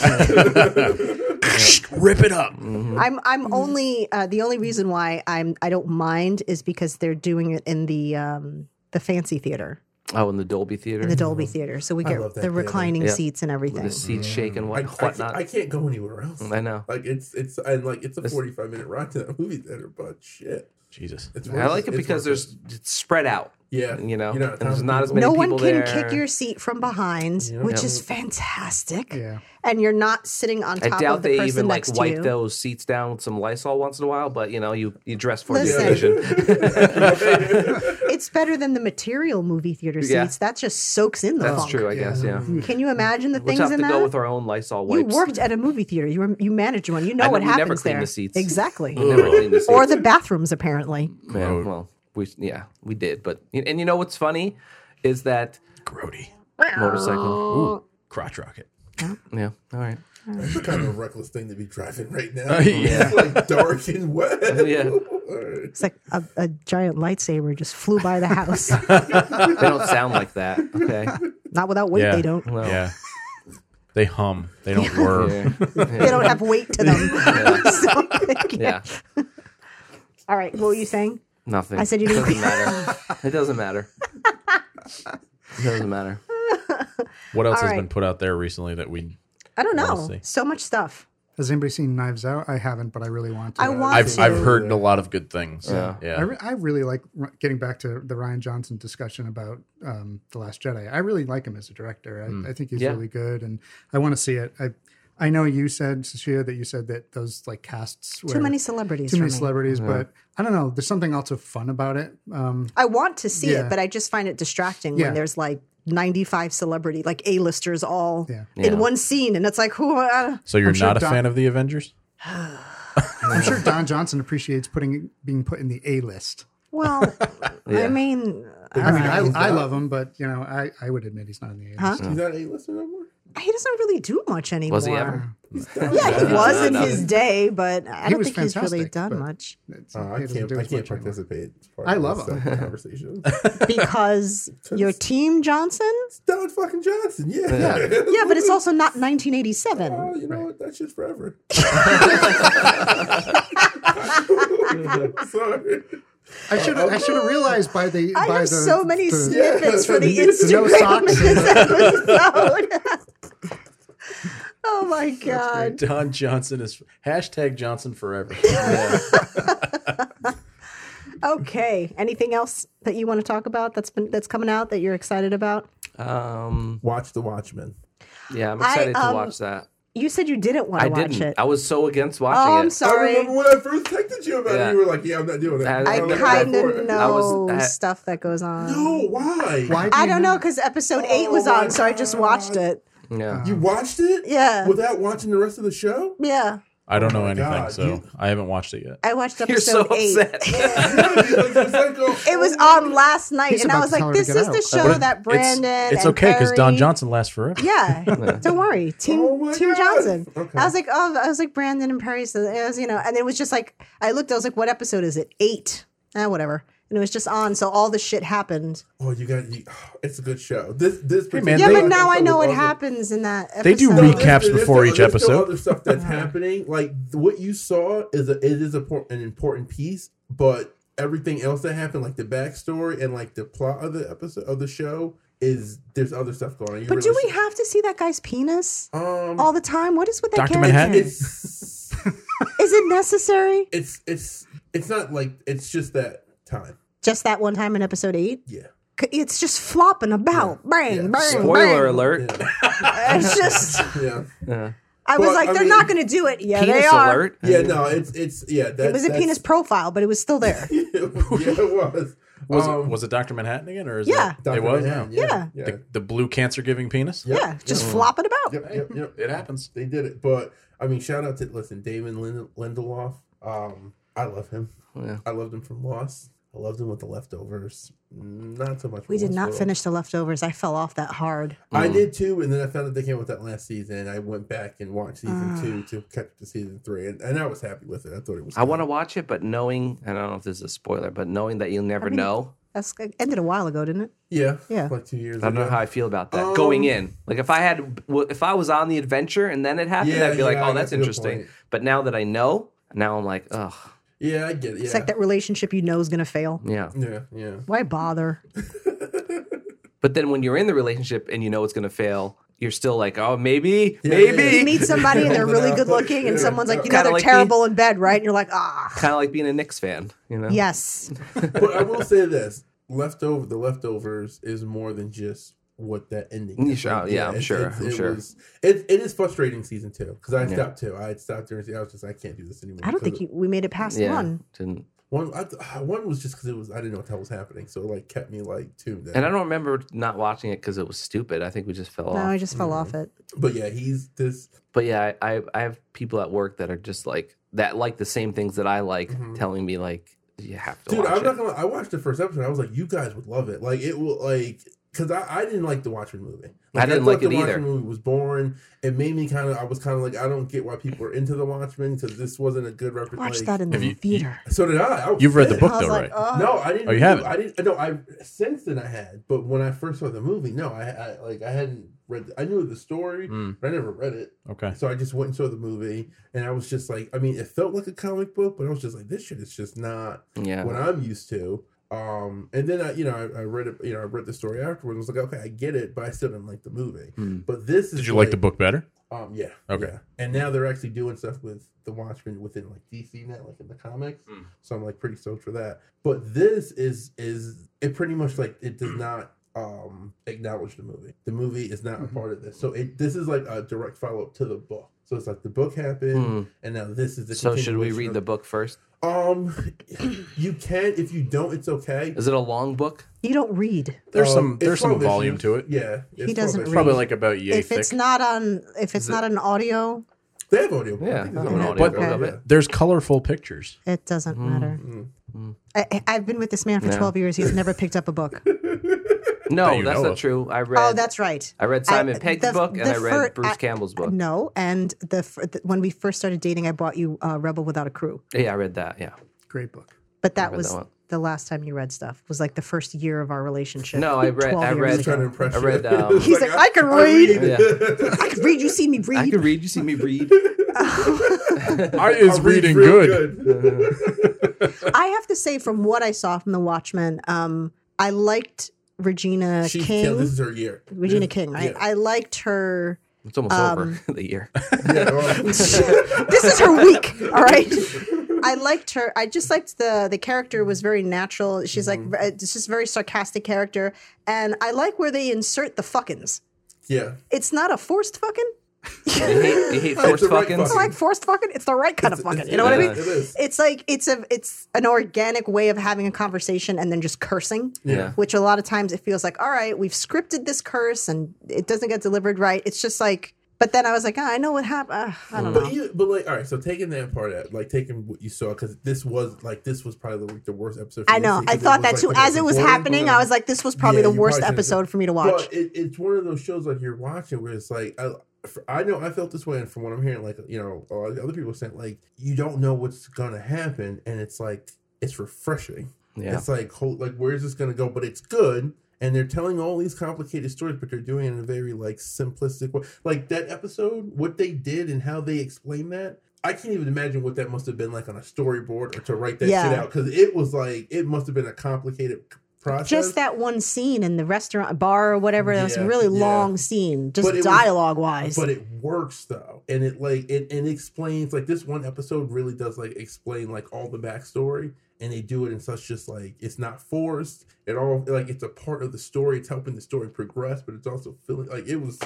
Speaker 5: Rip it up.
Speaker 2: Mm-hmm.
Speaker 1: I'm I'm only uh, the only reason why I'm I don't mind is because they're doing it in the um, the fancy theater,
Speaker 2: Oh, in the Dolby Theater,
Speaker 1: in the Dolby theater. So we
Speaker 6: love that
Speaker 1: get the
Speaker 6: theater.
Speaker 1: reclining
Speaker 2: Yeah.
Speaker 1: seats and
Speaker 2: with
Speaker 1: everything.
Speaker 2: the seat shake and
Speaker 6: Mm. I,
Speaker 2: what,
Speaker 6: I,
Speaker 2: whatnot. Mm,
Speaker 6: can't, I can't go anywhere else.
Speaker 2: I know.
Speaker 6: Like it's it's and like it's a
Speaker 2: It's-
Speaker 6: forty five minute ride to that movie theater, but shit,
Speaker 5: Jesus.
Speaker 6: it's
Speaker 2: I
Speaker 6: worth
Speaker 2: like it
Speaker 6: It's
Speaker 2: because
Speaker 6: worth
Speaker 2: there's it's spread out.
Speaker 6: yeah,
Speaker 2: you know,
Speaker 6: You're not
Speaker 2: and there's
Speaker 6: time
Speaker 2: not as
Speaker 6: people.
Speaker 1: no
Speaker 2: many
Speaker 1: one
Speaker 2: people
Speaker 1: can
Speaker 2: there.
Speaker 1: kick your seat from behind, which
Speaker 2: Yeah.
Speaker 1: is fantastic.
Speaker 4: Yeah.
Speaker 1: And you're not sitting on
Speaker 2: I
Speaker 1: top of
Speaker 2: doubt
Speaker 1: the
Speaker 2: they
Speaker 1: person
Speaker 2: even like
Speaker 1: next to
Speaker 2: wipe
Speaker 1: you.
Speaker 2: those seats down with some Lysol once in a while, but you know, you you dress for
Speaker 1: Listen.
Speaker 2: the occasion.
Speaker 1: It's better than the material movie theater seats.
Speaker 2: Yeah.
Speaker 1: That just soaks in the
Speaker 2: That's
Speaker 1: funk.
Speaker 2: true, I guess. Yeah,
Speaker 1: Can you imagine the
Speaker 2: we'll
Speaker 1: things
Speaker 2: just have
Speaker 1: in
Speaker 2: to
Speaker 1: that?
Speaker 2: go with our own Lysol
Speaker 1: You
Speaker 2: wipes.
Speaker 1: worked at a movie theater. You were you managed one. You know,
Speaker 2: I know
Speaker 1: what
Speaker 2: we never
Speaker 1: happens
Speaker 2: clean
Speaker 1: there.
Speaker 2: the seats.
Speaker 1: Exactly.
Speaker 2: Never cleaned the seats.
Speaker 1: or the bathrooms apparently.
Speaker 2: Yeah, well, we yeah we did, but and you know what's funny is that
Speaker 5: Grody.
Speaker 2: motorcycle.
Speaker 1: Oh.
Speaker 5: Ooh. Crotch rocket.
Speaker 2: Yeah, all right.
Speaker 6: That's the kind of reckless thing to be driving right now.
Speaker 5: yeah.
Speaker 6: It's like dark and wet.
Speaker 2: Oh, Yeah.
Speaker 1: It's like a, a giant lightsaber just flew by the house.
Speaker 2: They don't sound like that. Okay,
Speaker 1: Not without weight,
Speaker 5: Yeah.
Speaker 1: they don't.
Speaker 2: well,
Speaker 5: Yeah. They hum. They don't whir.
Speaker 2: yeah.
Speaker 1: They don't have weight to them. So, yeah.
Speaker 2: Yeah.
Speaker 1: All right. What were you saying?
Speaker 2: Nothing.
Speaker 1: I said you
Speaker 2: it
Speaker 1: didn't-
Speaker 2: doesn't matter. It doesn't matter. It doesn't matter.
Speaker 5: What else
Speaker 1: All
Speaker 5: has
Speaker 1: right.
Speaker 5: been put out there recently that we?
Speaker 1: I don't know.
Speaker 5: We'll see.
Speaker 1: so much stuff.
Speaker 4: Has anybody seen Knives Out? I haven't, but I really want to.
Speaker 1: I want
Speaker 5: I've
Speaker 1: to.
Speaker 5: I've heard a lot of good things.
Speaker 2: Yeah.
Speaker 4: I,
Speaker 5: Yeah.
Speaker 4: re- I really like r- getting back to the Ryan Johnson discussion about um, the Last Jedi. I really like him as a director. I, I think he's
Speaker 2: Yeah.
Speaker 4: really good, and I want to see it. I I know you said Sashia that you said that those like casts were
Speaker 1: too many celebrities.
Speaker 4: too
Speaker 1: for
Speaker 4: many
Speaker 1: me.
Speaker 4: celebrities, but I don't know. There's something also fun about it. Um,
Speaker 1: I want to see
Speaker 4: Yeah.
Speaker 1: it, but I just find it distracting
Speaker 4: Yeah.
Speaker 1: when there's like 95 celebrity, like A-listers all
Speaker 4: Yeah.
Speaker 1: in
Speaker 2: Yeah.
Speaker 1: one scene. And it's like, who? Uh,
Speaker 5: So you're
Speaker 4: I'm sure
Speaker 5: not a
Speaker 4: Don-
Speaker 5: fan of the Avengers?
Speaker 4: I'm sure Don Johnson appreciates putting being put in the A list.
Speaker 1: Well,
Speaker 2: Yeah.
Speaker 1: I mean,
Speaker 4: I mean,
Speaker 1: all right.
Speaker 4: I, I love him, but you know, I, I would admit he's not in the A list.
Speaker 1: Huh?
Speaker 2: Mm.
Speaker 6: He's not a listener no more.
Speaker 1: he doesn't really do much anymore.
Speaker 2: Was he ever?
Speaker 1: Yeah, he
Speaker 2: Yeah,
Speaker 1: was in
Speaker 2: no,
Speaker 1: his day, but I
Speaker 4: He
Speaker 1: don't
Speaker 4: was
Speaker 1: think he's really
Speaker 4: fantastic,
Speaker 1: done
Speaker 4: but-
Speaker 1: much
Speaker 4: It's-
Speaker 6: Uh,
Speaker 4: he
Speaker 6: I
Speaker 4: doesn't
Speaker 6: can't.
Speaker 4: do
Speaker 6: I
Speaker 4: as
Speaker 6: can't
Speaker 4: much anymore.
Speaker 6: participate. As far
Speaker 4: I
Speaker 6: as
Speaker 4: love
Speaker 6: this,
Speaker 4: him.
Speaker 6: uh, Conversation.
Speaker 1: because your team Johnson.
Speaker 6: It's Don fucking Johnson. Yeah.
Speaker 1: Yeah, but it's also not 1987.
Speaker 6: Oh, you know what? That shit's forever. Sorry.
Speaker 4: I should I should have realized by the
Speaker 1: I
Speaker 4: by
Speaker 1: have
Speaker 4: the,
Speaker 1: so many
Speaker 4: the-
Speaker 1: snippets for the
Speaker 6: the no
Speaker 1: Instagram in
Speaker 4: socks.
Speaker 1: this episode. oh my god!
Speaker 5: Don Johnson is hashtag Johnson forever.
Speaker 1: Okay, anything else that you want to talk about that's been that's coming out that you're excited about?
Speaker 2: Um,
Speaker 6: Watch The Watchmen.
Speaker 2: yeah, I'm
Speaker 1: I,
Speaker 2: excited
Speaker 1: um,
Speaker 2: to watch that.
Speaker 1: You said you didn't want
Speaker 2: I
Speaker 1: to watch
Speaker 2: didn't.
Speaker 1: it.
Speaker 2: I was so against watching
Speaker 1: oh,
Speaker 2: it.
Speaker 1: I'm
Speaker 6: I
Speaker 1: sorry.
Speaker 6: remember when I first texted you about
Speaker 2: Yeah.
Speaker 6: it. You were like, "Yeah, I'm not doing that."
Speaker 2: I
Speaker 1: I
Speaker 2: don't
Speaker 6: was like,
Speaker 1: kind
Speaker 6: "I'm for
Speaker 1: of
Speaker 6: it."
Speaker 2: I was-
Speaker 1: know
Speaker 2: I-
Speaker 1: stuff that goes on.
Speaker 6: No, why?
Speaker 4: Why do
Speaker 1: I
Speaker 4: you
Speaker 1: don't know
Speaker 4: not-
Speaker 1: because episode eight was
Speaker 6: Oh my
Speaker 1: on, so I just watched
Speaker 6: God.
Speaker 1: it.
Speaker 2: yeah.
Speaker 6: You watched it?
Speaker 1: Yeah.
Speaker 6: Without watching the rest of the show?
Speaker 1: Yeah,
Speaker 5: I don't know
Speaker 6: my
Speaker 5: anything,
Speaker 6: God,
Speaker 5: so
Speaker 6: you-
Speaker 5: I haven't watched it yet.
Speaker 1: I watched
Speaker 2: You're so
Speaker 1: episode eight.
Speaker 2: upset.
Speaker 1: It
Speaker 6: it
Speaker 1: was on last night,
Speaker 4: He's
Speaker 1: and I
Speaker 4: about
Speaker 1: was
Speaker 4: to tell
Speaker 1: like,
Speaker 4: her to
Speaker 1: "This
Speaker 4: get
Speaker 1: is
Speaker 4: out.
Speaker 1: the show that Brandon."
Speaker 5: It's, it's
Speaker 1: and
Speaker 5: okay because Don
Speaker 1: Perry-
Speaker 5: Johnson lasts forever.
Speaker 1: Yeah, don't worry, Team
Speaker 6: Oh my
Speaker 1: Team
Speaker 6: God.
Speaker 1: Johnson.
Speaker 6: Okay.
Speaker 1: I was like, oh, I was like Brandon and Perry. So it was, you know, and it was just like I looked. I was like, what episode is it? Eight. Ah, whatever. And it was just on, so all the shit happened.
Speaker 6: Oh, you got. You, it's a good show. This this.
Speaker 5: man,
Speaker 6: particular
Speaker 1: yeah,
Speaker 5: they-
Speaker 1: but now
Speaker 6: episode
Speaker 1: I know
Speaker 6: was
Speaker 1: what
Speaker 6: awesome.
Speaker 1: happens in that. Episode.
Speaker 5: They do
Speaker 6: No,
Speaker 5: recap- Recaps
Speaker 6: there's- there's
Speaker 5: before
Speaker 6: still-
Speaker 5: each
Speaker 6: there's still
Speaker 5: episode.
Speaker 6: Other stuff that's happening, like what you saw is a it is a por- an important piece, but everything else that happened, like the backstory and like the plot of the episode of the show, is there's other stuff going on. You
Speaker 1: But do
Speaker 6: really
Speaker 1: we have to see that guy's penis
Speaker 6: should- Um,
Speaker 1: all the time? What is with that
Speaker 5: Dr.
Speaker 1: character?
Speaker 5: Manhattan?
Speaker 6: it's
Speaker 1: Is it necessary?
Speaker 6: it's it's it's not like it's just that time.
Speaker 1: Just that one time in episode eight.
Speaker 6: Yeah.
Speaker 1: C- It's just flopping about. Bang,
Speaker 6: Yeah.
Speaker 1: bang,
Speaker 2: Spoiler
Speaker 1: bang.
Speaker 2: alert.
Speaker 6: Yeah.
Speaker 1: It's just.
Speaker 6: Yeah.
Speaker 2: Yeah.
Speaker 1: I was
Speaker 6: But,
Speaker 1: like,
Speaker 6: I
Speaker 1: they're
Speaker 6: mean-
Speaker 1: not going to do it. Yeah,
Speaker 2: Penis
Speaker 1: they are.
Speaker 2: alert.
Speaker 6: Yeah, no, it's it's yeah. That,
Speaker 1: It was a
Speaker 6: that's-
Speaker 1: penis profile, but it was still there.
Speaker 6: yeah, it was.
Speaker 5: Was
Speaker 6: Um,
Speaker 5: it was it Doctor Manhattan again, or is
Speaker 1: Yeah.
Speaker 5: that, it was
Speaker 6: Manhattan,
Speaker 5: yeah.
Speaker 1: Yeah.
Speaker 6: yeah.
Speaker 5: The, the blue cancer giving penis.
Speaker 6: Yep.
Speaker 1: Yeah, just flopping about.
Speaker 6: Yep, yep, yep.
Speaker 5: It happens.
Speaker 6: They did it, but I mean, shout out to listen, Damon Lind- Lindelof. Um, I love him.
Speaker 2: Oh, Yeah.
Speaker 6: I loved him from Lost. I loved him with the leftovers. Not so much.
Speaker 1: We did not
Speaker 6: Westworld.
Speaker 1: finish the leftovers. I fell off that hard.
Speaker 6: I
Speaker 2: Mm.
Speaker 6: did too, and then I found out they came with that last season. I went back and watched season
Speaker 1: Ah.
Speaker 6: two to catch up to season three, and, and I was happy with it. I thought it was.
Speaker 2: I want to watch it, but knowing, I don't know if this is a spoiler, but knowing that you'll never
Speaker 1: mean,
Speaker 2: know,
Speaker 1: That's it ended a while ago, didn't it?
Speaker 6: Yeah,
Speaker 1: Yeah.
Speaker 6: like two years.
Speaker 2: I don't know
Speaker 6: ago.
Speaker 2: how I feel about that
Speaker 6: Um,
Speaker 2: going in. Like if I had, well, if I was on the adventure and then it happened,
Speaker 6: Yeah,
Speaker 2: I'd be like,
Speaker 6: yeah,
Speaker 2: oh,
Speaker 6: I
Speaker 2: that's
Speaker 6: get your
Speaker 2: interesting.
Speaker 6: point.
Speaker 2: But now that I know, now I'm like, ugh,
Speaker 6: Yeah, I get it. Yeah,
Speaker 1: It's like that relationship you know is going to fail.
Speaker 2: yeah.
Speaker 6: yeah, yeah.
Speaker 1: Why bother?
Speaker 2: But then when you're in the relationship and you know it's gonna fail, you're still like, oh, maybe,
Speaker 6: Yeah,
Speaker 2: maybe.
Speaker 6: yeah,
Speaker 1: You meet somebody and they're really
Speaker 6: Yeah.
Speaker 1: good looking, and
Speaker 6: Yeah.
Speaker 1: someone's like, you know,
Speaker 2: Kinda
Speaker 1: they're
Speaker 2: like me.
Speaker 1: terrible in bed, right? And you're like, ah,
Speaker 2: Kind of like being a Knicks fan, you know?
Speaker 1: yes.
Speaker 6: but I will say this: leftover, the leftovers is more than just what that ending.
Speaker 2: Yeah,
Speaker 6: is.
Speaker 2: sure. Yeah, I'm
Speaker 6: it's-
Speaker 2: sure.
Speaker 6: it's-
Speaker 2: I'm
Speaker 6: it
Speaker 2: sure.
Speaker 6: Was, it it is frustrating season two because I stopped too. I had stopped during. season- I was just I can't do this anymore.
Speaker 1: I don't think
Speaker 6: because
Speaker 1: you, we made it past
Speaker 2: Yeah.
Speaker 1: one.
Speaker 2: Didn't.
Speaker 6: one I, ah, one was just because it was I didn't know what the hell was happening, so it like kept me like tuned. In.
Speaker 2: And I don't remember not watching it because it was stupid. I think we just fell
Speaker 1: No,
Speaker 2: off.
Speaker 1: I just fell off it.
Speaker 6: But yeah, he's this.
Speaker 2: but yeah, I, I I have people at work that are just like that like the same things that I like, telling me like you have to
Speaker 6: Dude,
Speaker 2: watch
Speaker 6: I'm not
Speaker 2: it.
Speaker 6: gonna. I watched the first episode. I was like, you guys would love it. Like it will like because I, I didn't like the Watchmen movie.
Speaker 2: I didn't
Speaker 6: thought
Speaker 2: like it
Speaker 6: the
Speaker 2: either.
Speaker 6: Watchmen movie was boring. It made me kind of. I was kind of like, I don't get why people are into the Watchmen because this wasn't a good
Speaker 1: Watch
Speaker 6: representation.
Speaker 1: that in the
Speaker 5: Have you-
Speaker 1: theater.
Speaker 6: So did I. I was
Speaker 5: You've read the
Speaker 6: pissed.
Speaker 5: book
Speaker 1: I was
Speaker 5: though,
Speaker 1: like,
Speaker 5: right?
Speaker 1: oh,
Speaker 6: No, I didn't.
Speaker 5: Oh, you haven't?
Speaker 6: I didn't. No, I since then I had, but when I first saw the movie, no, I, I like I hadn't read. I knew the story,
Speaker 5: Mm.
Speaker 6: but I never read it.
Speaker 5: Okay.
Speaker 6: So I just went and saw the movie, and I was just like, I mean, it felt like a comic book, but I was just like, this shit is just not
Speaker 2: Yeah.
Speaker 6: what I'm used to. Um, and then I, you know, I, I read it. You know, I read the story afterwards. I was like, okay, I get it, but I still didn't like the movie.
Speaker 2: Hmm.
Speaker 6: But this is
Speaker 5: Did you like the book better?
Speaker 6: um, yeah.
Speaker 5: Okay.
Speaker 6: yeah. And now they're actually doing stuff with the Watchmen within like DC now, like in the comics. So I'm like pretty stoked for that. But this is is it pretty much like it does not um acknowledge the movie. The movie is not
Speaker 2: Mm-hmm.
Speaker 6: a part of this. So it this is like a direct follow up to the book. So it's like the book happened,
Speaker 2: Hmm.
Speaker 6: and now this is the.
Speaker 2: So should we
Speaker 6: continuation
Speaker 2: read
Speaker 6: of-
Speaker 2: the book first?
Speaker 6: Um, you can if you don't, it's okay.
Speaker 2: Is it a long book?
Speaker 1: You don't read.
Speaker 5: There's
Speaker 6: Um,
Speaker 5: some
Speaker 6: it's
Speaker 5: there's some
Speaker 6: 12
Speaker 5: volume
Speaker 6: issues.
Speaker 5: to it.
Speaker 6: Yeah, it's
Speaker 1: He
Speaker 6: 12
Speaker 1: doesn't
Speaker 6: issues.
Speaker 1: read.
Speaker 5: Probably like about yay
Speaker 1: if
Speaker 5: thick.
Speaker 1: it's not on, if it's not an audio,
Speaker 6: They have audio. book. I
Speaker 2: Yeah,
Speaker 6: think
Speaker 2: I
Speaker 6: there's
Speaker 2: have
Speaker 6: an
Speaker 2: an
Speaker 6: audio
Speaker 2: audio
Speaker 6: book
Speaker 2: book of
Speaker 6: yeah.
Speaker 2: it.
Speaker 5: There's colorful pictures.
Speaker 1: It doesn't
Speaker 6: Mm.
Speaker 1: matter. I, I've been with this man for
Speaker 2: Yeah.
Speaker 1: 12 years. He's never picked up a book.
Speaker 5: That
Speaker 2: No,
Speaker 5: you
Speaker 2: that's
Speaker 5: know
Speaker 2: not
Speaker 5: of.
Speaker 2: true. I read.
Speaker 1: oh, that's right.
Speaker 2: I read Simon
Speaker 1: I-
Speaker 2: Pegg's
Speaker 1: the-
Speaker 2: book and
Speaker 1: the
Speaker 2: I read
Speaker 1: fir-
Speaker 2: Bruce
Speaker 1: I-
Speaker 2: Campbell's book.
Speaker 1: No, and the, fir- the when we first started dating, I bought you uh, Rebel Without a Crew.
Speaker 2: Yeah, I read that. Yeah.
Speaker 4: Great book.
Speaker 1: But that
Speaker 2: read
Speaker 1: was
Speaker 2: that one.
Speaker 1: the last time you read stuff. Was like the first year of our relationship.
Speaker 2: No, I read.
Speaker 1: 12
Speaker 2: I
Speaker 1: years
Speaker 2: read.
Speaker 6: He's trying to impress
Speaker 2: I
Speaker 6: you.
Speaker 2: read. Um,
Speaker 1: He's like, I can read.
Speaker 2: yeah.
Speaker 1: I can read. You see me read.
Speaker 2: I can read. You see me read.
Speaker 5: I is
Speaker 6: I read
Speaker 5: reading
Speaker 6: real
Speaker 5: good.
Speaker 1: I have to say, from what I saw from The Watchmen, um, I liked Regina
Speaker 6: She
Speaker 1: King.
Speaker 6: killed. This is her year.
Speaker 1: Regina
Speaker 6: This-
Speaker 1: King, right?
Speaker 6: yeah.
Speaker 1: I liked her.
Speaker 2: It's almost
Speaker 1: Um,
Speaker 2: over the year.
Speaker 6: Yeah, well,
Speaker 1: this is her week, all right. I liked her. I just liked the the character was very natural. She's like it's just a very sarcastic character, and I like where they insert the fuckins.
Speaker 6: yeah.
Speaker 1: It's not a forced fucking.
Speaker 2: You hate, you hate forced
Speaker 6: the right
Speaker 2: fucking.
Speaker 1: It's not like forced fucking. It's the right kind of fucking. You know what I
Speaker 2: yeah.
Speaker 1: mean?
Speaker 6: It is.
Speaker 1: It's like it's a it's an organic way of having a conversation and then just cursing.
Speaker 2: Yeah.
Speaker 1: which a lot of times it feels like, all right, we've scripted this curse and it doesn't get delivered right. It's just like, but then I was like, ah, I know what happened. Uh, I don't know.
Speaker 6: But you, but like, all right. So taking that part out, like taking what you saw, because this was like this was probably the, the worst episode. for
Speaker 1: I
Speaker 6: me to
Speaker 1: know.
Speaker 6: see,
Speaker 1: I
Speaker 6: 'cause it
Speaker 1: thought
Speaker 6: was,
Speaker 1: that
Speaker 6: like,
Speaker 1: too.
Speaker 6: the
Speaker 1: As
Speaker 6: most
Speaker 1: it was
Speaker 6: important,
Speaker 1: happening,
Speaker 6: but-
Speaker 1: I was like, this was probably
Speaker 6: Yeah,
Speaker 1: the
Speaker 6: you
Speaker 1: worst
Speaker 6: probably shouldn't
Speaker 1: episode for me to
Speaker 6: Well,
Speaker 1: watch.
Speaker 6: it, it's one of those shows like you're watching where it's like I, for- I know I felt this way, and from what I'm hearing, like you know, a lot of other people saying like you don't know what's gonna happen, and it's like it's refreshing.
Speaker 2: Yeah.
Speaker 6: It's like ho- like where's this gonna go? But it's good, and they're telling all these complicated stories, but they're doing it in a very like simplistic way. Like that episode, what they did and how they explained that. I can't even imagine what that must have been like on a storyboard or to write that
Speaker 1: Yeah.
Speaker 6: shit out because it was like it must have been a complicated c- process.
Speaker 1: just that one scene in the restaurant bar or whatever. That was a
Speaker 6: Yeah,
Speaker 1: really
Speaker 6: yeah.
Speaker 1: long scene, just
Speaker 6: But it was-
Speaker 1: dialogue wise.
Speaker 6: but it works though and it like it and explains like this one episode really does like explain like all the backstory and they do it in such just like it's not forced at all like it's a part of the story it's helping the story progress but it's also feeling like it was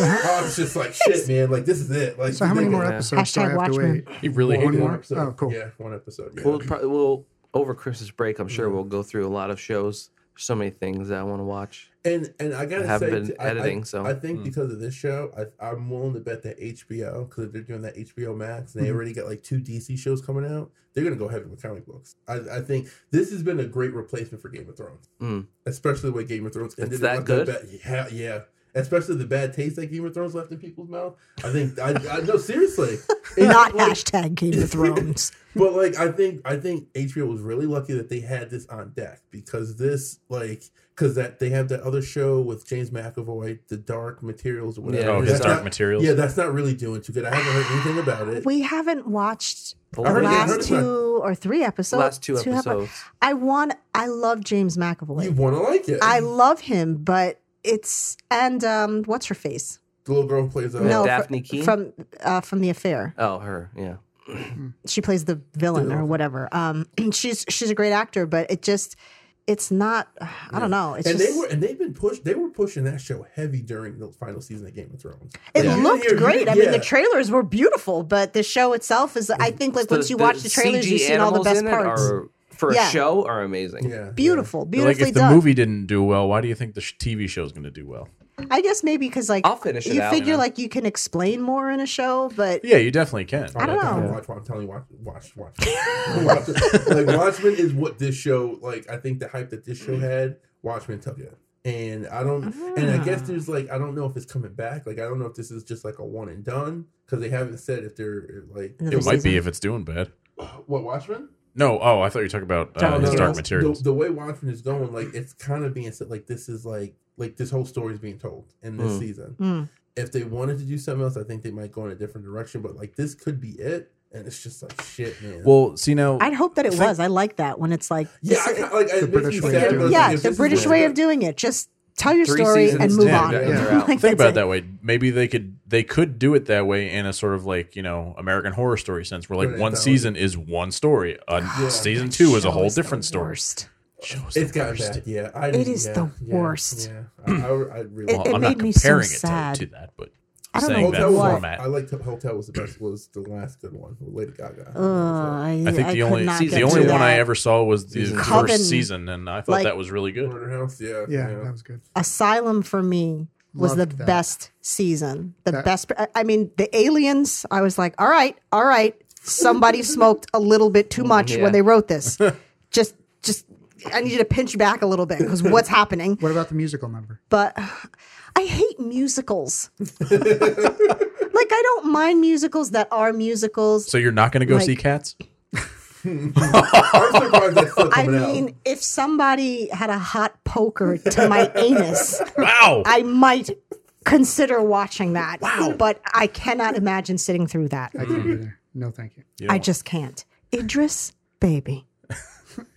Speaker 6: i was just like shit man like this is it like
Speaker 4: So how many more
Speaker 2: Yeah.
Speaker 4: episodes do I
Speaker 1: Hashtag
Speaker 4: have
Speaker 1: Watchmen.
Speaker 4: to wait?
Speaker 5: He really
Speaker 4: One
Speaker 5: hated
Speaker 6: one
Speaker 4: more?
Speaker 5: it.
Speaker 6: episode
Speaker 4: Oh, cool.
Speaker 6: yeah one episode yeah.
Speaker 2: We'll, pro- we'll over Christmas break. I'm sure we'll go through a lot of shows. So many things that I want to watch.
Speaker 6: and and i gotta
Speaker 2: I haven't
Speaker 6: say
Speaker 2: been
Speaker 6: t- I- I-
Speaker 2: editing, so-
Speaker 6: i think because of this show I, i'm willing to bet that hbo because they're doing that hbo max and they already got like two dc shows coming out they're gonna go heavy with comic books i, I think this has been a great replacement for game of thrones
Speaker 2: Mm.
Speaker 6: especially the way game of thrones ended
Speaker 2: It's
Speaker 6: and
Speaker 2: that good?
Speaker 6: left bad, yeah yeah especially the bad taste that game of thrones left in people's mouth i think i, I no seriously It's
Speaker 1: Not
Speaker 6: like-
Speaker 1: hashtag Game of Thrones.
Speaker 6: but like I think I think HBO was really lucky that they had this on deck because this like because that they have that other show with James McAvoy, The Dark Materials or whatever.
Speaker 2: Yeah,
Speaker 5: Oh,
Speaker 2: it's
Speaker 5: his
Speaker 6: That's
Speaker 5: dark
Speaker 6: not-
Speaker 5: materials.
Speaker 6: Yeah, that's not really doing too good. I haven't heard anything about it.
Speaker 1: we haven't watched the
Speaker 2: I heard- yeah, I
Speaker 1: last
Speaker 6: heard it's not-
Speaker 1: two or three episodes.
Speaker 2: Last two
Speaker 1: epi-
Speaker 2: episodes.
Speaker 1: I want. I love James McAvoy.
Speaker 6: You want to like it?
Speaker 1: I love him, but it's and um, what's her face?
Speaker 6: the little girl who plays uh, out.
Speaker 1: No, fr-
Speaker 2: Uh, Daphne Keane.
Speaker 1: from uh, from the affair.
Speaker 2: oh, her. Yeah.
Speaker 1: She plays the villain or whatever. Um, she's she's a great actor, but it just it's not. I don't know. It's
Speaker 6: and
Speaker 1: just
Speaker 6: they were and they've been pushed. They were pushing that show heavy during the final season of Game of Thrones.
Speaker 1: it
Speaker 6: Like, you
Speaker 1: looked
Speaker 6: didn't hear-
Speaker 1: great. I
Speaker 6: yeah.
Speaker 1: mean, the trailers were beautiful, but the show itself is. I think like once you watch the trailers,
Speaker 2: CG
Speaker 1: you've seen all the
Speaker 2: animals
Speaker 1: best
Speaker 2: in it
Speaker 1: parts.
Speaker 2: Are, for
Speaker 1: Yeah.
Speaker 2: a show, are amazing.
Speaker 6: yeah,
Speaker 1: Beautiful,
Speaker 5: Like
Speaker 1: beautifully
Speaker 5: if the
Speaker 1: done.
Speaker 5: movie didn't do well, why do you think the sh- TV show's going to do well?
Speaker 1: I guess maybe because like
Speaker 2: I'll finish it
Speaker 1: you
Speaker 2: out,
Speaker 1: figure
Speaker 2: you know.
Speaker 1: like you can explain more in a show, but
Speaker 5: Yeah, you definitely can.
Speaker 1: I don't know.
Speaker 6: Watch, watch, I'm telling you, watch, watch, watch. watch it. like Watchmen is what this show, like I think the hype that this show had, Watchmen took it. And I don't, and I guess there's like I don't know if it's coming back. Like I don't know if this is just like a one and done because they haven't said if they're like
Speaker 5: It might be if it's doing bad.
Speaker 6: what Watchmen.
Speaker 5: No, oh, I thought you were talking about uh,
Speaker 1: Dark
Speaker 5: his dark
Speaker 1: Materials.
Speaker 5: materials.
Speaker 6: The, the way Watchmen is going, like it's kind of being said, like this is like like this whole story is being told in this
Speaker 2: Mm.
Speaker 6: season.
Speaker 1: Mm.
Speaker 6: If they wanted to do something else, I think they might go in a different direction. But like this could be it, and it's just like shit, man.
Speaker 5: Well, see now,
Speaker 1: I'd hope that it
Speaker 5: Think-
Speaker 1: was. I like that when it's like
Speaker 6: Yeah,
Speaker 1: this-
Speaker 6: I, kinda- like,
Speaker 4: The
Speaker 6: it
Speaker 4: British
Speaker 6: makes
Speaker 4: way
Speaker 6: me
Speaker 4: of
Speaker 6: sad.
Speaker 4: doing
Speaker 6: but
Speaker 4: it.
Speaker 6: it's
Speaker 1: yeah,
Speaker 6: like, if
Speaker 1: the
Speaker 6: this is
Speaker 1: British
Speaker 6: what-
Speaker 1: way of doing it. Just tell your
Speaker 2: Three
Speaker 1: story
Speaker 2: seasons
Speaker 1: and move
Speaker 5: yeah,
Speaker 1: on.
Speaker 5: yeah,
Speaker 2: they're out.
Speaker 1: Like,
Speaker 5: think about
Speaker 1: that's
Speaker 5: it
Speaker 1: it.
Speaker 5: that way. Maybe they could they could do it that way in a sort of like you know American Horror Story sense, where like
Speaker 6: Right,
Speaker 5: one
Speaker 6: that
Speaker 5: season is one story, a season two is a whole different story.
Speaker 1: Worst.
Speaker 5: Show's the
Speaker 6: It's got
Speaker 5: worst.
Speaker 6: bad. Yeah, I,
Speaker 1: It is the worst.
Speaker 6: Yeah, I, I, I really.
Speaker 1: It-
Speaker 5: Well, I'm not
Speaker 1: made me so
Speaker 5: comparing
Speaker 1: sad.
Speaker 5: it to, to that, but
Speaker 1: I don't
Speaker 5: saying
Speaker 1: know
Speaker 5: that
Speaker 6: Hotel was,
Speaker 1: what.
Speaker 5: format.
Speaker 6: I liked Hotel was the best. Was the last good one with Lady Gaga.
Speaker 1: Uh, I,
Speaker 5: I think the
Speaker 1: could
Speaker 5: only
Speaker 1: not
Speaker 2: season
Speaker 5: the
Speaker 1: get
Speaker 5: only
Speaker 1: to
Speaker 5: one I
Speaker 1: that.
Speaker 5: ever saw was the
Speaker 6: Season
Speaker 1: two.
Speaker 5: first season, and I thought
Speaker 1: Like-
Speaker 5: that was really good.
Speaker 6: Murder House. Yeah,
Speaker 4: Yeah, that was good.
Speaker 1: Asylum for me was the
Speaker 4: Loved that.
Speaker 1: best season. The
Speaker 4: That-
Speaker 1: best. I- I mean, the aliens. I was like, all right, all right. Somebody smoked a little bit too much
Speaker 2: Yeah.
Speaker 1: when they wrote this. just, just. I need you to pinch back a little bit because what's happening?
Speaker 4: What about the musical number?
Speaker 1: But I hate musicals. like I don't mind musicals that are musicals.
Speaker 5: So you're not going to go
Speaker 1: Like-
Speaker 5: see cats?
Speaker 6: I'm surprised that's still
Speaker 1: I
Speaker 6: coming
Speaker 1: mean, if somebody had a hot poker to my anus,
Speaker 5: Wow.
Speaker 1: I might consider watching that. Wow. But I cannot imagine sitting through that.
Speaker 4: I can't either. No, thank you.
Speaker 5: You don't,
Speaker 1: I just can't. Idris, baby.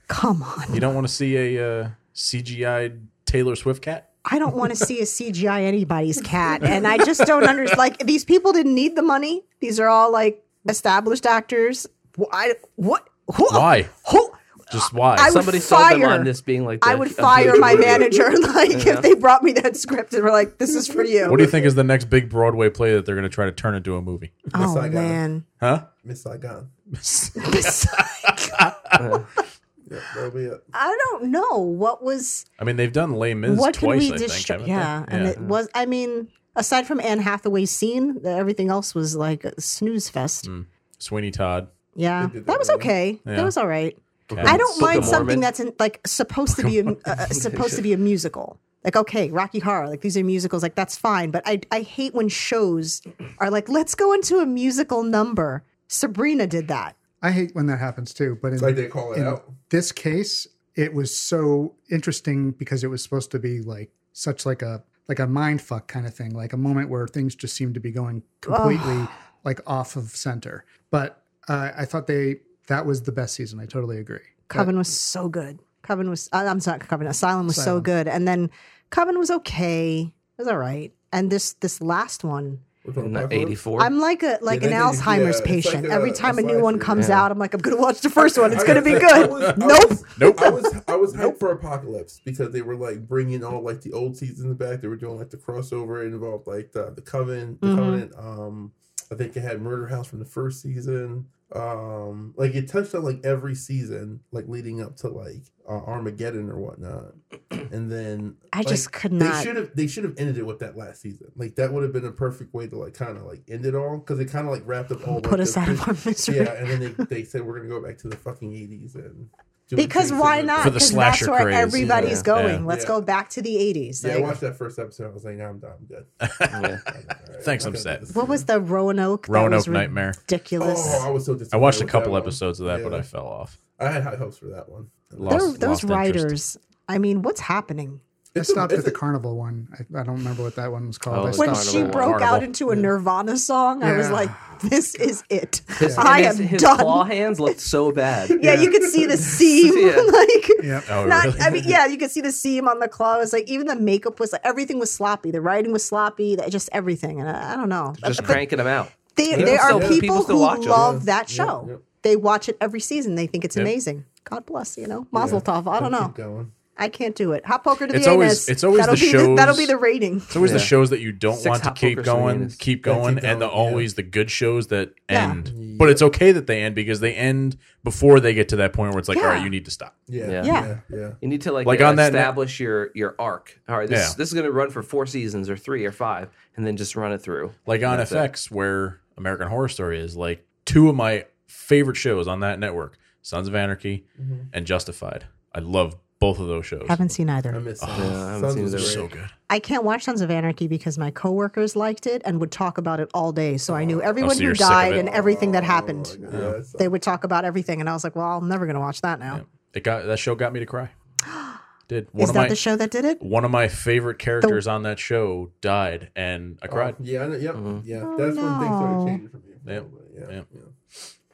Speaker 1: Come on.
Speaker 5: you don't want to see a uh, CGI Taylor Swift cat?
Speaker 1: I don't want to see a CGI anybody's cat. And I just don't understand. Like, these people didn't need the money. These are all like established actors. Wh- I, what? Who,
Speaker 5: Why?
Speaker 1: Who?
Speaker 5: Just why?
Speaker 1: I would
Speaker 2: Somebody sold them
Speaker 1: fire-
Speaker 2: on this being like.
Speaker 1: I
Speaker 2: the-
Speaker 1: would
Speaker 2: a
Speaker 1: fire
Speaker 2: huge
Speaker 1: my
Speaker 2: movie.
Speaker 1: manager. Like, if they brought me that script and were like, this is for you.
Speaker 5: what do you think is the next big Broadway play that they're going to try to turn into a movie?
Speaker 1: oh,
Speaker 6: Saigon.
Speaker 1: man.
Speaker 5: Huh?
Speaker 6: out. Miss Saigon. Yeah, that'll be it.
Speaker 1: I don't know what was
Speaker 5: I mean, they've done Les Mis
Speaker 1: what
Speaker 5: twice,
Speaker 1: could
Speaker 5: I
Speaker 1: we
Speaker 5: think.
Speaker 1: destroy?
Speaker 5: haven't they?
Speaker 1: Yeah, and it was. I mean, aside from Anne Hathaway's scene, the- everything else was like a snooze fest.
Speaker 5: Sweeney Todd.
Speaker 1: Yeah,
Speaker 6: They did
Speaker 1: that
Speaker 6: that
Speaker 1: was
Speaker 6: really.
Speaker 1: okay.
Speaker 5: Mm. Yeah.
Speaker 1: That was all right.
Speaker 5: Cats.
Speaker 1: I don't
Speaker 2: Book of
Speaker 1: mind something
Speaker 2: Mormon.
Speaker 1: that's in, like supposed to be a, uh, supposed to be a musical. Like okay, Rocky Horror. Like these are musicals. Like that's fine. But I I hate when shows are like let's go into a musical number. Sabrina did that.
Speaker 4: I hate when that happens too. But in,
Speaker 6: It's like they call it
Speaker 4: in
Speaker 6: out.
Speaker 4: this case, it was so interesting because it was supposed to be like such like a like a mind fuck kind of thing, like a moment where things just seemed to be going completely like off of center. But uh, I thought they that was the best season. I totally agree.
Speaker 1: Coven was so good. Coven was uh, I'm sorry, Coven Asylum was so
Speaker 4: Asylum.
Speaker 1: good, and then Coven was okay. It was all right. And this this last one,
Speaker 6: We're talking
Speaker 2: In the
Speaker 6: about
Speaker 2: '84.
Speaker 1: I'm like a like
Speaker 6: Yeah,
Speaker 1: an
Speaker 6: they did- yeah,
Speaker 1: Alzheimer's
Speaker 6: it's
Speaker 1: patient.
Speaker 6: like a-
Speaker 1: Every time a
Speaker 6: a
Speaker 1: new one
Speaker 6: slasher,
Speaker 1: comes
Speaker 2: yeah.
Speaker 1: out, I'm like, I'm gonna watch the first one. It's
Speaker 6: I
Speaker 1: gonna
Speaker 6: gotta
Speaker 1: be
Speaker 6: say, I
Speaker 1: good.
Speaker 6: was- I
Speaker 1: nope.
Speaker 6: was- I was I was hyped for Apocalypse because they were like bringing all like the old seasons back. They were doing like the crossover it involved like the the Coven, the
Speaker 1: Mhm.
Speaker 6: Covenant. Um, I think it had Murder House from the first season. Um, like it touched on like every season, like leading up to like uh, Armageddon or whatnot, and then
Speaker 1: I just
Speaker 6: like,
Speaker 1: could
Speaker 6: They
Speaker 1: not.
Speaker 6: should have they should have ended it with that last season. Like that would have been a perfect way to like kind of like end it all because it kind of like wrapped up all like,
Speaker 1: Put us
Speaker 6: the
Speaker 1: out
Speaker 6: big-
Speaker 1: of our misery.
Speaker 6: yeah, and then they, they said we're gonna go back to the fucking eighties and do
Speaker 1: Because
Speaker 6: things
Speaker 1: why
Speaker 6: and-
Speaker 1: not?
Speaker 5: For the
Speaker 1: 'Cause
Speaker 5: slasher
Speaker 1: that's where
Speaker 5: craze.
Speaker 1: everybody's
Speaker 2: Yeah.
Speaker 1: going.
Speaker 5: Yeah.
Speaker 1: Let's
Speaker 6: Yeah.
Speaker 1: go back to the 80s.
Speaker 6: Yeah, I
Speaker 1: Like,
Speaker 6: watched that first episode. I was like, no, I'm done. I'm good.
Speaker 5: Thanks, I'm set.
Speaker 1: what was the Roanoke? That
Speaker 5: Roanoke
Speaker 1: was
Speaker 5: Nightmare.
Speaker 1: Ridiculous.
Speaker 6: Oh, I was so disappointed.
Speaker 5: I watched a
Speaker 6: with that
Speaker 5: couple
Speaker 6: one.
Speaker 5: episodes of that, but
Speaker 6: Yeah.
Speaker 5: I fell off.
Speaker 6: I had high hopes for that one.
Speaker 5: Lost-
Speaker 1: They're- those
Speaker 5: lost interest.
Speaker 1: writers. I mean, what's happening?
Speaker 4: I
Speaker 6: It's a-
Speaker 4: stopped
Speaker 6: it's
Speaker 4: at the
Speaker 6: a-
Speaker 4: carnival one. I, I don't remember what that one was called.
Speaker 2: Oh,
Speaker 4: I
Speaker 2: the
Speaker 1: when
Speaker 2: Carnival
Speaker 4: stopped.
Speaker 1: she
Speaker 2: War.
Speaker 1: broke out
Speaker 5: Carnival.
Speaker 1: into a Nirvana song, I was
Speaker 4: Yeah.
Speaker 1: like, "This is it.
Speaker 2: his,
Speaker 1: I
Speaker 2: his,
Speaker 1: am
Speaker 2: his
Speaker 1: done."
Speaker 2: claw hands looked so bad.
Speaker 1: yeah, you could see the seam.
Speaker 2: Yeah.
Speaker 1: like,
Speaker 4: Yep.
Speaker 5: Oh,
Speaker 1: not.
Speaker 5: really?
Speaker 1: I mean, yeah, you could see the seam on the claw. It was like even the makeup was like everything was sloppy. The writing was sloppy. the- Just everything, and I, I don't know.
Speaker 2: Just
Speaker 1: But
Speaker 2: cranking them out.
Speaker 1: they,
Speaker 6: Yeah.
Speaker 1: there are
Speaker 6: Yeah.
Speaker 1: people,
Speaker 2: People still
Speaker 1: who
Speaker 2: watch 'em.
Speaker 1: love
Speaker 6: Yeah.
Speaker 1: that
Speaker 6: Yeah.
Speaker 1: show.
Speaker 6: Yeah.
Speaker 1: They watch it every season. They think it's
Speaker 5: Yep.
Speaker 1: amazing. God bless, you know, Mazel Tov. I don't know.
Speaker 6: Keep going.
Speaker 1: I can't do it. Hot poker to the
Speaker 5: It's always-
Speaker 1: anus.
Speaker 5: it's always
Speaker 1: that'll
Speaker 5: the
Speaker 1: be the, that'll be
Speaker 5: shows-
Speaker 1: the rating.
Speaker 5: It's always the
Speaker 2: Yeah.
Speaker 5: shows that you don't
Speaker 2: Six
Speaker 5: want to
Speaker 2: hot
Speaker 5: keep
Speaker 2: pokers
Speaker 5: going,
Speaker 2: remains.
Speaker 5: keep
Speaker 6: Gotta keep
Speaker 5: going,
Speaker 6: going,
Speaker 5: and the
Speaker 6: yeah.
Speaker 5: always the good shows that
Speaker 1: Yeah.
Speaker 5: end. But it's okay that they end because they end before they get to that point where it's like, all right,
Speaker 1: Yeah.
Speaker 5: you need to stop.
Speaker 6: Yeah.
Speaker 2: Yeah.
Speaker 6: Yeah. Yeah.
Speaker 2: You need to like,
Speaker 5: Like,
Speaker 2: uh,
Speaker 5: on that-
Speaker 2: establish your your arc. All right, this,
Speaker 5: Yeah.
Speaker 2: this is going to run for four seasons or three or five, and then just run it through.
Speaker 5: Like on
Speaker 2: That's it.
Speaker 5: FX, where American Horror Story is like two of my favorite shows on that network: Sons of Anarchy
Speaker 6: Mm-hmm.
Speaker 5: and Justified. I love both of those shows.
Speaker 1: Haven't seen
Speaker 6: I
Speaker 1: either.
Speaker 6: miss
Speaker 5: Oh,
Speaker 6: Sons.
Speaker 2: yeah, I haven't
Speaker 6: Sons
Speaker 2: seen
Speaker 6: was
Speaker 2: it
Speaker 5: They're
Speaker 2: either.
Speaker 6: great.
Speaker 5: so good.
Speaker 1: I can't watch Sons of Anarchy because my coworkers liked it and would talk about it all day. So I knew everyone
Speaker 5: Oh. so
Speaker 1: who
Speaker 5: you're sick of
Speaker 1: died
Speaker 5: it.
Speaker 1: and everything that
Speaker 6: Oh,
Speaker 1: happened.
Speaker 6: my God, that's-
Speaker 1: They would talk about everything, and I was like, "Well, I'm never going to watch that now."
Speaker 5: Yeah. It got that show got me to cry. Did one
Speaker 1: Is
Speaker 5: of
Speaker 1: that
Speaker 5: my
Speaker 1: the show that did it?
Speaker 5: one of my favorite characters on that show died, and I cried.
Speaker 6: Yeah. I know- Yep.
Speaker 5: Mm-hmm.
Speaker 2: Mhm.
Speaker 6: Yeah.
Speaker 1: Oh,
Speaker 6: That's when things
Speaker 1: no.
Speaker 6: started changing for me.
Speaker 5: Yep.
Speaker 6: probably. Yeah.
Speaker 5: Yep.
Speaker 6: yeah.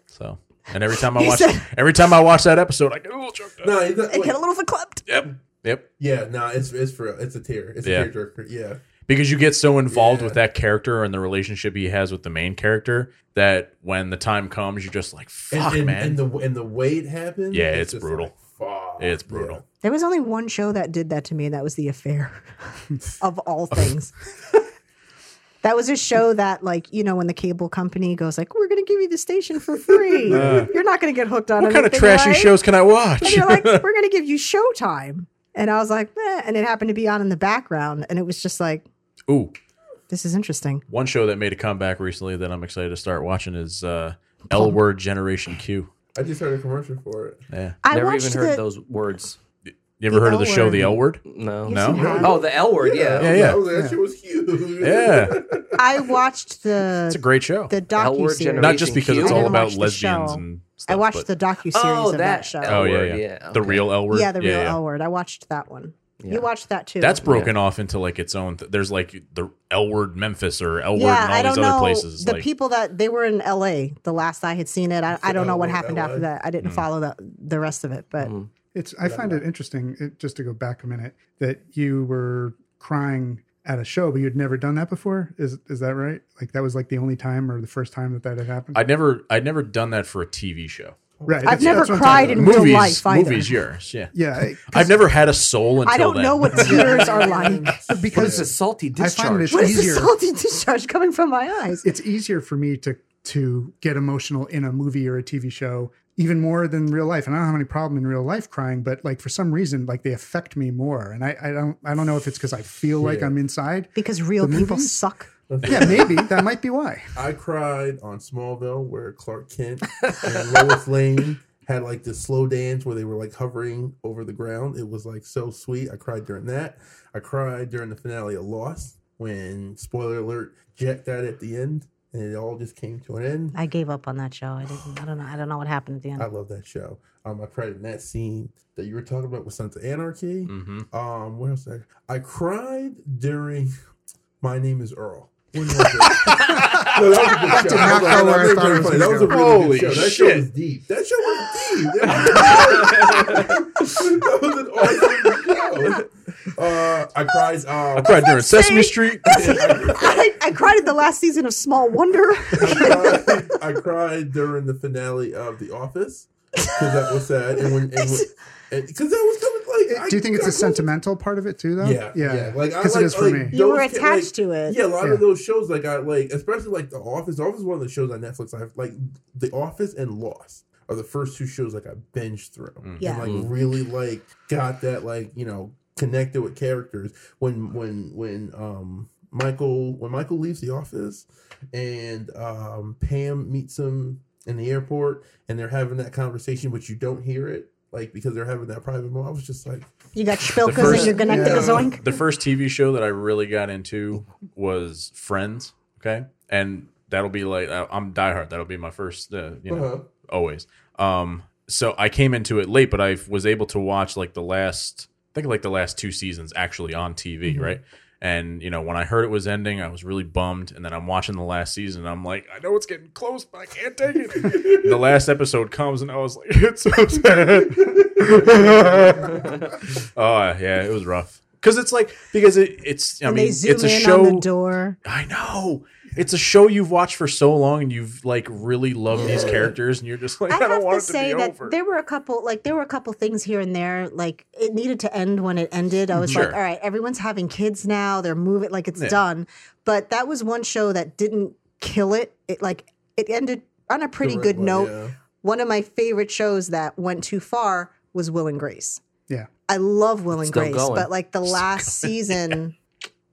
Speaker 5: So, and every time I
Speaker 1: He
Speaker 5: watch
Speaker 1: said-
Speaker 5: every time I watch that episode, I get a little choked up.
Speaker 6: No, it's not,
Speaker 1: It
Speaker 6: like,
Speaker 1: get a little verklempt.
Speaker 5: Yep, yep.
Speaker 6: yeah, no, it's it's for real. It's a tear. It's
Speaker 5: Yeah.
Speaker 6: a tearjerker. Yeah,
Speaker 5: Because you get so involved
Speaker 6: Yeah.
Speaker 5: with that character and the relationship he has with the main character that when the time comes, you're just like,
Speaker 6: and,
Speaker 5: "Fuck,
Speaker 6: and,
Speaker 5: man."
Speaker 6: and the and the way it happened.
Speaker 5: Yeah, it's
Speaker 6: just
Speaker 5: brutal.
Speaker 6: fuck.
Speaker 5: It's brutal.
Speaker 1: There was only one show that did that to me, and that was The Affair, of all things. that was a show that, like, you know, when the cable company goes, like, "We're going to give you the station for free. You're not going to get hooked on
Speaker 5: Uh. what kind of
Speaker 1: anything,
Speaker 5: trashy
Speaker 1: right?"
Speaker 5: shows can I watch?
Speaker 1: And you're like, "We're going to give you Showtime," and I was like, eh. and it happened to be on in the background, and it was just like,
Speaker 5: Ooh,
Speaker 1: This is interesting.
Speaker 5: one show that made a comeback recently that I'm excited to start watching is uh, L Word Generation Q.
Speaker 6: I just heard a commercial for it.
Speaker 5: Yeah.
Speaker 1: I
Speaker 2: Never
Speaker 1: watched
Speaker 2: even heard
Speaker 1: the,
Speaker 2: those words.
Speaker 5: You ever
Speaker 1: The
Speaker 5: heard of the
Speaker 1: L
Speaker 5: show
Speaker 1: Word.
Speaker 5: The L Word?
Speaker 2: No.
Speaker 1: Yes, you
Speaker 5: No?
Speaker 1: have.
Speaker 2: Oh, the L word. Yeah.
Speaker 5: Yeah, yeah.
Speaker 6: I was like, that shit was huge.
Speaker 5: Yeah.
Speaker 1: I watched
Speaker 5: It's a
Speaker 1: the
Speaker 5: great show.
Speaker 1: the
Speaker 2: L
Speaker 1: docu
Speaker 2: Word
Speaker 1: series.
Speaker 5: Not just because
Speaker 2: Q.
Speaker 5: it's
Speaker 1: I
Speaker 5: all
Speaker 1: didn't
Speaker 5: about
Speaker 1: watch the
Speaker 5: lesbians
Speaker 1: show.
Speaker 5: and stuff.
Speaker 1: I
Speaker 5: but-
Speaker 1: watched the docu series
Speaker 2: Oh,
Speaker 1: of that,
Speaker 2: that
Speaker 1: show.
Speaker 5: Oh yeah,
Speaker 2: L-word,
Speaker 5: yeah.
Speaker 2: yeah,
Speaker 5: The
Speaker 2: okay.
Speaker 5: real L word.
Speaker 1: yeah, the real L word. I watched that one.
Speaker 2: Yeah.
Speaker 1: You watched that too.
Speaker 5: That's broken off into like its own. Th- there's like the L word Memphis or L word
Speaker 1: yeah,
Speaker 5: and all
Speaker 1: I
Speaker 5: these
Speaker 1: don't
Speaker 5: other
Speaker 1: know
Speaker 5: places.
Speaker 1: the
Speaker 5: like,
Speaker 1: people that they were in L.A. the last I had seen it. I, I don't know what
Speaker 6: L-word,
Speaker 1: happened after
Speaker 6: LA.
Speaker 1: that. I
Speaker 5: Hmm.
Speaker 1: didn't follow the the rest of it, but
Speaker 2: Mm.
Speaker 4: It's I find it interesting it, just to go back a minute that you were crying at a show, but you'd never done that before. Is is that right? Like that was like the only time or the first time that that had happened.
Speaker 5: I'd never, I'd never done that for a TV show.
Speaker 4: right.
Speaker 1: I've
Speaker 4: that's-
Speaker 1: never
Speaker 4: that's what I'm talking
Speaker 1: cried
Speaker 4: about.
Speaker 1: in real
Speaker 5: Movies,
Speaker 1: life either.
Speaker 5: movies, yours. Yeah,
Speaker 4: Yeah, I-
Speaker 5: I've never had a soul until
Speaker 1: I don't
Speaker 5: then.
Speaker 1: know what tears are like.
Speaker 2: What is
Speaker 4: because
Speaker 2: a salty
Speaker 4: I find
Speaker 2: discharge?
Speaker 4: it's
Speaker 1: What is
Speaker 4: easier.
Speaker 1: the salty discharge coming from my eyes?
Speaker 4: it's easier for me to to get emotional in a movie or a TV show even more than real life. And I don't have any problem in real life crying, but like for some reason, like they affect me more. And I, I don't I don't know if it's because I feel like I'm inside.
Speaker 1: Because real
Speaker 4: The
Speaker 1: people
Speaker 4: movies?
Speaker 1: suck.
Speaker 4: Yeah, maybe that might be why.
Speaker 6: I cried on Smallville where Clark Kent and Lois Lane had like this slow dance where they were like hovering over the ground. It was like so sweet. I cried during that. I cried during the finale of Lost when spoiler alert Jack died at the end and it all just came to an end.
Speaker 1: I gave up on that show. I didn't. I don't know. I don't know what happened at the end.
Speaker 6: I love that show. Um, I cried in that scene that you were talking about with Sons of Anarchy.
Speaker 5: Mm-hmm.
Speaker 6: Um, what else? I, I cried during My Name Is Earl. When was it? no, that was a good show.
Speaker 4: did not
Speaker 6: Hold on,
Speaker 4: go where
Speaker 6: that
Speaker 4: I
Speaker 6: was
Speaker 4: thought it
Speaker 6: very
Speaker 4: was
Speaker 6: funny.
Speaker 4: gonna
Speaker 6: That was a
Speaker 4: go.
Speaker 6: really
Speaker 5: Holy
Speaker 6: good show.
Speaker 5: shit.
Speaker 6: That show was deep. That show was deep. that was an awesome show. Uh, I cried. Um,
Speaker 5: I cried during Sesame Street.
Speaker 1: I, I cried at the last season of Small Wonder.
Speaker 6: I cried, I cried during the finale of The Office because that was sad, and when because that was coming like. I
Speaker 4: Do you think it's
Speaker 6: got
Speaker 4: a
Speaker 6: close to
Speaker 4: sentimental part of it too, though?
Speaker 6: Yeah,
Speaker 4: yeah,
Speaker 6: yeah. Like, I
Speaker 4: because
Speaker 6: like-
Speaker 4: it is
Speaker 6: I
Speaker 4: for
Speaker 6: like-
Speaker 4: me.
Speaker 1: you were
Speaker 6: Those ki- like,
Speaker 1: attached to it.
Speaker 6: Yeah, a lot
Speaker 4: Yeah.
Speaker 6: of those shows, like I like, especially like The Office. The Office is one of the shows on Netflix. I have like The Office and Lost are the first two shows like I binged through.
Speaker 5: Mm.
Speaker 1: Yeah.
Speaker 6: and like really like got that like you know connected with characters when when when um Michael when Michael leaves the office and um Pam meets him in the airport and they're having that conversation, but you don't hear it. Like because they're having that private moment, I was just like,
Speaker 1: You got Spilkas
Speaker 5: first-
Speaker 1: and you're connected
Speaker 6: yeah.
Speaker 1: to Zoink.
Speaker 5: the first TV show that I really got into was Friends. Okay, and that'll be like I- I'm diehard. That'll be my first, uh, you know,
Speaker 6: uh-huh.
Speaker 5: always. Um, so I came into it late, but I was able to watch like the last, I think like the last two seasons actually on TV,
Speaker 1: Mm-hmm.
Speaker 5: right? And you know, when I heard it was ending, I was really bummed. And then I'm watching the last season, and I'm like, I know it's getting close, but I can't take it. the last episode comes, and I was like, it's so sad. oh yeah, it was rough. Because it's like because it, it's I
Speaker 1: and
Speaker 5: mean
Speaker 1: they zoom
Speaker 5: it's a
Speaker 1: in
Speaker 5: show
Speaker 1: on the door.
Speaker 5: I know. It's a show you've watched for so long and you've like really loved these characters and you're just like,
Speaker 1: I
Speaker 5: I,
Speaker 1: have
Speaker 5: don't want
Speaker 1: to
Speaker 5: it to be
Speaker 1: say that
Speaker 5: over.
Speaker 1: there were a couple, like there were a couple things here and there. Like it needed to end when it ended. I was
Speaker 5: Sure.
Speaker 1: like, all right, everyone's having kids now. They're moving, like it's
Speaker 5: Yeah.
Speaker 1: done. But that was one show that didn't kill it. It like it ended on a pretty
Speaker 6: The right
Speaker 1: good
Speaker 6: one,
Speaker 1: note.
Speaker 6: yeah.
Speaker 1: One of my favorite shows that went too far was Will and Grace.
Speaker 4: Yeah.
Speaker 1: I love Will and
Speaker 2: still
Speaker 1: Grace,
Speaker 2: going.
Speaker 1: but like the last season.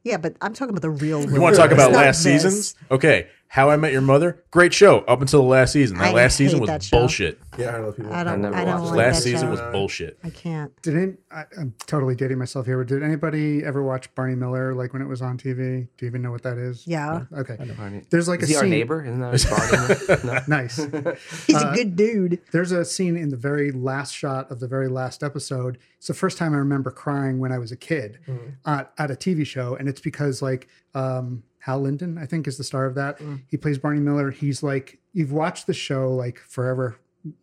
Speaker 1: Yeah. but I'm talking about the real.
Speaker 5: You want to talk about last
Speaker 1: season?
Speaker 5: seasons? Okay. How I Met Your Mother, great show up until the last season. That
Speaker 1: I
Speaker 5: last
Speaker 1: hate
Speaker 5: season was
Speaker 1: that show.
Speaker 5: bullshit.
Speaker 6: Yeah, I don't know people.
Speaker 1: I don't.
Speaker 2: never
Speaker 1: I, don't
Speaker 2: watched
Speaker 1: like
Speaker 2: it.
Speaker 5: last
Speaker 1: that
Speaker 5: season
Speaker 1: show.
Speaker 5: was bulled.
Speaker 1: I can't.
Speaker 4: Did any, I, I'm totally dating myself here, but did anybody ever watch Barney Miller like when it was on TV? Do you even know what that is?
Speaker 1: Yeah,
Speaker 4: Okay.
Speaker 2: Barney-
Speaker 4: There's like
Speaker 2: Is
Speaker 4: a
Speaker 2: he our
Speaker 4: scene-
Speaker 2: neighbor? Isn't that our Barney?
Speaker 4: Nice.
Speaker 1: he's
Speaker 5: Uh,
Speaker 1: a good dude.
Speaker 4: There's a scene in the very last shot of the very last episode. It's the first time I remember crying when I was a kid at, at a TV show, and it's because like um, Hal Linden, I think, is the star of that. He plays Barney Miller. He's like you've watched the show like forever,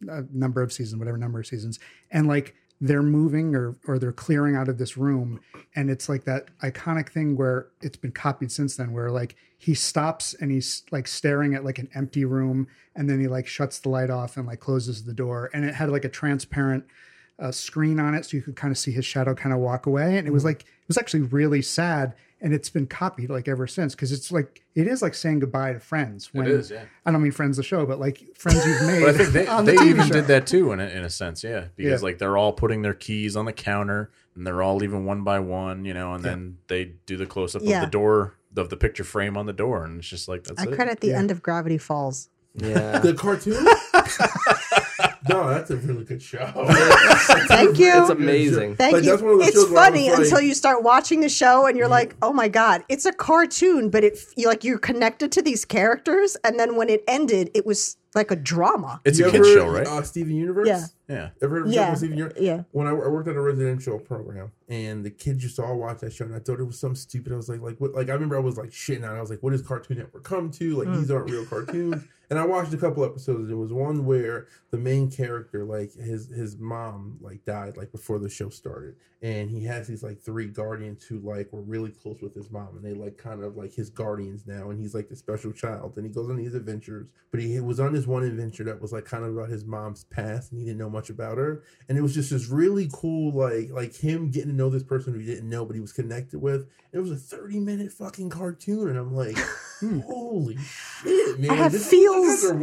Speaker 4: a number of seasons, whatever number of seasons, and like they're moving or or they're clearing out of this room and it's like that iconic thing where it's been copied since then where like he stops and he's like staring at like an empty room and then he like shuts the light off and like closes the door and it had like a transparent uh, screen on it so you could kind of see his shadow kind of walk away and it
Speaker 5: Mm-hmm.
Speaker 4: was like it was actually really sad and it's been copied like ever since because it's like it is like saying goodbye to friends when
Speaker 5: is, yeah.
Speaker 4: i don't mean friends the show but like friends you've made
Speaker 5: But I think they,
Speaker 4: on the
Speaker 5: they
Speaker 4: TV
Speaker 5: even
Speaker 4: show.
Speaker 5: did that too in a, in a sense, yeah. Because
Speaker 4: Yeah.
Speaker 5: like they're all putting their keys on the counter and they're all leaving one by one, you know, and then they do the close up
Speaker 1: Yeah.
Speaker 5: of the door of the picture frame on the door, and it's just like that's
Speaker 1: I
Speaker 5: it.
Speaker 1: credit the end of Gravity Falls.
Speaker 2: Yeah.
Speaker 6: The cartoon? no, that's a really good show.
Speaker 1: Thank you.
Speaker 2: It's amazing.
Speaker 1: Thank
Speaker 6: Like,
Speaker 1: you.
Speaker 6: that's one of those
Speaker 1: It's
Speaker 6: shows where I
Speaker 1: funny
Speaker 6: was like-
Speaker 1: until you start watching the show and you're
Speaker 5: Mm-hmm.
Speaker 1: like, oh my god, it's a cartoon, but it you like you're connected to these characters, and then when it ended, it was like a drama.
Speaker 5: It's
Speaker 6: You
Speaker 5: a
Speaker 6: ever-
Speaker 5: kid's show, right?
Speaker 6: Uh, Steven Universe?
Speaker 1: Yeah.
Speaker 5: yeah.
Speaker 6: Ever heard of a show
Speaker 1: Yeah.
Speaker 6: called Steven Universe?
Speaker 1: Yeah.
Speaker 6: When I, I worked at a residential program, and the kids used to all watch that show, and I thought it was some stupid. I was like, like, what, like I remember I was like shitting out. I was like, what does Cartoon Network come to? Like,
Speaker 1: Hmm.
Speaker 6: these aren't real cartoons. and I watched a couple episodes. There was one where the main character, like his his mom, like died like before the show started, and he has these like three guardians who like were really close with his mom, and they like kind of like his guardians now, and he's like the special child, and he goes on these adventures. But he was on this one adventure that was like kind of about his mom's past, and he didn't know much about her and it was just this really cool like like him getting to know this person who he didn't know but he was connected with it was a 30 minute fucking cartoon and i'm like holy shit man
Speaker 1: I have
Speaker 6: this is what you
Speaker 1: feels.
Speaker 6: guys are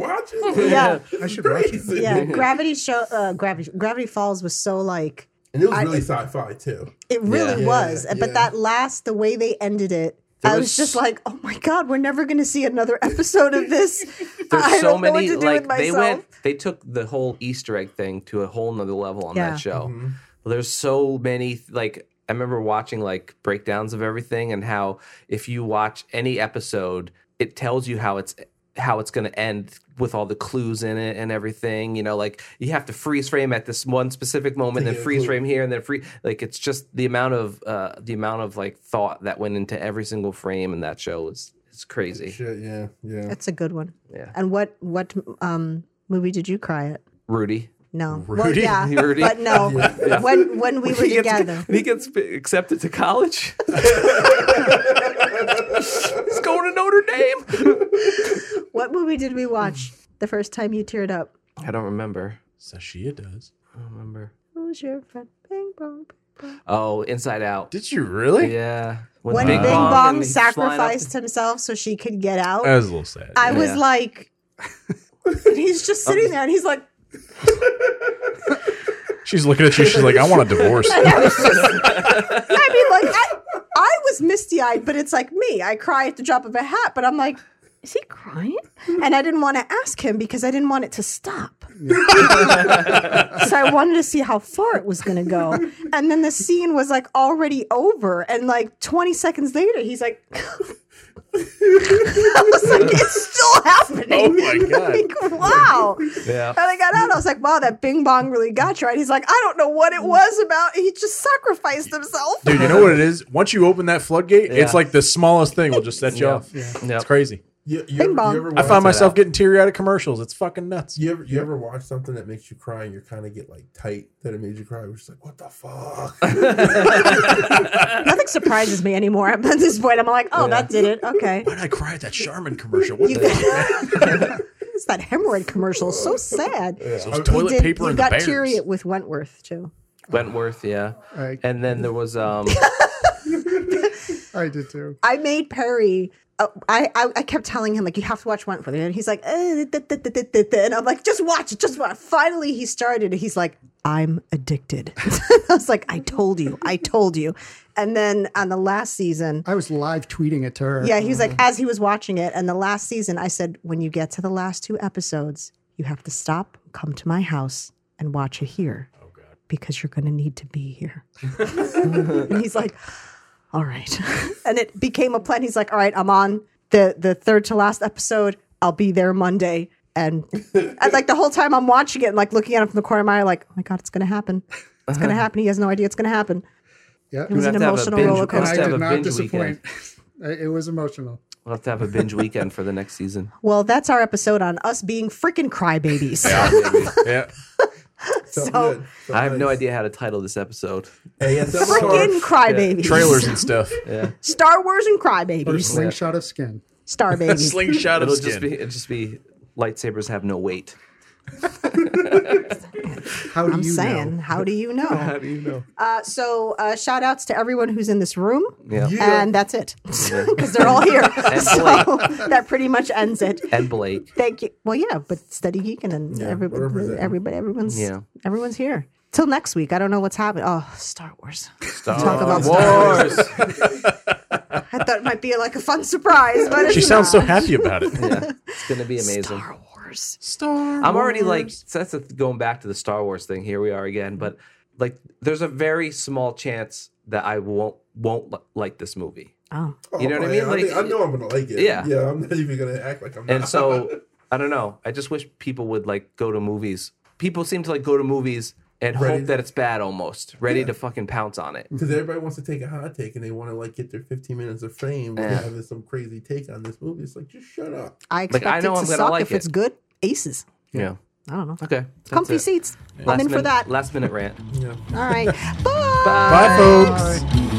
Speaker 6: watching
Speaker 1: Yeah.
Speaker 6: This
Speaker 4: I
Speaker 6: is
Speaker 4: should watch it.
Speaker 6: crazy.
Speaker 1: Yeah, Gravity show uh, Gravity Gravity Falls was so like
Speaker 6: and it was
Speaker 1: I-
Speaker 6: really sci-fi too
Speaker 1: it really
Speaker 6: Yeah.
Speaker 1: was,
Speaker 6: Yeah,
Speaker 1: but
Speaker 6: yeah.
Speaker 1: that last the way they ended it.
Speaker 2: There
Speaker 1: I was
Speaker 2: was-
Speaker 1: just like, oh my god, we're never going to see another episode of this.
Speaker 2: There's
Speaker 1: I
Speaker 2: so
Speaker 1: don't know what
Speaker 2: many
Speaker 1: to do
Speaker 2: like
Speaker 1: with
Speaker 2: they
Speaker 1: myself.
Speaker 2: went they took the whole Easter egg thing to a whole nother level on
Speaker 1: Yeah.
Speaker 2: that show.
Speaker 6: Mhm.
Speaker 2: There's so many like I remember watching like breakdowns of everything and how if you watch any episode, it tells you how it's how it's going to end with all the clues in it and everything. You know, like you have to freeze frame at this one specific moment,
Speaker 6: To
Speaker 2: then
Speaker 6: get a
Speaker 2: freeze
Speaker 6: clue.
Speaker 2: frame here, and then free. Like it's just the amount of uh, the amount of like thought that went into every single frame in that show is is crazy.
Speaker 6: shit yeah yeah
Speaker 1: That's a good one.
Speaker 2: Yeah.
Speaker 1: And what what um movie did you cry at?
Speaker 2: Rudy.
Speaker 1: No. Well,
Speaker 5: Rudy?
Speaker 1: yeah,
Speaker 2: Rudy?
Speaker 1: but no. When when we were
Speaker 2: he gets-
Speaker 1: together.
Speaker 2: and he gets accepted to college. He's going to Notre Dame.
Speaker 1: What movie did we watch the first time you teared up?
Speaker 2: I don't remember.
Speaker 5: Sashia does.
Speaker 2: I don't remember.
Speaker 1: Who's your friend? Bing bong.
Speaker 2: Oh, Inside Out.
Speaker 5: Did you really?
Speaker 2: Yeah.
Speaker 1: When Bing,
Speaker 2: and
Speaker 1: Bong
Speaker 2: he's flying up-
Speaker 1: sacrificed himself so she could get out,
Speaker 5: That was a little sad.
Speaker 1: I was
Speaker 2: Yeah.
Speaker 1: like, and he's just sitting there and he's like,
Speaker 5: She's looking at you. She's like, I want a divorce.
Speaker 1: I mean, like, I, I was misty eyed, but it's like me. I cry at the drop of a hat, but I'm like, is he crying? And I didn't want to ask him because I didn't want it to stop. so I wanted to see how far it was going to go. And then the scene was like already over. And like 20 seconds later, he's like, I was like, it's still happening.
Speaker 5: Oh my God.
Speaker 1: Like, wow.
Speaker 2: Yeah.
Speaker 1: And I got out. I was like, wow, that bing bong really got you. And he's like, I don't know what it was about. He just sacrificed himself.
Speaker 5: Dude, you know what it is? Once you open that floodgate,
Speaker 2: Yeah.
Speaker 5: it's like the smallest thing will just set you
Speaker 2: Yeah.
Speaker 5: off.
Speaker 2: Yep.
Speaker 5: It's crazy.
Speaker 6: you, you,
Speaker 1: Bing
Speaker 6: ever,
Speaker 1: bong.
Speaker 6: you ever
Speaker 5: I
Speaker 6: watch-
Speaker 5: find myself getting teary eyed at commercials. It's fucking nuts.
Speaker 6: you ever, you ever watch something that makes you cry and you kind of get like tight that it made you cry? We're just like, what the fuck?
Speaker 1: Nothing surprises me anymore at this point. I'm like, oh, that did it. Okay.
Speaker 5: Why did I cry at that Charmin commercial? What
Speaker 1: You
Speaker 5: the
Speaker 1: it's that hemorrhoid commercial. So sad.
Speaker 5: Those toilet
Speaker 1: You did-
Speaker 5: paper
Speaker 1: you
Speaker 5: and the
Speaker 1: got
Speaker 5: bears.
Speaker 1: teary with Wentworth too.
Speaker 2: Wentworth, yeah.
Speaker 4: I,
Speaker 2: And then there was um
Speaker 4: I did too.
Speaker 1: I made Perry. Uh, I, I I kept telling him like you have to watch Wentworth, and he's like, eh, da, da, da, da, da, da. and I'm like, just watch it, just watch. Finally, he started. and He's like, I'm addicted. I was like, I told you, I told you. And then on the last season,
Speaker 4: I was live tweeting it to her.
Speaker 1: Yeah, he was like, as he was watching it, and the last season, I said, when you get to the last two episodes, you have to stop, come to my house, and watch it here. Because you're going to need to be here. and he's like, all right. and it became a plan. He's like, all right, I'm on the, the third to last episode. I'll be there Monday. And, and like the whole time I'm watching it and like looking at him from the corner of my eye, like, oh my God, it's going to happen. It's going to happen. He has no idea it's going to happen.
Speaker 4: Yeah.
Speaker 1: It was
Speaker 2: have
Speaker 1: an
Speaker 2: to have a
Speaker 1: emotional
Speaker 2: binge-
Speaker 1: roller
Speaker 2: we'll have
Speaker 4: and
Speaker 1: coaster.
Speaker 2: to
Speaker 4: I
Speaker 2: have a
Speaker 4: did not
Speaker 2: binge
Speaker 4: disappoint. it was emotional.
Speaker 2: we'll have to have a binge weekend for the next season.
Speaker 1: Well, that's our episode on us being freaking crybabies.
Speaker 5: Yeah.
Speaker 6: Felt
Speaker 1: So-
Speaker 6: good. Felt
Speaker 2: I have no
Speaker 6: nice.
Speaker 2: idea how to title this episode.
Speaker 6: Hey, yeah, Summer Car-
Speaker 1: Freaking crybabies.
Speaker 5: Trailers and stuff.
Speaker 2: Yeah.
Speaker 1: Star Wars and
Speaker 4: Or
Speaker 1: crybabies.
Speaker 4: slingshot of skin.
Speaker 1: Star babies.
Speaker 5: Slingshot of
Speaker 2: It'll
Speaker 5: skin.
Speaker 2: just be it'll just be lightsabers have no weight.
Speaker 4: How do
Speaker 1: I'm
Speaker 4: you
Speaker 1: saying,
Speaker 4: know?
Speaker 1: how do you know?
Speaker 2: do you know?
Speaker 1: Uh, so, uh, shout outs to everyone who's in this room.
Speaker 2: Yeah.
Speaker 6: Yeah.
Speaker 1: And that's it. Because they're all here. so, that pretty much ends it.
Speaker 2: And Blake.
Speaker 1: Thank you. Well, yeah, but Steady Geekin and
Speaker 6: we're
Speaker 1: everybody,
Speaker 6: representing.
Speaker 1: everybody, everyone's,
Speaker 2: Yeah.
Speaker 1: everyone's here. Till next week. I don't know what's happening. Oh, Star Wars.
Speaker 2: Star
Speaker 1: Talk about
Speaker 2: Wars.
Speaker 1: I thought it might be like a fun surprise, but it's
Speaker 5: She sounds so
Speaker 1: not.
Speaker 5: happy about it.
Speaker 2: Yeah, it's gonna be amazing.
Speaker 1: Star Wars.
Speaker 5: Star.
Speaker 2: I'm already like
Speaker 5: Wars.
Speaker 2: so that's the- going back to the Star Wars thing. Here we are again, but like there's a very small chance that I won't won't li- like this movie.
Speaker 1: Oh,
Speaker 6: Oh,
Speaker 2: You know what I
Speaker 6: man,
Speaker 2: mean?
Speaker 6: I,
Speaker 2: Like-
Speaker 6: think- I know I'm gonna like it.
Speaker 2: Yeah.
Speaker 6: yeah. I'm not even gonna act like I'm not.
Speaker 2: And so I don't know. I just wish people would like go to movies. People seem to like go to movies and
Speaker 6: Ready
Speaker 2: hope
Speaker 6: to-
Speaker 2: that it's bad almost, ready
Speaker 6: Yeah.
Speaker 2: to fucking pounce on it.
Speaker 6: because everybody wants to take a hot take and they want to like get their 15 minutes of fame and
Speaker 2: Yeah.
Speaker 6: having some crazy take on this movie. It's like just shut up.
Speaker 1: I expect
Speaker 2: I know
Speaker 1: it
Speaker 2: I'm
Speaker 1: to
Speaker 2: gonna
Speaker 1: suck
Speaker 2: like
Speaker 1: if
Speaker 2: it.
Speaker 1: it's good. Aces.
Speaker 2: Yeah.
Speaker 1: I don't know.
Speaker 2: Okay. that's
Speaker 1: Comfy
Speaker 2: it.
Speaker 1: seats.
Speaker 2: Last
Speaker 1: I'm in for
Speaker 2: minute-
Speaker 1: that.
Speaker 2: Last minute rant.
Speaker 6: Yeah.
Speaker 1: All right.
Speaker 2: Bye.
Speaker 5: Bye, folks.
Speaker 4: Bye.